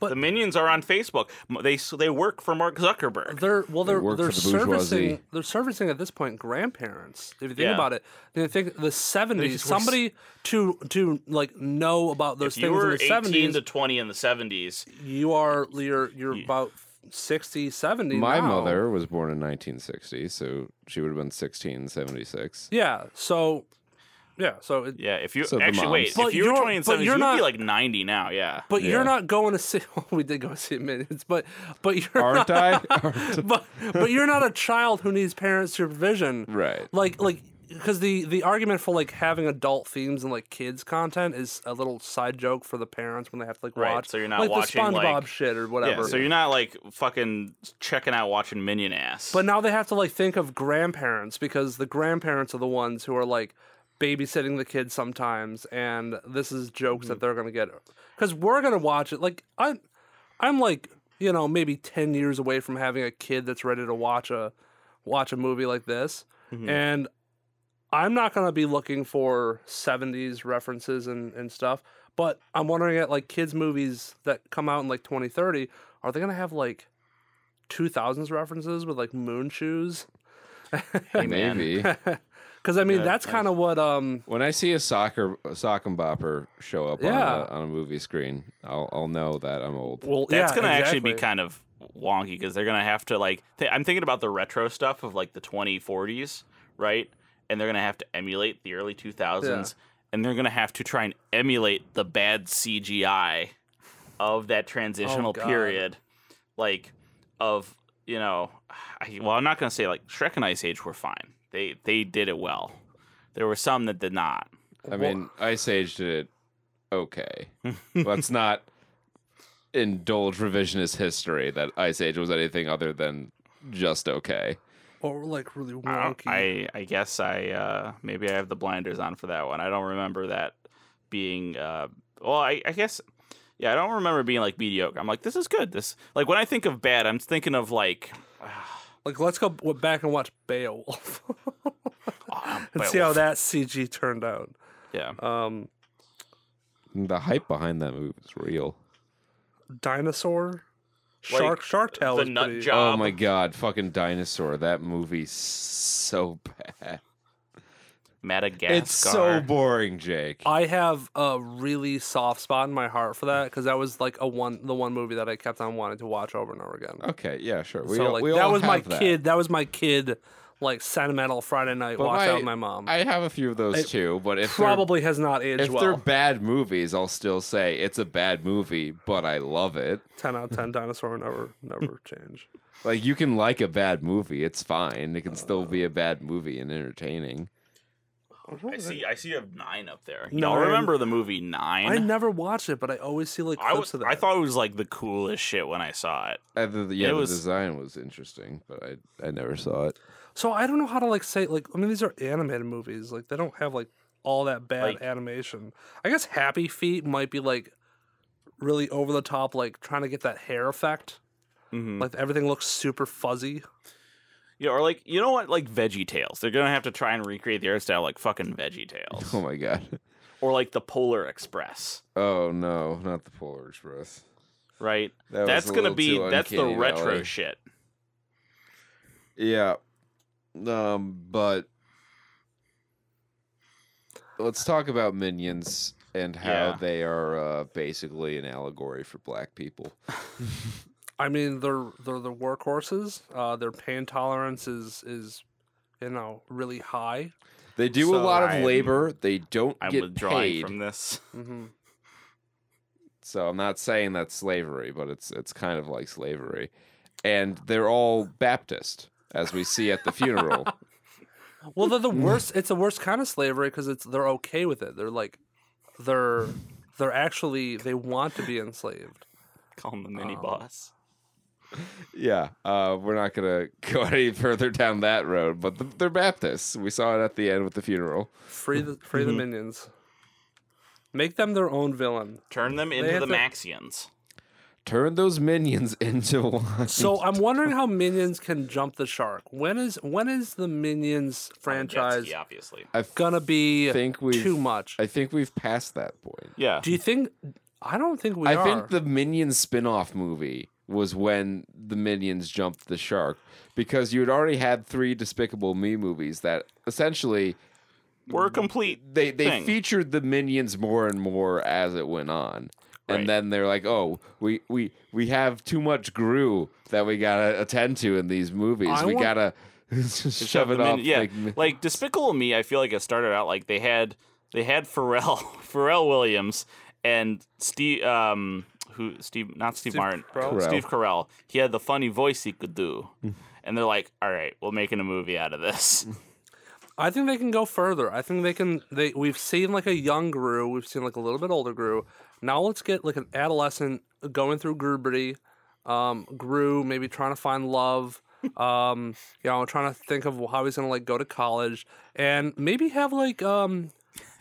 Speaker 4: But-
Speaker 3: the minions are on Facebook. M- They s- they work for Mark Zuckerberg.
Speaker 4: they're well, they're
Speaker 2: work
Speaker 4: they are
Speaker 2: for the
Speaker 4: servicing
Speaker 2: bourgeoisie.
Speaker 4: they're servicing at this point grandparents. If you think
Speaker 3: Yeah.
Speaker 4: about it, then you think the seventies.
Speaker 3: just were s-
Speaker 4: Somebody to to like know about those
Speaker 3: If you
Speaker 4: things in
Speaker 3: were
Speaker 4: the
Speaker 3: 18
Speaker 4: seventies.
Speaker 3: to 20 in the 70s,
Speaker 4: You are you're you're about 60, 70
Speaker 2: my
Speaker 4: now.
Speaker 2: mother was born in 1960 so she would have been 16 76
Speaker 4: Yeah, so yeah, so it,
Speaker 3: Yeah, if you
Speaker 2: So the
Speaker 3: actually wait,
Speaker 2: moms.
Speaker 4: But
Speaker 3: if you were
Speaker 4: you're-
Speaker 3: twenty and
Speaker 4: but
Speaker 3: seventy,
Speaker 4: you're
Speaker 3: you'd
Speaker 4: not-
Speaker 3: be like ninety now. Yeah,
Speaker 4: But
Speaker 2: Yeah.
Speaker 4: you're not going to see. Well, we did go see Minions, but but you're
Speaker 2: aren't
Speaker 4: not,
Speaker 2: i Aren't-
Speaker 4: but but you're not a child who needs parent supervision,
Speaker 2: right
Speaker 4: Like like because the the argument for like having adult themes and like kids content is a little side joke for the parents when they have to like
Speaker 3: Right,
Speaker 4: watch.
Speaker 3: so you're not
Speaker 4: like
Speaker 3: watching,
Speaker 4: the SpongeBob
Speaker 3: like-
Speaker 4: shit or
Speaker 3: yeah.
Speaker 4: whatever.
Speaker 3: So you're not like fucking checking out watching Minion ass.
Speaker 4: But now they have to like think of grandparents because the grandparents are the ones who are like babysitting the kids sometimes, and this is jokes that they're gonna get because we're gonna watch it. Like I, I'm like you know maybe ten years away from having a kid that's ready to watch a watch a movie like this, and I'm not gonna be looking for '70s references and and stuff. But I'm wondering at like kids movies that come out in like 2030, are they gonna have like 2000s references with like moon shoes
Speaker 3: Hey, man.
Speaker 2: maybe
Speaker 4: because i mean that's kind of what um
Speaker 2: when i see a soccer a sock and bopper show up on,
Speaker 4: Yeah.
Speaker 2: a, on a movie screen i'll i'll know that i'm old
Speaker 4: well
Speaker 3: that's
Speaker 4: yeah,
Speaker 3: gonna actually be
Speaker 4: exactly.
Speaker 3: kind of wonky because they're gonna have to like. Th- I'm thinking about the retro stuff of like the 2040s, right? And they're gonna have to emulate the early 2000s, and they're gonna have to try and emulate the bad CGI of that transitional
Speaker 4: Oh, God.
Speaker 3: period, like of you know. I, well, I'm not gonna say like Shrek and Ice Age were fine. They they did it well. There were some that did not.
Speaker 2: I mean, Ice Age did it okay. Let's not indulge revisionist history that Ice Age was anything other than just okay. Oh,
Speaker 4: or like really
Speaker 3: I, don't-
Speaker 4: wonky
Speaker 3: I I guess I uh, maybe I have the blinders on for that one. I don't remember that being uh, well, I, I guess yeah, I don't remember being like mediocre. I'm like, this is good. This like when I think of bad, I'm thinking of like
Speaker 4: Like, let's go w- back and watch Beowulf and see how
Speaker 3: Beowulf.
Speaker 4: that CG turned out.
Speaker 3: um, yeah.
Speaker 4: Um,
Speaker 2: The hype behind that movie was real.
Speaker 4: dinosaur, shark, shark tail.
Speaker 3: the
Speaker 4: was
Speaker 3: nut
Speaker 4: pretty-
Speaker 3: job.
Speaker 2: Oh my god, fucking dinosaur! That movie's so bad.
Speaker 3: Madagascar.
Speaker 2: It's so boring, Jake.
Speaker 4: I have a really soft spot in my heart for that because that was like a one, the one movie that I kept on wanting to watch over and over again.
Speaker 2: Okay, yeah, sure. Oh, We,
Speaker 4: so
Speaker 2: all-
Speaker 4: like
Speaker 2: we
Speaker 4: that
Speaker 2: all
Speaker 4: was my
Speaker 2: have that.
Speaker 4: kid. That was my kid. Like sentimental Friday night
Speaker 2: But
Speaker 4: watch
Speaker 2: my-
Speaker 4: out with my mom.
Speaker 2: I have a few of those too, but if they're
Speaker 4: Probably has not aged
Speaker 2: if they're
Speaker 4: well.
Speaker 2: bad movies, I'll still say it's a bad movie, but I love it.
Speaker 4: Ten out of
Speaker 3: Mm-hmm.
Speaker 4: ten. Dinosaur will never, never change.
Speaker 2: Like you can like a bad movie, it's fine. It can still be a bad movie and entertaining.
Speaker 3: I see. I see a nine up there. Y'all
Speaker 4: Nine.
Speaker 3: remember the movie Nine?
Speaker 4: I never watched it, but I always see like
Speaker 3: I,
Speaker 4: clips
Speaker 3: was,
Speaker 4: of that.
Speaker 3: I thought it was like the coolest shit when I saw it.
Speaker 2: Uh, the- the- yeah,
Speaker 3: It
Speaker 2: the
Speaker 3: was-
Speaker 2: design was interesting, but I I never saw it.
Speaker 4: so. I don't know how to like say like. I mean, these are animated movies. Like they don't have like all that bad
Speaker 3: Like-
Speaker 4: animation. I guess Happy Feet might be like really over the top, like trying to get that hair effect.
Speaker 3: Mhm.
Speaker 4: Like everything looks super fuzzy.
Speaker 3: Yeah, or like you know what, like Veggie Tales. They're gonna have to try and recreate the art style like fucking Veggie Tales,
Speaker 2: Oh my god.
Speaker 3: or like the Polar Express,
Speaker 2: Oh no, not the Polar Express.
Speaker 3: right?
Speaker 2: That was
Speaker 3: that's
Speaker 2: a
Speaker 3: gonna
Speaker 2: little
Speaker 3: be
Speaker 2: too
Speaker 3: that's the
Speaker 2: uncanny
Speaker 3: retro
Speaker 2: valley.
Speaker 3: shit.
Speaker 2: Yeah. Um, but let's talk about minions and how
Speaker 3: Yeah.
Speaker 2: they are uh, basically an allegory for black people.
Speaker 4: I mean, they're they're the workhorses. Uh, their pain tolerance is is you know really high.
Speaker 2: They do a
Speaker 4: So
Speaker 2: lot of
Speaker 3: I'm-
Speaker 2: labor. They don't
Speaker 3: I'm
Speaker 2: get
Speaker 3: withdrawing
Speaker 2: paid.
Speaker 3: from this.
Speaker 4: hmm
Speaker 2: So I'm not saying that's slavery, but it's it's kind of like slavery. And they're all Baptist, as we see at the funeral.
Speaker 4: Well, they're the
Speaker 2: Mm.
Speaker 4: worst. It's the worst kind of slavery because it's they're okay with it. They're like, they're they're actually they want to be enslaved.
Speaker 3: Call him the mini
Speaker 2: Um,
Speaker 3: boss.
Speaker 2: yeah, uh, we're not gonna go any further down that road. But th- they're Baptists. We saw it at the end with the funeral.
Speaker 4: Free the free
Speaker 2: Mm-hmm.
Speaker 4: the minions. Make them their own villain.
Speaker 3: Turn them into
Speaker 4: have
Speaker 3: the
Speaker 4: to-
Speaker 3: Maxians.
Speaker 2: Turn those minions into one.
Speaker 4: So I'm wondering how minions can jump the shark. When is when is the minions franchise
Speaker 3: Yeah, obviously.
Speaker 2: I f-
Speaker 4: gonna be
Speaker 2: think we
Speaker 4: too much?
Speaker 2: I think we've passed that point.
Speaker 3: Yeah,
Speaker 4: Do you think? I don't think we
Speaker 2: I
Speaker 4: are.
Speaker 2: think the Minions spin-off movie was when the Minions jumped the shark because you had already had three Despicable Me movies that essentially
Speaker 3: we're complete.
Speaker 2: they they
Speaker 3: Thing.
Speaker 2: featured the Minions more and more as it went on.
Speaker 3: Right.
Speaker 2: And then they're like, "Oh, we, we we have too much Gru that we gotta attend to in these movies.
Speaker 4: I
Speaker 2: we
Speaker 4: want-
Speaker 2: gotta shove it
Speaker 3: them in-
Speaker 2: off."
Speaker 3: yeah,
Speaker 2: like,
Speaker 3: like, Despicable Me. I feel like it started out like they had they had Pharrell, Pharrell Williams, and Steve. Um, who Steve? Not Steve, Martin.
Speaker 4: Carell?
Speaker 3: Steve Carell. He had the funny voice he could do,
Speaker 2: Hmm.
Speaker 3: and they're like, "All right, we're making a movie out of this."
Speaker 4: I think they can go further. I think they can. They we've seen like a young Gru, we've seen like a little bit older Gru. Now let's get like an adolescent going through puberty, um, Gru maybe trying to find love, um, you know, trying to think of how he's gonna like go to college, and maybe have like um,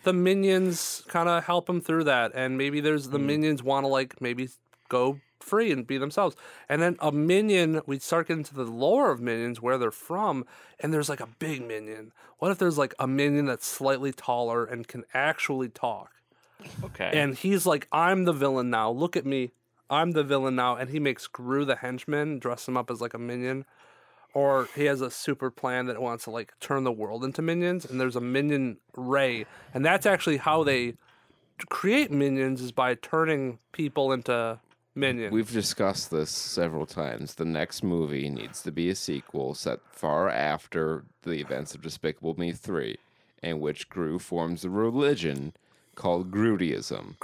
Speaker 4: the minions kind of help him through that, and maybe there's the minions want to like maybe go free and be themselves. And then a minion, we start getting to the lore of minions, where they're from, and there's like a big minion. What if there's like a minion that's slightly taller and can actually talk?
Speaker 3: Okay.
Speaker 4: And he's like, I'm the villain now. Look at me. I'm the villain now. And he makes Gru the henchman, dress him up as like a minion. Or he has a super plan that wants to like turn the world into minions. And there's a minion ray. And that's actually how they create minions is by turning people into minions.
Speaker 2: We've discussed this several times. The next movie needs to be a sequel set far after the events of Despicable Me 3, in which Gru forms a religion called Grudyism.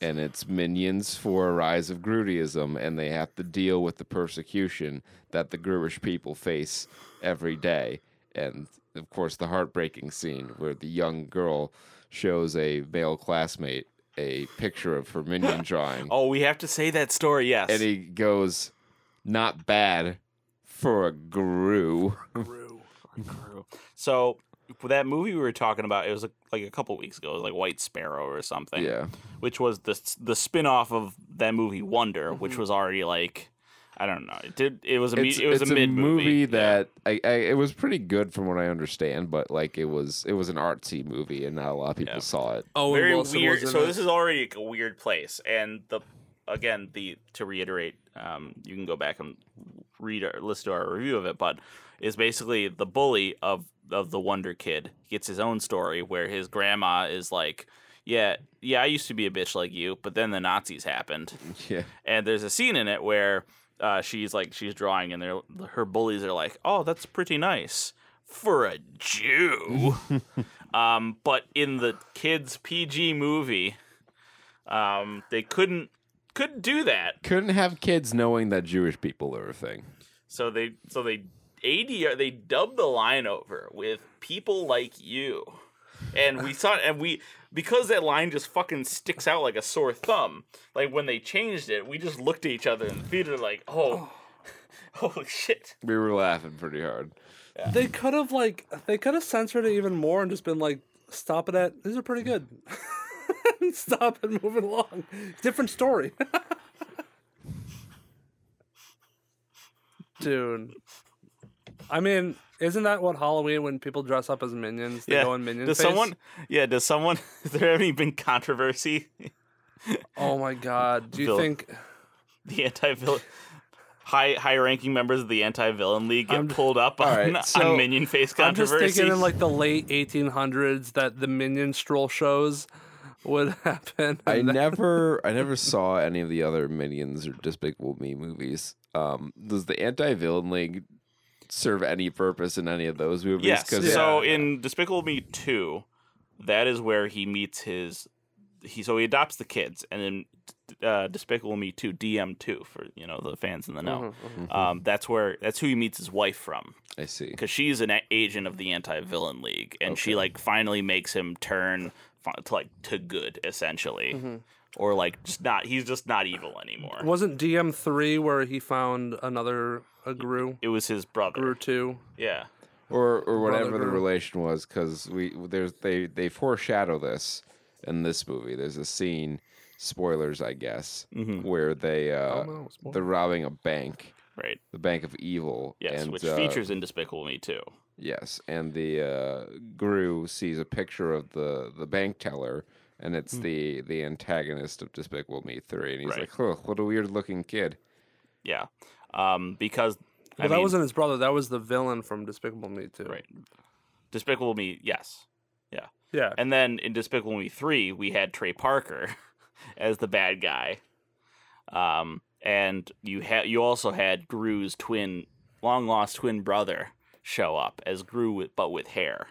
Speaker 2: And it's minions for a rise of Grudyism, and they have to deal with the persecution that the Gruish people face every day. And of course, the heartbreaking scene where the young girl shows a male classmate a picture of her minion drawing
Speaker 3: oh, we have to say that story. Yes.
Speaker 2: and he goes, "Not bad for a guru."
Speaker 4: Gru.
Speaker 3: So that movie we were talking about, it was like- like a couple weeks ago, it was like White Sparrow or something.
Speaker 2: Yeah.
Speaker 3: Which was the the spin off of that movie Wonder, which was already like I don't know. It did it was a me-
Speaker 2: Mm-hmm. It's,
Speaker 3: it was
Speaker 2: it's
Speaker 3: a mid movie.
Speaker 2: that I, I it was pretty good from what I understand, but like it was it was an artsy movie and not a lot of people
Speaker 3: Yeah.
Speaker 2: saw it.
Speaker 4: Owen
Speaker 3: very
Speaker 4: Wilson
Speaker 3: weird.
Speaker 4: was in
Speaker 3: So
Speaker 4: it.
Speaker 3: this is already like, a weird place, and the again the to reiterate, um, you can go back and read or listen to our review of it, but is basically the bully of of the Wonder Kid He gets his own story where his grandma is like. Yeah, yeah, I used to be a bitch like you, but then the Nazis happened
Speaker 2: Yeah.
Speaker 3: and there's a scene in it where uh, she's like she's drawing and they're, her bullies are like oh that's pretty nice for a jew um, but in the kids pg movie um, they couldn't couldn't do that
Speaker 2: Couldn't have kids knowing that Jewish people are a thing.
Speaker 3: so they so they ADR they dubbed the line over with people like you. And we saw and we because that line just fucking sticks out like a sore thumb. Like when they changed it, we just looked at each other in the theater like, "Oh, holy shit."
Speaker 2: We were laughing pretty hard.
Speaker 4: They could have like they could have censored it even more and just been like, stop it at these are pretty good. stop and move it along. Different story. Dude. I mean, isn't that what Halloween when people dress up as minions? They go in minion
Speaker 3: does
Speaker 4: face?
Speaker 3: someone Yeah, does someone has there any been controversy
Speaker 4: Oh my god. Do you
Speaker 3: Bill.
Speaker 4: think
Speaker 3: the anti-villain High, high-ranking members of the anti-villain league get
Speaker 4: I'm-
Speaker 3: pulled up on,
Speaker 2: right, so
Speaker 3: on minion face
Speaker 4: I'm just
Speaker 3: controversy.
Speaker 4: thinking in like the late 1800s that the minion stroll shows would happen.
Speaker 2: I
Speaker 4: and that-
Speaker 2: never I never saw any of the other Minions or Despicable Me movies. Um, does the anti villain league serve any purpose in any of those movies?
Speaker 3: Yes.
Speaker 2: 'Cause-
Speaker 3: So in Despicable Me Two, that is where he meets his he. So he adopts the kids, and in uh, Despicable Me Two, DM Two for you know the fans in the know. Um, that's where that's who he meets his wife from
Speaker 2: I see.
Speaker 3: because she's an a- agent of the anti villain league, and she like finally makes him turn fi- to like to good essentially, or like just not he's just not evil anymore.
Speaker 4: Wasn't DM three where he found another a Gru?
Speaker 3: It was his brother.
Speaker 4: Gru two.
Speaker 3: Yeah.
Speaker 2: or or whatever the
Speaker 4: Brother.
Speaker 2: relation was because we there's they they foreshadow this in this movie there's a scene spoilers i guess
Speaker 3: Mm-hmm.
Speaker 2: where they uh they're robbing a bank
Speaker 3: Right.
Speaker 2: the bank of evil
Speaker 3: Yes,
Speaker 2: and,
Speaker 3: which
Speaker 2: uh,
Speaker 3: features in Despicable Me Two.
Speaker 2: yes and the uh gru sees a picture of the the bank teller and it's the the antagonist of despicable me 3 and he's
Speaker 3: Hmm. Right.
Speaker 2: like oh what a weird looking kid
Speaker 3: Yeah. Um, because
Speaker 4: Well,
Speaker 3: I
Speaker 4: that
Speaker 3: mean,
Speaker 4: wasn't his brother. That was the villain from Despicable Me two.
Speaker 3: Right. Despicable Me, yes.
Speaker 4: Yeah.
Speaker 3: And then in Despicable Me 3, we had Trey Parker as the bad guy. Um, and you had you also had Gru's twin long lost twin brother show up as Gru with, but with hair.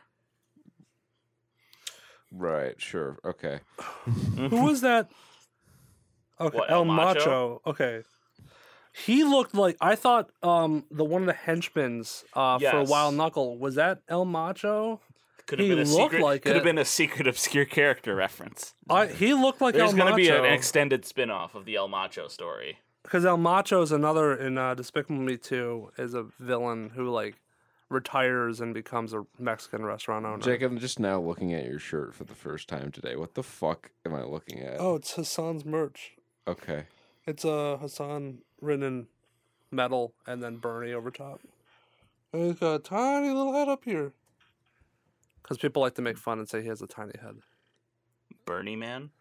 Speaker 2: right sure okay
Speaker 4: Who was that? Okay,
Speaker 3: What, El
Speaker 4: El
Speaker 3: Macho?
Speaker 4: Macho? Okay. He looked like I thought um the one of the henchmen's uh for
Speaker 3: Yes.
Speaker 4: Wild Knuckle was that El Macho?
Speaker 3: Could have
Speaker 4: He
Speaker 3: been a
Speaker 4: looked
Speaker 3: secret
Speaker 4: like
Speaker 3: could have
Speaker 4: it.
Speaker 3: been a secret obscure character reference.
Speaker 4: I he looked like
Speaker 3: There's
Speaker 4: El
Speaker 3: going to
Speaker 4: Macho
Speaker 3: be an extended spin-off of the El Macho story.
Speaker 4: because El Macho is another in uh, Despicable Me Two is a villain who like retires and becomes a Mexican restaurant owner.
Speaker 2: Jake, I'm just now looking at your shirt for the first time today. What the fuck am I looking at?
Speaker 4: Oh, it's Hassan's merch.
Speaker 2: Okay.
Speaker 4: It's uh, Hassan written in metal and then Bernie over top. And He's got a tiny little head up here. Because people like to make fun and say he has a tiny head.
Speaker 3: Bernie Man,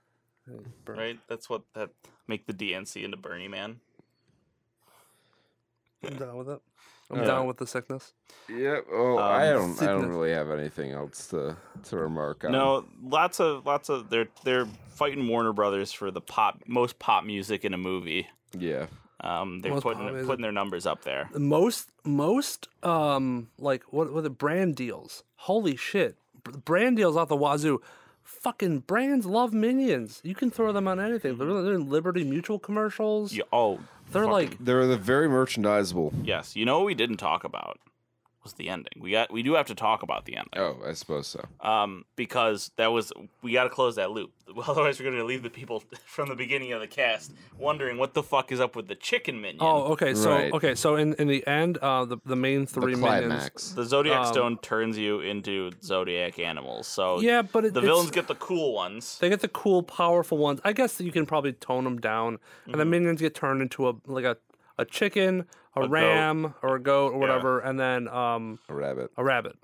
Speaker 4: Hey, Bernie.
Speaker 3: right? That's what that make the DNC into Bernie Man.
Speaker 4: I'm down with it. I'm
Speaker 2: Yeah.
Speaker 4: down with the sickness.
Speaker 2: Yeah. Oh, I
Speaker 3: Um,
Speaker 2: don't. I don't
Speaker 4: Sydney.
Speaker 2: really have anything else to to remark
Speaker 4: Um,
Speaker 2: on.
Speaker 3: No, lots of lots of they're they're fighting Warner Brothers for the pop most pop music in a movie.
Speaker 2: Yeah.
Speaker 3: Um, they're
Speaker 4: Most pop
Speaker 3: putting
Speaker 4: music.
Speaker 3: putting their numbers up there.
Speaker 4: Most, most, um, like what were the brand deals? Holy shit. B- Brand deals out the wazoo. Fucking brands love minions. You can throw them on anything. They're, they're in Liberty Mutual commercials.
Speaker 3: Mm-hmm. Yeah, oh,
Speaker 4: They're
Speaker 3: fucking-
Speaker 4: like
Speaker 2: They're the very merchandisable.
Speaker 3: yes. You know what we didn't talk about was the ending. We got we do have to talk about the ending
Speaker 2: Oh, I suppose so.
Speaker 3: um, because that was we got to close that loop. Otherwise, we're going to leave the people from the beginning of the cast wondering what the fuck is up with the chicken minion.
Speaker 4: Oh, okay. So
Speaker 2: Right.
Speaker 4: okay. So in, in the end, uh, the the
Speaker 2: The
Speaker 4: main three minions.
Speaker 2: climax.
Speaker 3: the zodiac
Speaker 4: um,
Speaker 3: stone turns you into zodiac animals. So
Speaker 4: Yeah, but it,
Speaker 3: the
Speaker 4: it's-
Speaker 3: villains get the cool ones.
Speaker 4: They get the cool, powerful ones. I guess that you can probably tone them down, and the
Speaker 3: Mm-hmm.
Speaker 4: minions get turned into a like a, a chicken, a,
Speaker 3: goat.
Speaker 4: ram, or a goat, or whatever, and then um,
Speaker 2: A rabbit.
Speaker 3: Oh,
Speaker 4: a rabbit,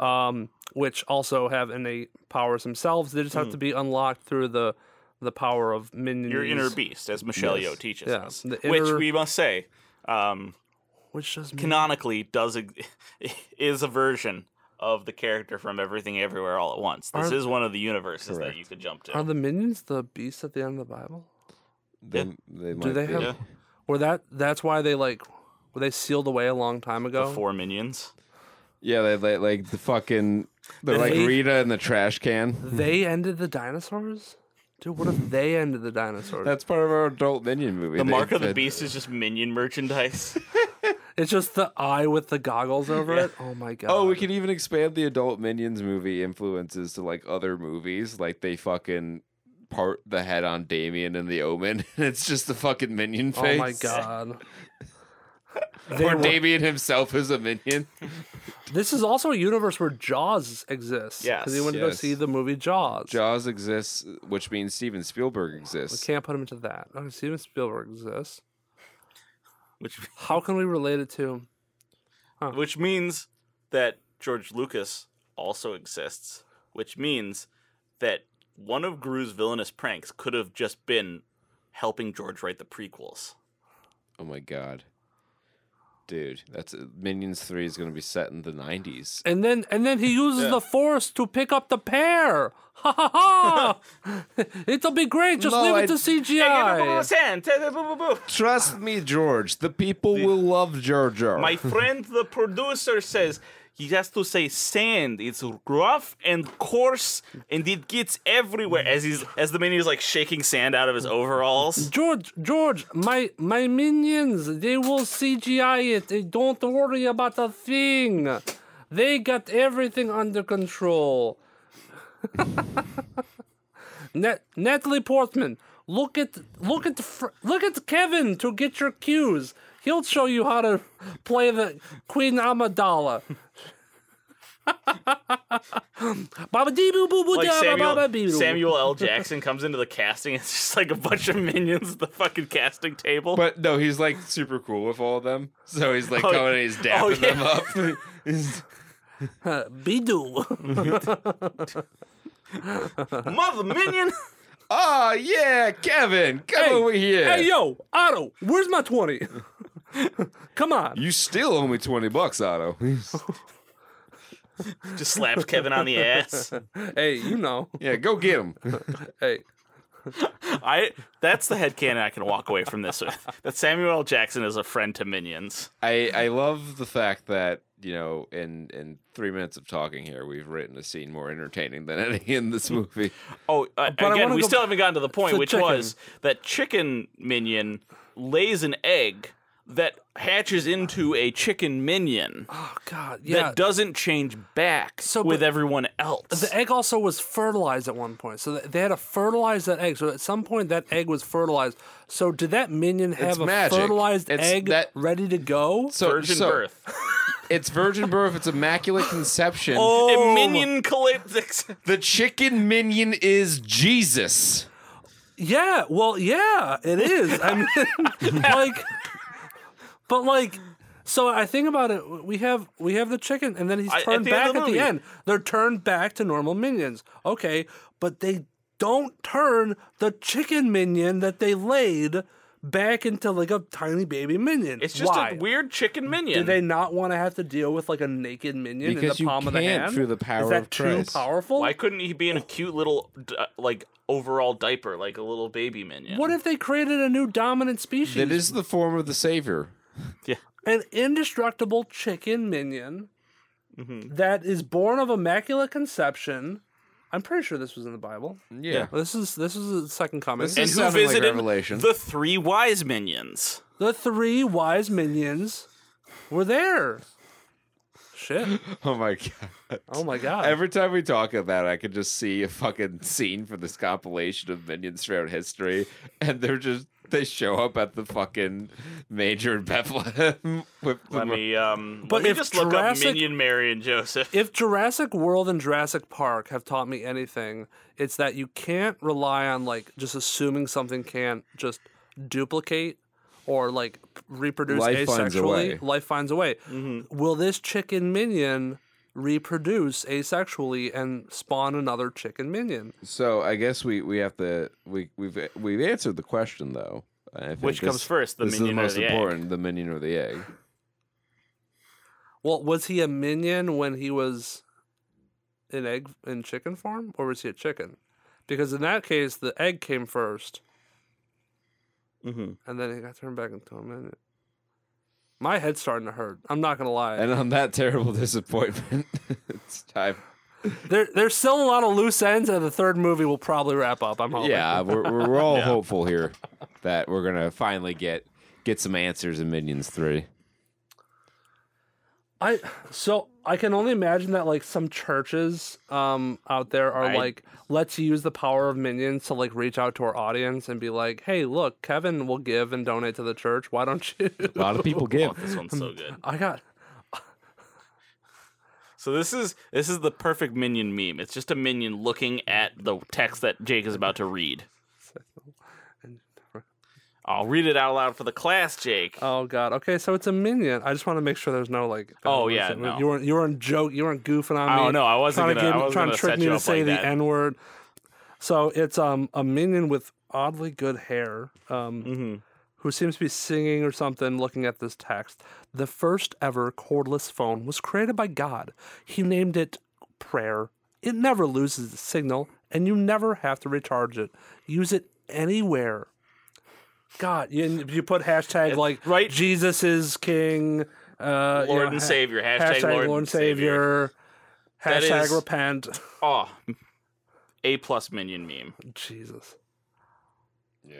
Speaker 4: um, which also have innate powers themselves. They just have to be unlocked through the the power of minions.
Speaker 3: Hmm. Your inner beast, as Michelle Yeoh teaches
Speaker 4: Yeah,
Speaker 3: us,
Speaker 4: the
Speaker 3: which
Speaker 4: inner-
Speaker 3: we must say, um,
Speaker 4: which does mean
Speaker 3: canonically does ex- is a version of the character from Everything Everywhere All at Once. This
Speaker 4: Are-
Speaker 3: is one of the universes
Speaker 2: Correct.
Speaker 3: that you could jump to.
Speaker 4: are the minions the beasts at the end of the Bible?
Speaker 2: They,
Speaker 3: Yeah.
Speaker 2: they might
Speaker 4: Do they
Speaker 2: be.
Speaker 4: have? Or that that's why they like were they sealed away a long time ago?
Speaker 3: the four minions.
Speaker 2: Yeah, they, they like the fucking. They're like
Speaker 4: they-
Speaker 2: Rita in the trash can.
Speaker 4: They ended the dinosaurs. Dude, what if they ended the dinosaurs?
Speaker 2: That's part of our adult minion movie.
Speaker 3: The
Speaker 2: They-
Speaker 3: mark of the
Speaker 2: they-
Speaker 3: beast is just minion merchandise.
Speaker 4: It's just the eye with the goggles over it. Oh my god.
Speaker 2: Oh, we can even expand the adult minions movie influences to like other movies. Like they fucking part the head on Damien in The Omen, and it's just the fucking minion
Speaker 4: Oh
Speaker 2: face.
Speaker 4: my god. They
Speaker 2: Or
Speaker 4: were-
Speaker 2: Damien himself is a minion.
Speaker 4: this is also a universe where Jaws exists. Because he
Speaker 3: Yes.
Speaker 4: went to go
Speaker 2: Yes.
Speaker 4: see the movie Jaws.
Speaker 2: Jaws exists, which means Steven Spielberg
Speaker 4: we
Speaker 2: exists.
Speaker 4: can't put him into that. Oh, Steven Spielberg exists.
Speaker 3: which
Speaker 4: How can we relate it to?
Speaker 3: which means that George Lucas also exists, which means that one of Gru's villainous pranks could have just been helping George write the prequels.
Speaker 2: Oh my god, dude, that's Minions Three is going to be set in the nineties.
Speaker 4: And then and then he uses the force to pick up the pear. Ha ha ha! It'll be great. Just
Speaker 2: No,
Speaker 4: leave it
Speaker 2: I-
Speaker 4: to CGI.
Speaker 2: Trust me, George. The people will love Jar Jar.
Speaker 3: My friend, the producer, says he has to say sand. It's rough and coarse, and it gets everywhere. As he's as the man is like shaking sand out of his overalls.
Speaker 4: George, George, my my minions, they will CGI it. They don't worry about a thing. They got everything under control. Nat- Natalie Portman, look at look at Fr- look at Kevin to get your cues. He'll show you how to play the Queen Amidala. Baba dee boo boo boo
Speaker 3: like
Speaker 4: da ba ba ba
Speaker 3: Samuel,
Speaker 4: bee doo.
Speaker 3: Samuel L. Jackson comes into the casting. It's just like a bunch of minions at the fucking casting table.
Speaker 2: But no, he's like super cool with all of them. So he's like
Speaker 3: Oh,
Speaker 2: coming and he's dapping
Speaker 3: oh,
Speaker 2: them up. He's-
Speaker 4: Bidoo.
Speaker 3: Mother minion,
Speaker 2: oh yeah, Kevin, come
Speaker 4: Hey,
Speaker 2: over here.
Speaker 4: Hey yo, Otto, where's my twenty? Come on.
Speaker 2: You still owe me twenty bucks, Otto.
Speaker 3: just slaps Kevin on the ass.
Speaker 4: Hey, you know.
Speaker 2: yeah, go get him.
Speaker 4: Hey.
Speaker 3: I that's the headcanon I can walk away from this with. That Samuel L. Jackson is a friend to minions.
Speaker 2: I I love the fact that you know in in three minutes of talking here, we've written a scene more entertaining than any in
Speaker 4: Mm.
Speaker 2: this movie.
Speaker 3: Oh, uh,
Speaker 4: I
Speaker 3: again,
Speaker 4: wanna
Speaker 3: we
Speaker 4: go
Speaker 3: still haven't gotten to the point,
Speaker 4: to
Speaker 3: which
Speaker 4: chicken.
Speaker 3: was that chicken minion lays an egg that hatches into a chicken minion
Speaker 4: Oh God.
Speaker 3: that
Speaker 4: Yeah.
Speaker 3: doesn't change back
Speaker 4: So,
Speaker 3: with
Speaker 4: but-
Speaker 3: everyone else.
Speaker 4: the egg also was fertilized at one point, so th- they had to fertilize that egg. So at some point, that egg was fertilized. So did that minion have a
Speaker 2: magic.
Speaker 4: fertilized
Speaker 2: It's
Speaker 4: egg
Speaker 2: that-
Speaker 4: ready to go?
Speaker 2: So,
Speaker 3: Virgin
Speaker 2: so
Speaker 3: birth.
Speaker 2: It's virgin birth. It's immaculate conception.
Speaker 4: Oh.
Speaker 3: A minion collapse.
Speaker 2: The chicken minion is Jesus.
Speaker 4: Yeah. Well, yeah, it is. I mean, like, but like. So I think about it. We have we have the chicken, and then he's
Speaker 3: I- at
Speaker 4: turned
Speaker 3: the end
Speaker 4: back
Speaker 3: of the
Speaker 4: at the
Speaker 3: movie.
Speaker 4: end. They're turned back to normal minions. Okay, but they don't turn the chicken minion that they laid back into like a tiny baby minion.
Speaker 3: It's just
Speaker 4: Why?
Speaker 3: a weird chicken minion.
Speaker 4: Do they not want to have to deal with like a naked minion in
Speaker 2: Because
Speaker 4: the
Speaker 2: you
Speaker 4: palm of the
Speaker 2: can't
Speaker 4: hand?
Speaker 2: through the power
Speaker 4: Is that
Speaker 2: of
Speaker 4: too
Speaker 2: Christ.
Speaker 4: powerful?
Speaker 3: Why couldn't he be in a cute little d- uh, like overall diaper, like a little baby minion?
Speaker 4: what if they created a new dominant species?
Speaker 2: That is the form of the savior.
Speaker 4: an indestructible chicken minion
Speaker 2: Mm-hmm.
Speaker 4: that is born of immaculate conception. I'm pretty sure this was in the Bible.
Speaker 2: yeah.
Speaker 4: This is this is the second coming.
Speaker 2: This
Speaker 3: and
Speaker 2: is
Speaker 3: who
Speaker 2: sounding like
Speaker 3: visited
Speaker 2: Revelation.
Speaker 3: the three wise minions?
Speaker 4: the three wise minions were there. shit.
Speaker 2: Oh my god.
Speaker 4: Oh my god.
Speaker 2: Every time we talk about it, I could just see a fucking scene from this compilation of minions throughout history, and they're just they show up at the fucking major in Bethlehem with the
Speaker 3: Let me um.
Speaker 4: But
Speaker 3: let me
Speaker 4: if
Speaker 3: just look
Speaker 4: Jurassic-
Speaker 3: up Minion Mary and Joseph.
Speaker 4: if Jurassic World and Jurassic Park have taught me anything, it's that you can't rely on like just assuming something can't just duplicate or like p- reproduce
Speaker 2: Life finds a
Speaker 4: asexually.
Speaker 2: way. Mm-hmm.
Speaker 4: Life finds a way. Will this chicken minion reproduce asexually and spawn another chicken minion?
Speaker 2: So I guess we we have to we we've we've answered the question though. I think
Speaker 3: Which comes first, the
Speaker 2: this
Speaker 3: minion or
Speaker 2: is the
Speaker 3: the
Speaker 2: most
Speaker 3: egg?
Speaker 2: important, the minion or the egg?
Speaker 4: Well, was he a minion when he was in egg in chicken form, or was he a chicken? Because in that case, the egg came first,
Speaker 3: Mhm.
Speaker 4: and then he got turned back into a minion. My head's starting to hurt. I'm not gonna lie.
Speaker 2: And on that terrible disappointment, it's time.
Speaker 4: There, there's still a lot of loose ends, and the third movie will probably wrap up.
Speaker 3: Oh.
Speaker 4: I'm hoping.
Speaker 2: Yeah, we're we're we're all hopeful here that we're gonna finally get get some answers in Minions Three.
Speaker 4: I so I can only imagine that like some churches um out there are
Speaker 3: I-
Speaker 4: like let's use the power of minions to like reach out to our audience and be like, "Hey, look, Kevin will give and donate to the church. Why don't you?"
Speaker 2: A lot of people give.
Speaker 3: Oh, this one's so good.
Speaker 4: I got
Speaker 3: So this is this is the perfect minion meme. It's just a minion looking at the text that Jake is about to read. I'll read it out loud for the class, Jake.
Speaker 4: Oh god. Okay, so it's a minion. I just want to make sure there's no like.
Speaker 3: Oh, yeah, no.
Speaker 4: You weren't you weren't joke. You weren't goofing on me.
Speaker 3: I don't know, I wasn't
Speaker 4: trying
Speaker 3: gonna-
Speaker 4: to
Speaker 3: I wasn't
Speaker 4: trying
Speaker 3: gonna
Speaker 4: to trick
Speaker 3: set
Speaker 4: me
Speaker 3: you
Speaker 4: to
Speaker 3: up
Speaker 4: say
Speaker 3: like
Speaker 4: the
Speaker 3: that.
Speaker 4: n word. So it's um a minion with oddly good hair. Um. Who seems to be singing or something, looking at this text. The first ever cordless phone was created by God. He named it Prayer. It never loses its signal, and you never have to recharge it. Use it anywhere. God, you, you put hashtag like
Speaker 3: right.
Speaker 4: Jesus is King, uh,
Speaker 3: Lord
Speaker 4: you know,
Speaker 3: and
Speaker 4: ha-
Speaker 3: Savior. Hashtag, Lord, and Savior. That
Speaker 4: hashtag
Speaker 3: is-
Speaker 4: repent.
Speaker 3: Oh, a plus minion meme.
Speaker 4: Jesus,
Speaker 2: Yeah.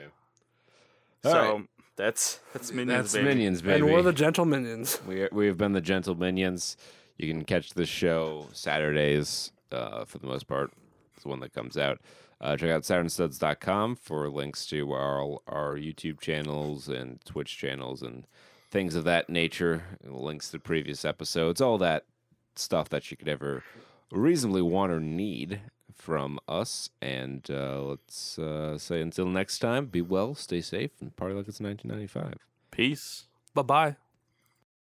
Speaker 3: so that's that's minions.
Speaker 2: That's
Speaker 3: baby.
Speaker 2: Minions, baby.
Speaker 4: and we're the gentle minions.
Speaker 2: We we have been the gentle minions. You can catch the show Saturdays uh, for the most part. It's the one that comes out. Uh, check out SaturnStuds.com for links to our our YouTube channels and Twitch channels and things of that nature. Links to previous episodes, all that stuff that you could ever reasonably want or need from us. And uh, let's uh, say until next time, be well, stay safe, and party like it's 1995.
Speaker 3: Peace.
Speaker 4: Bye bye.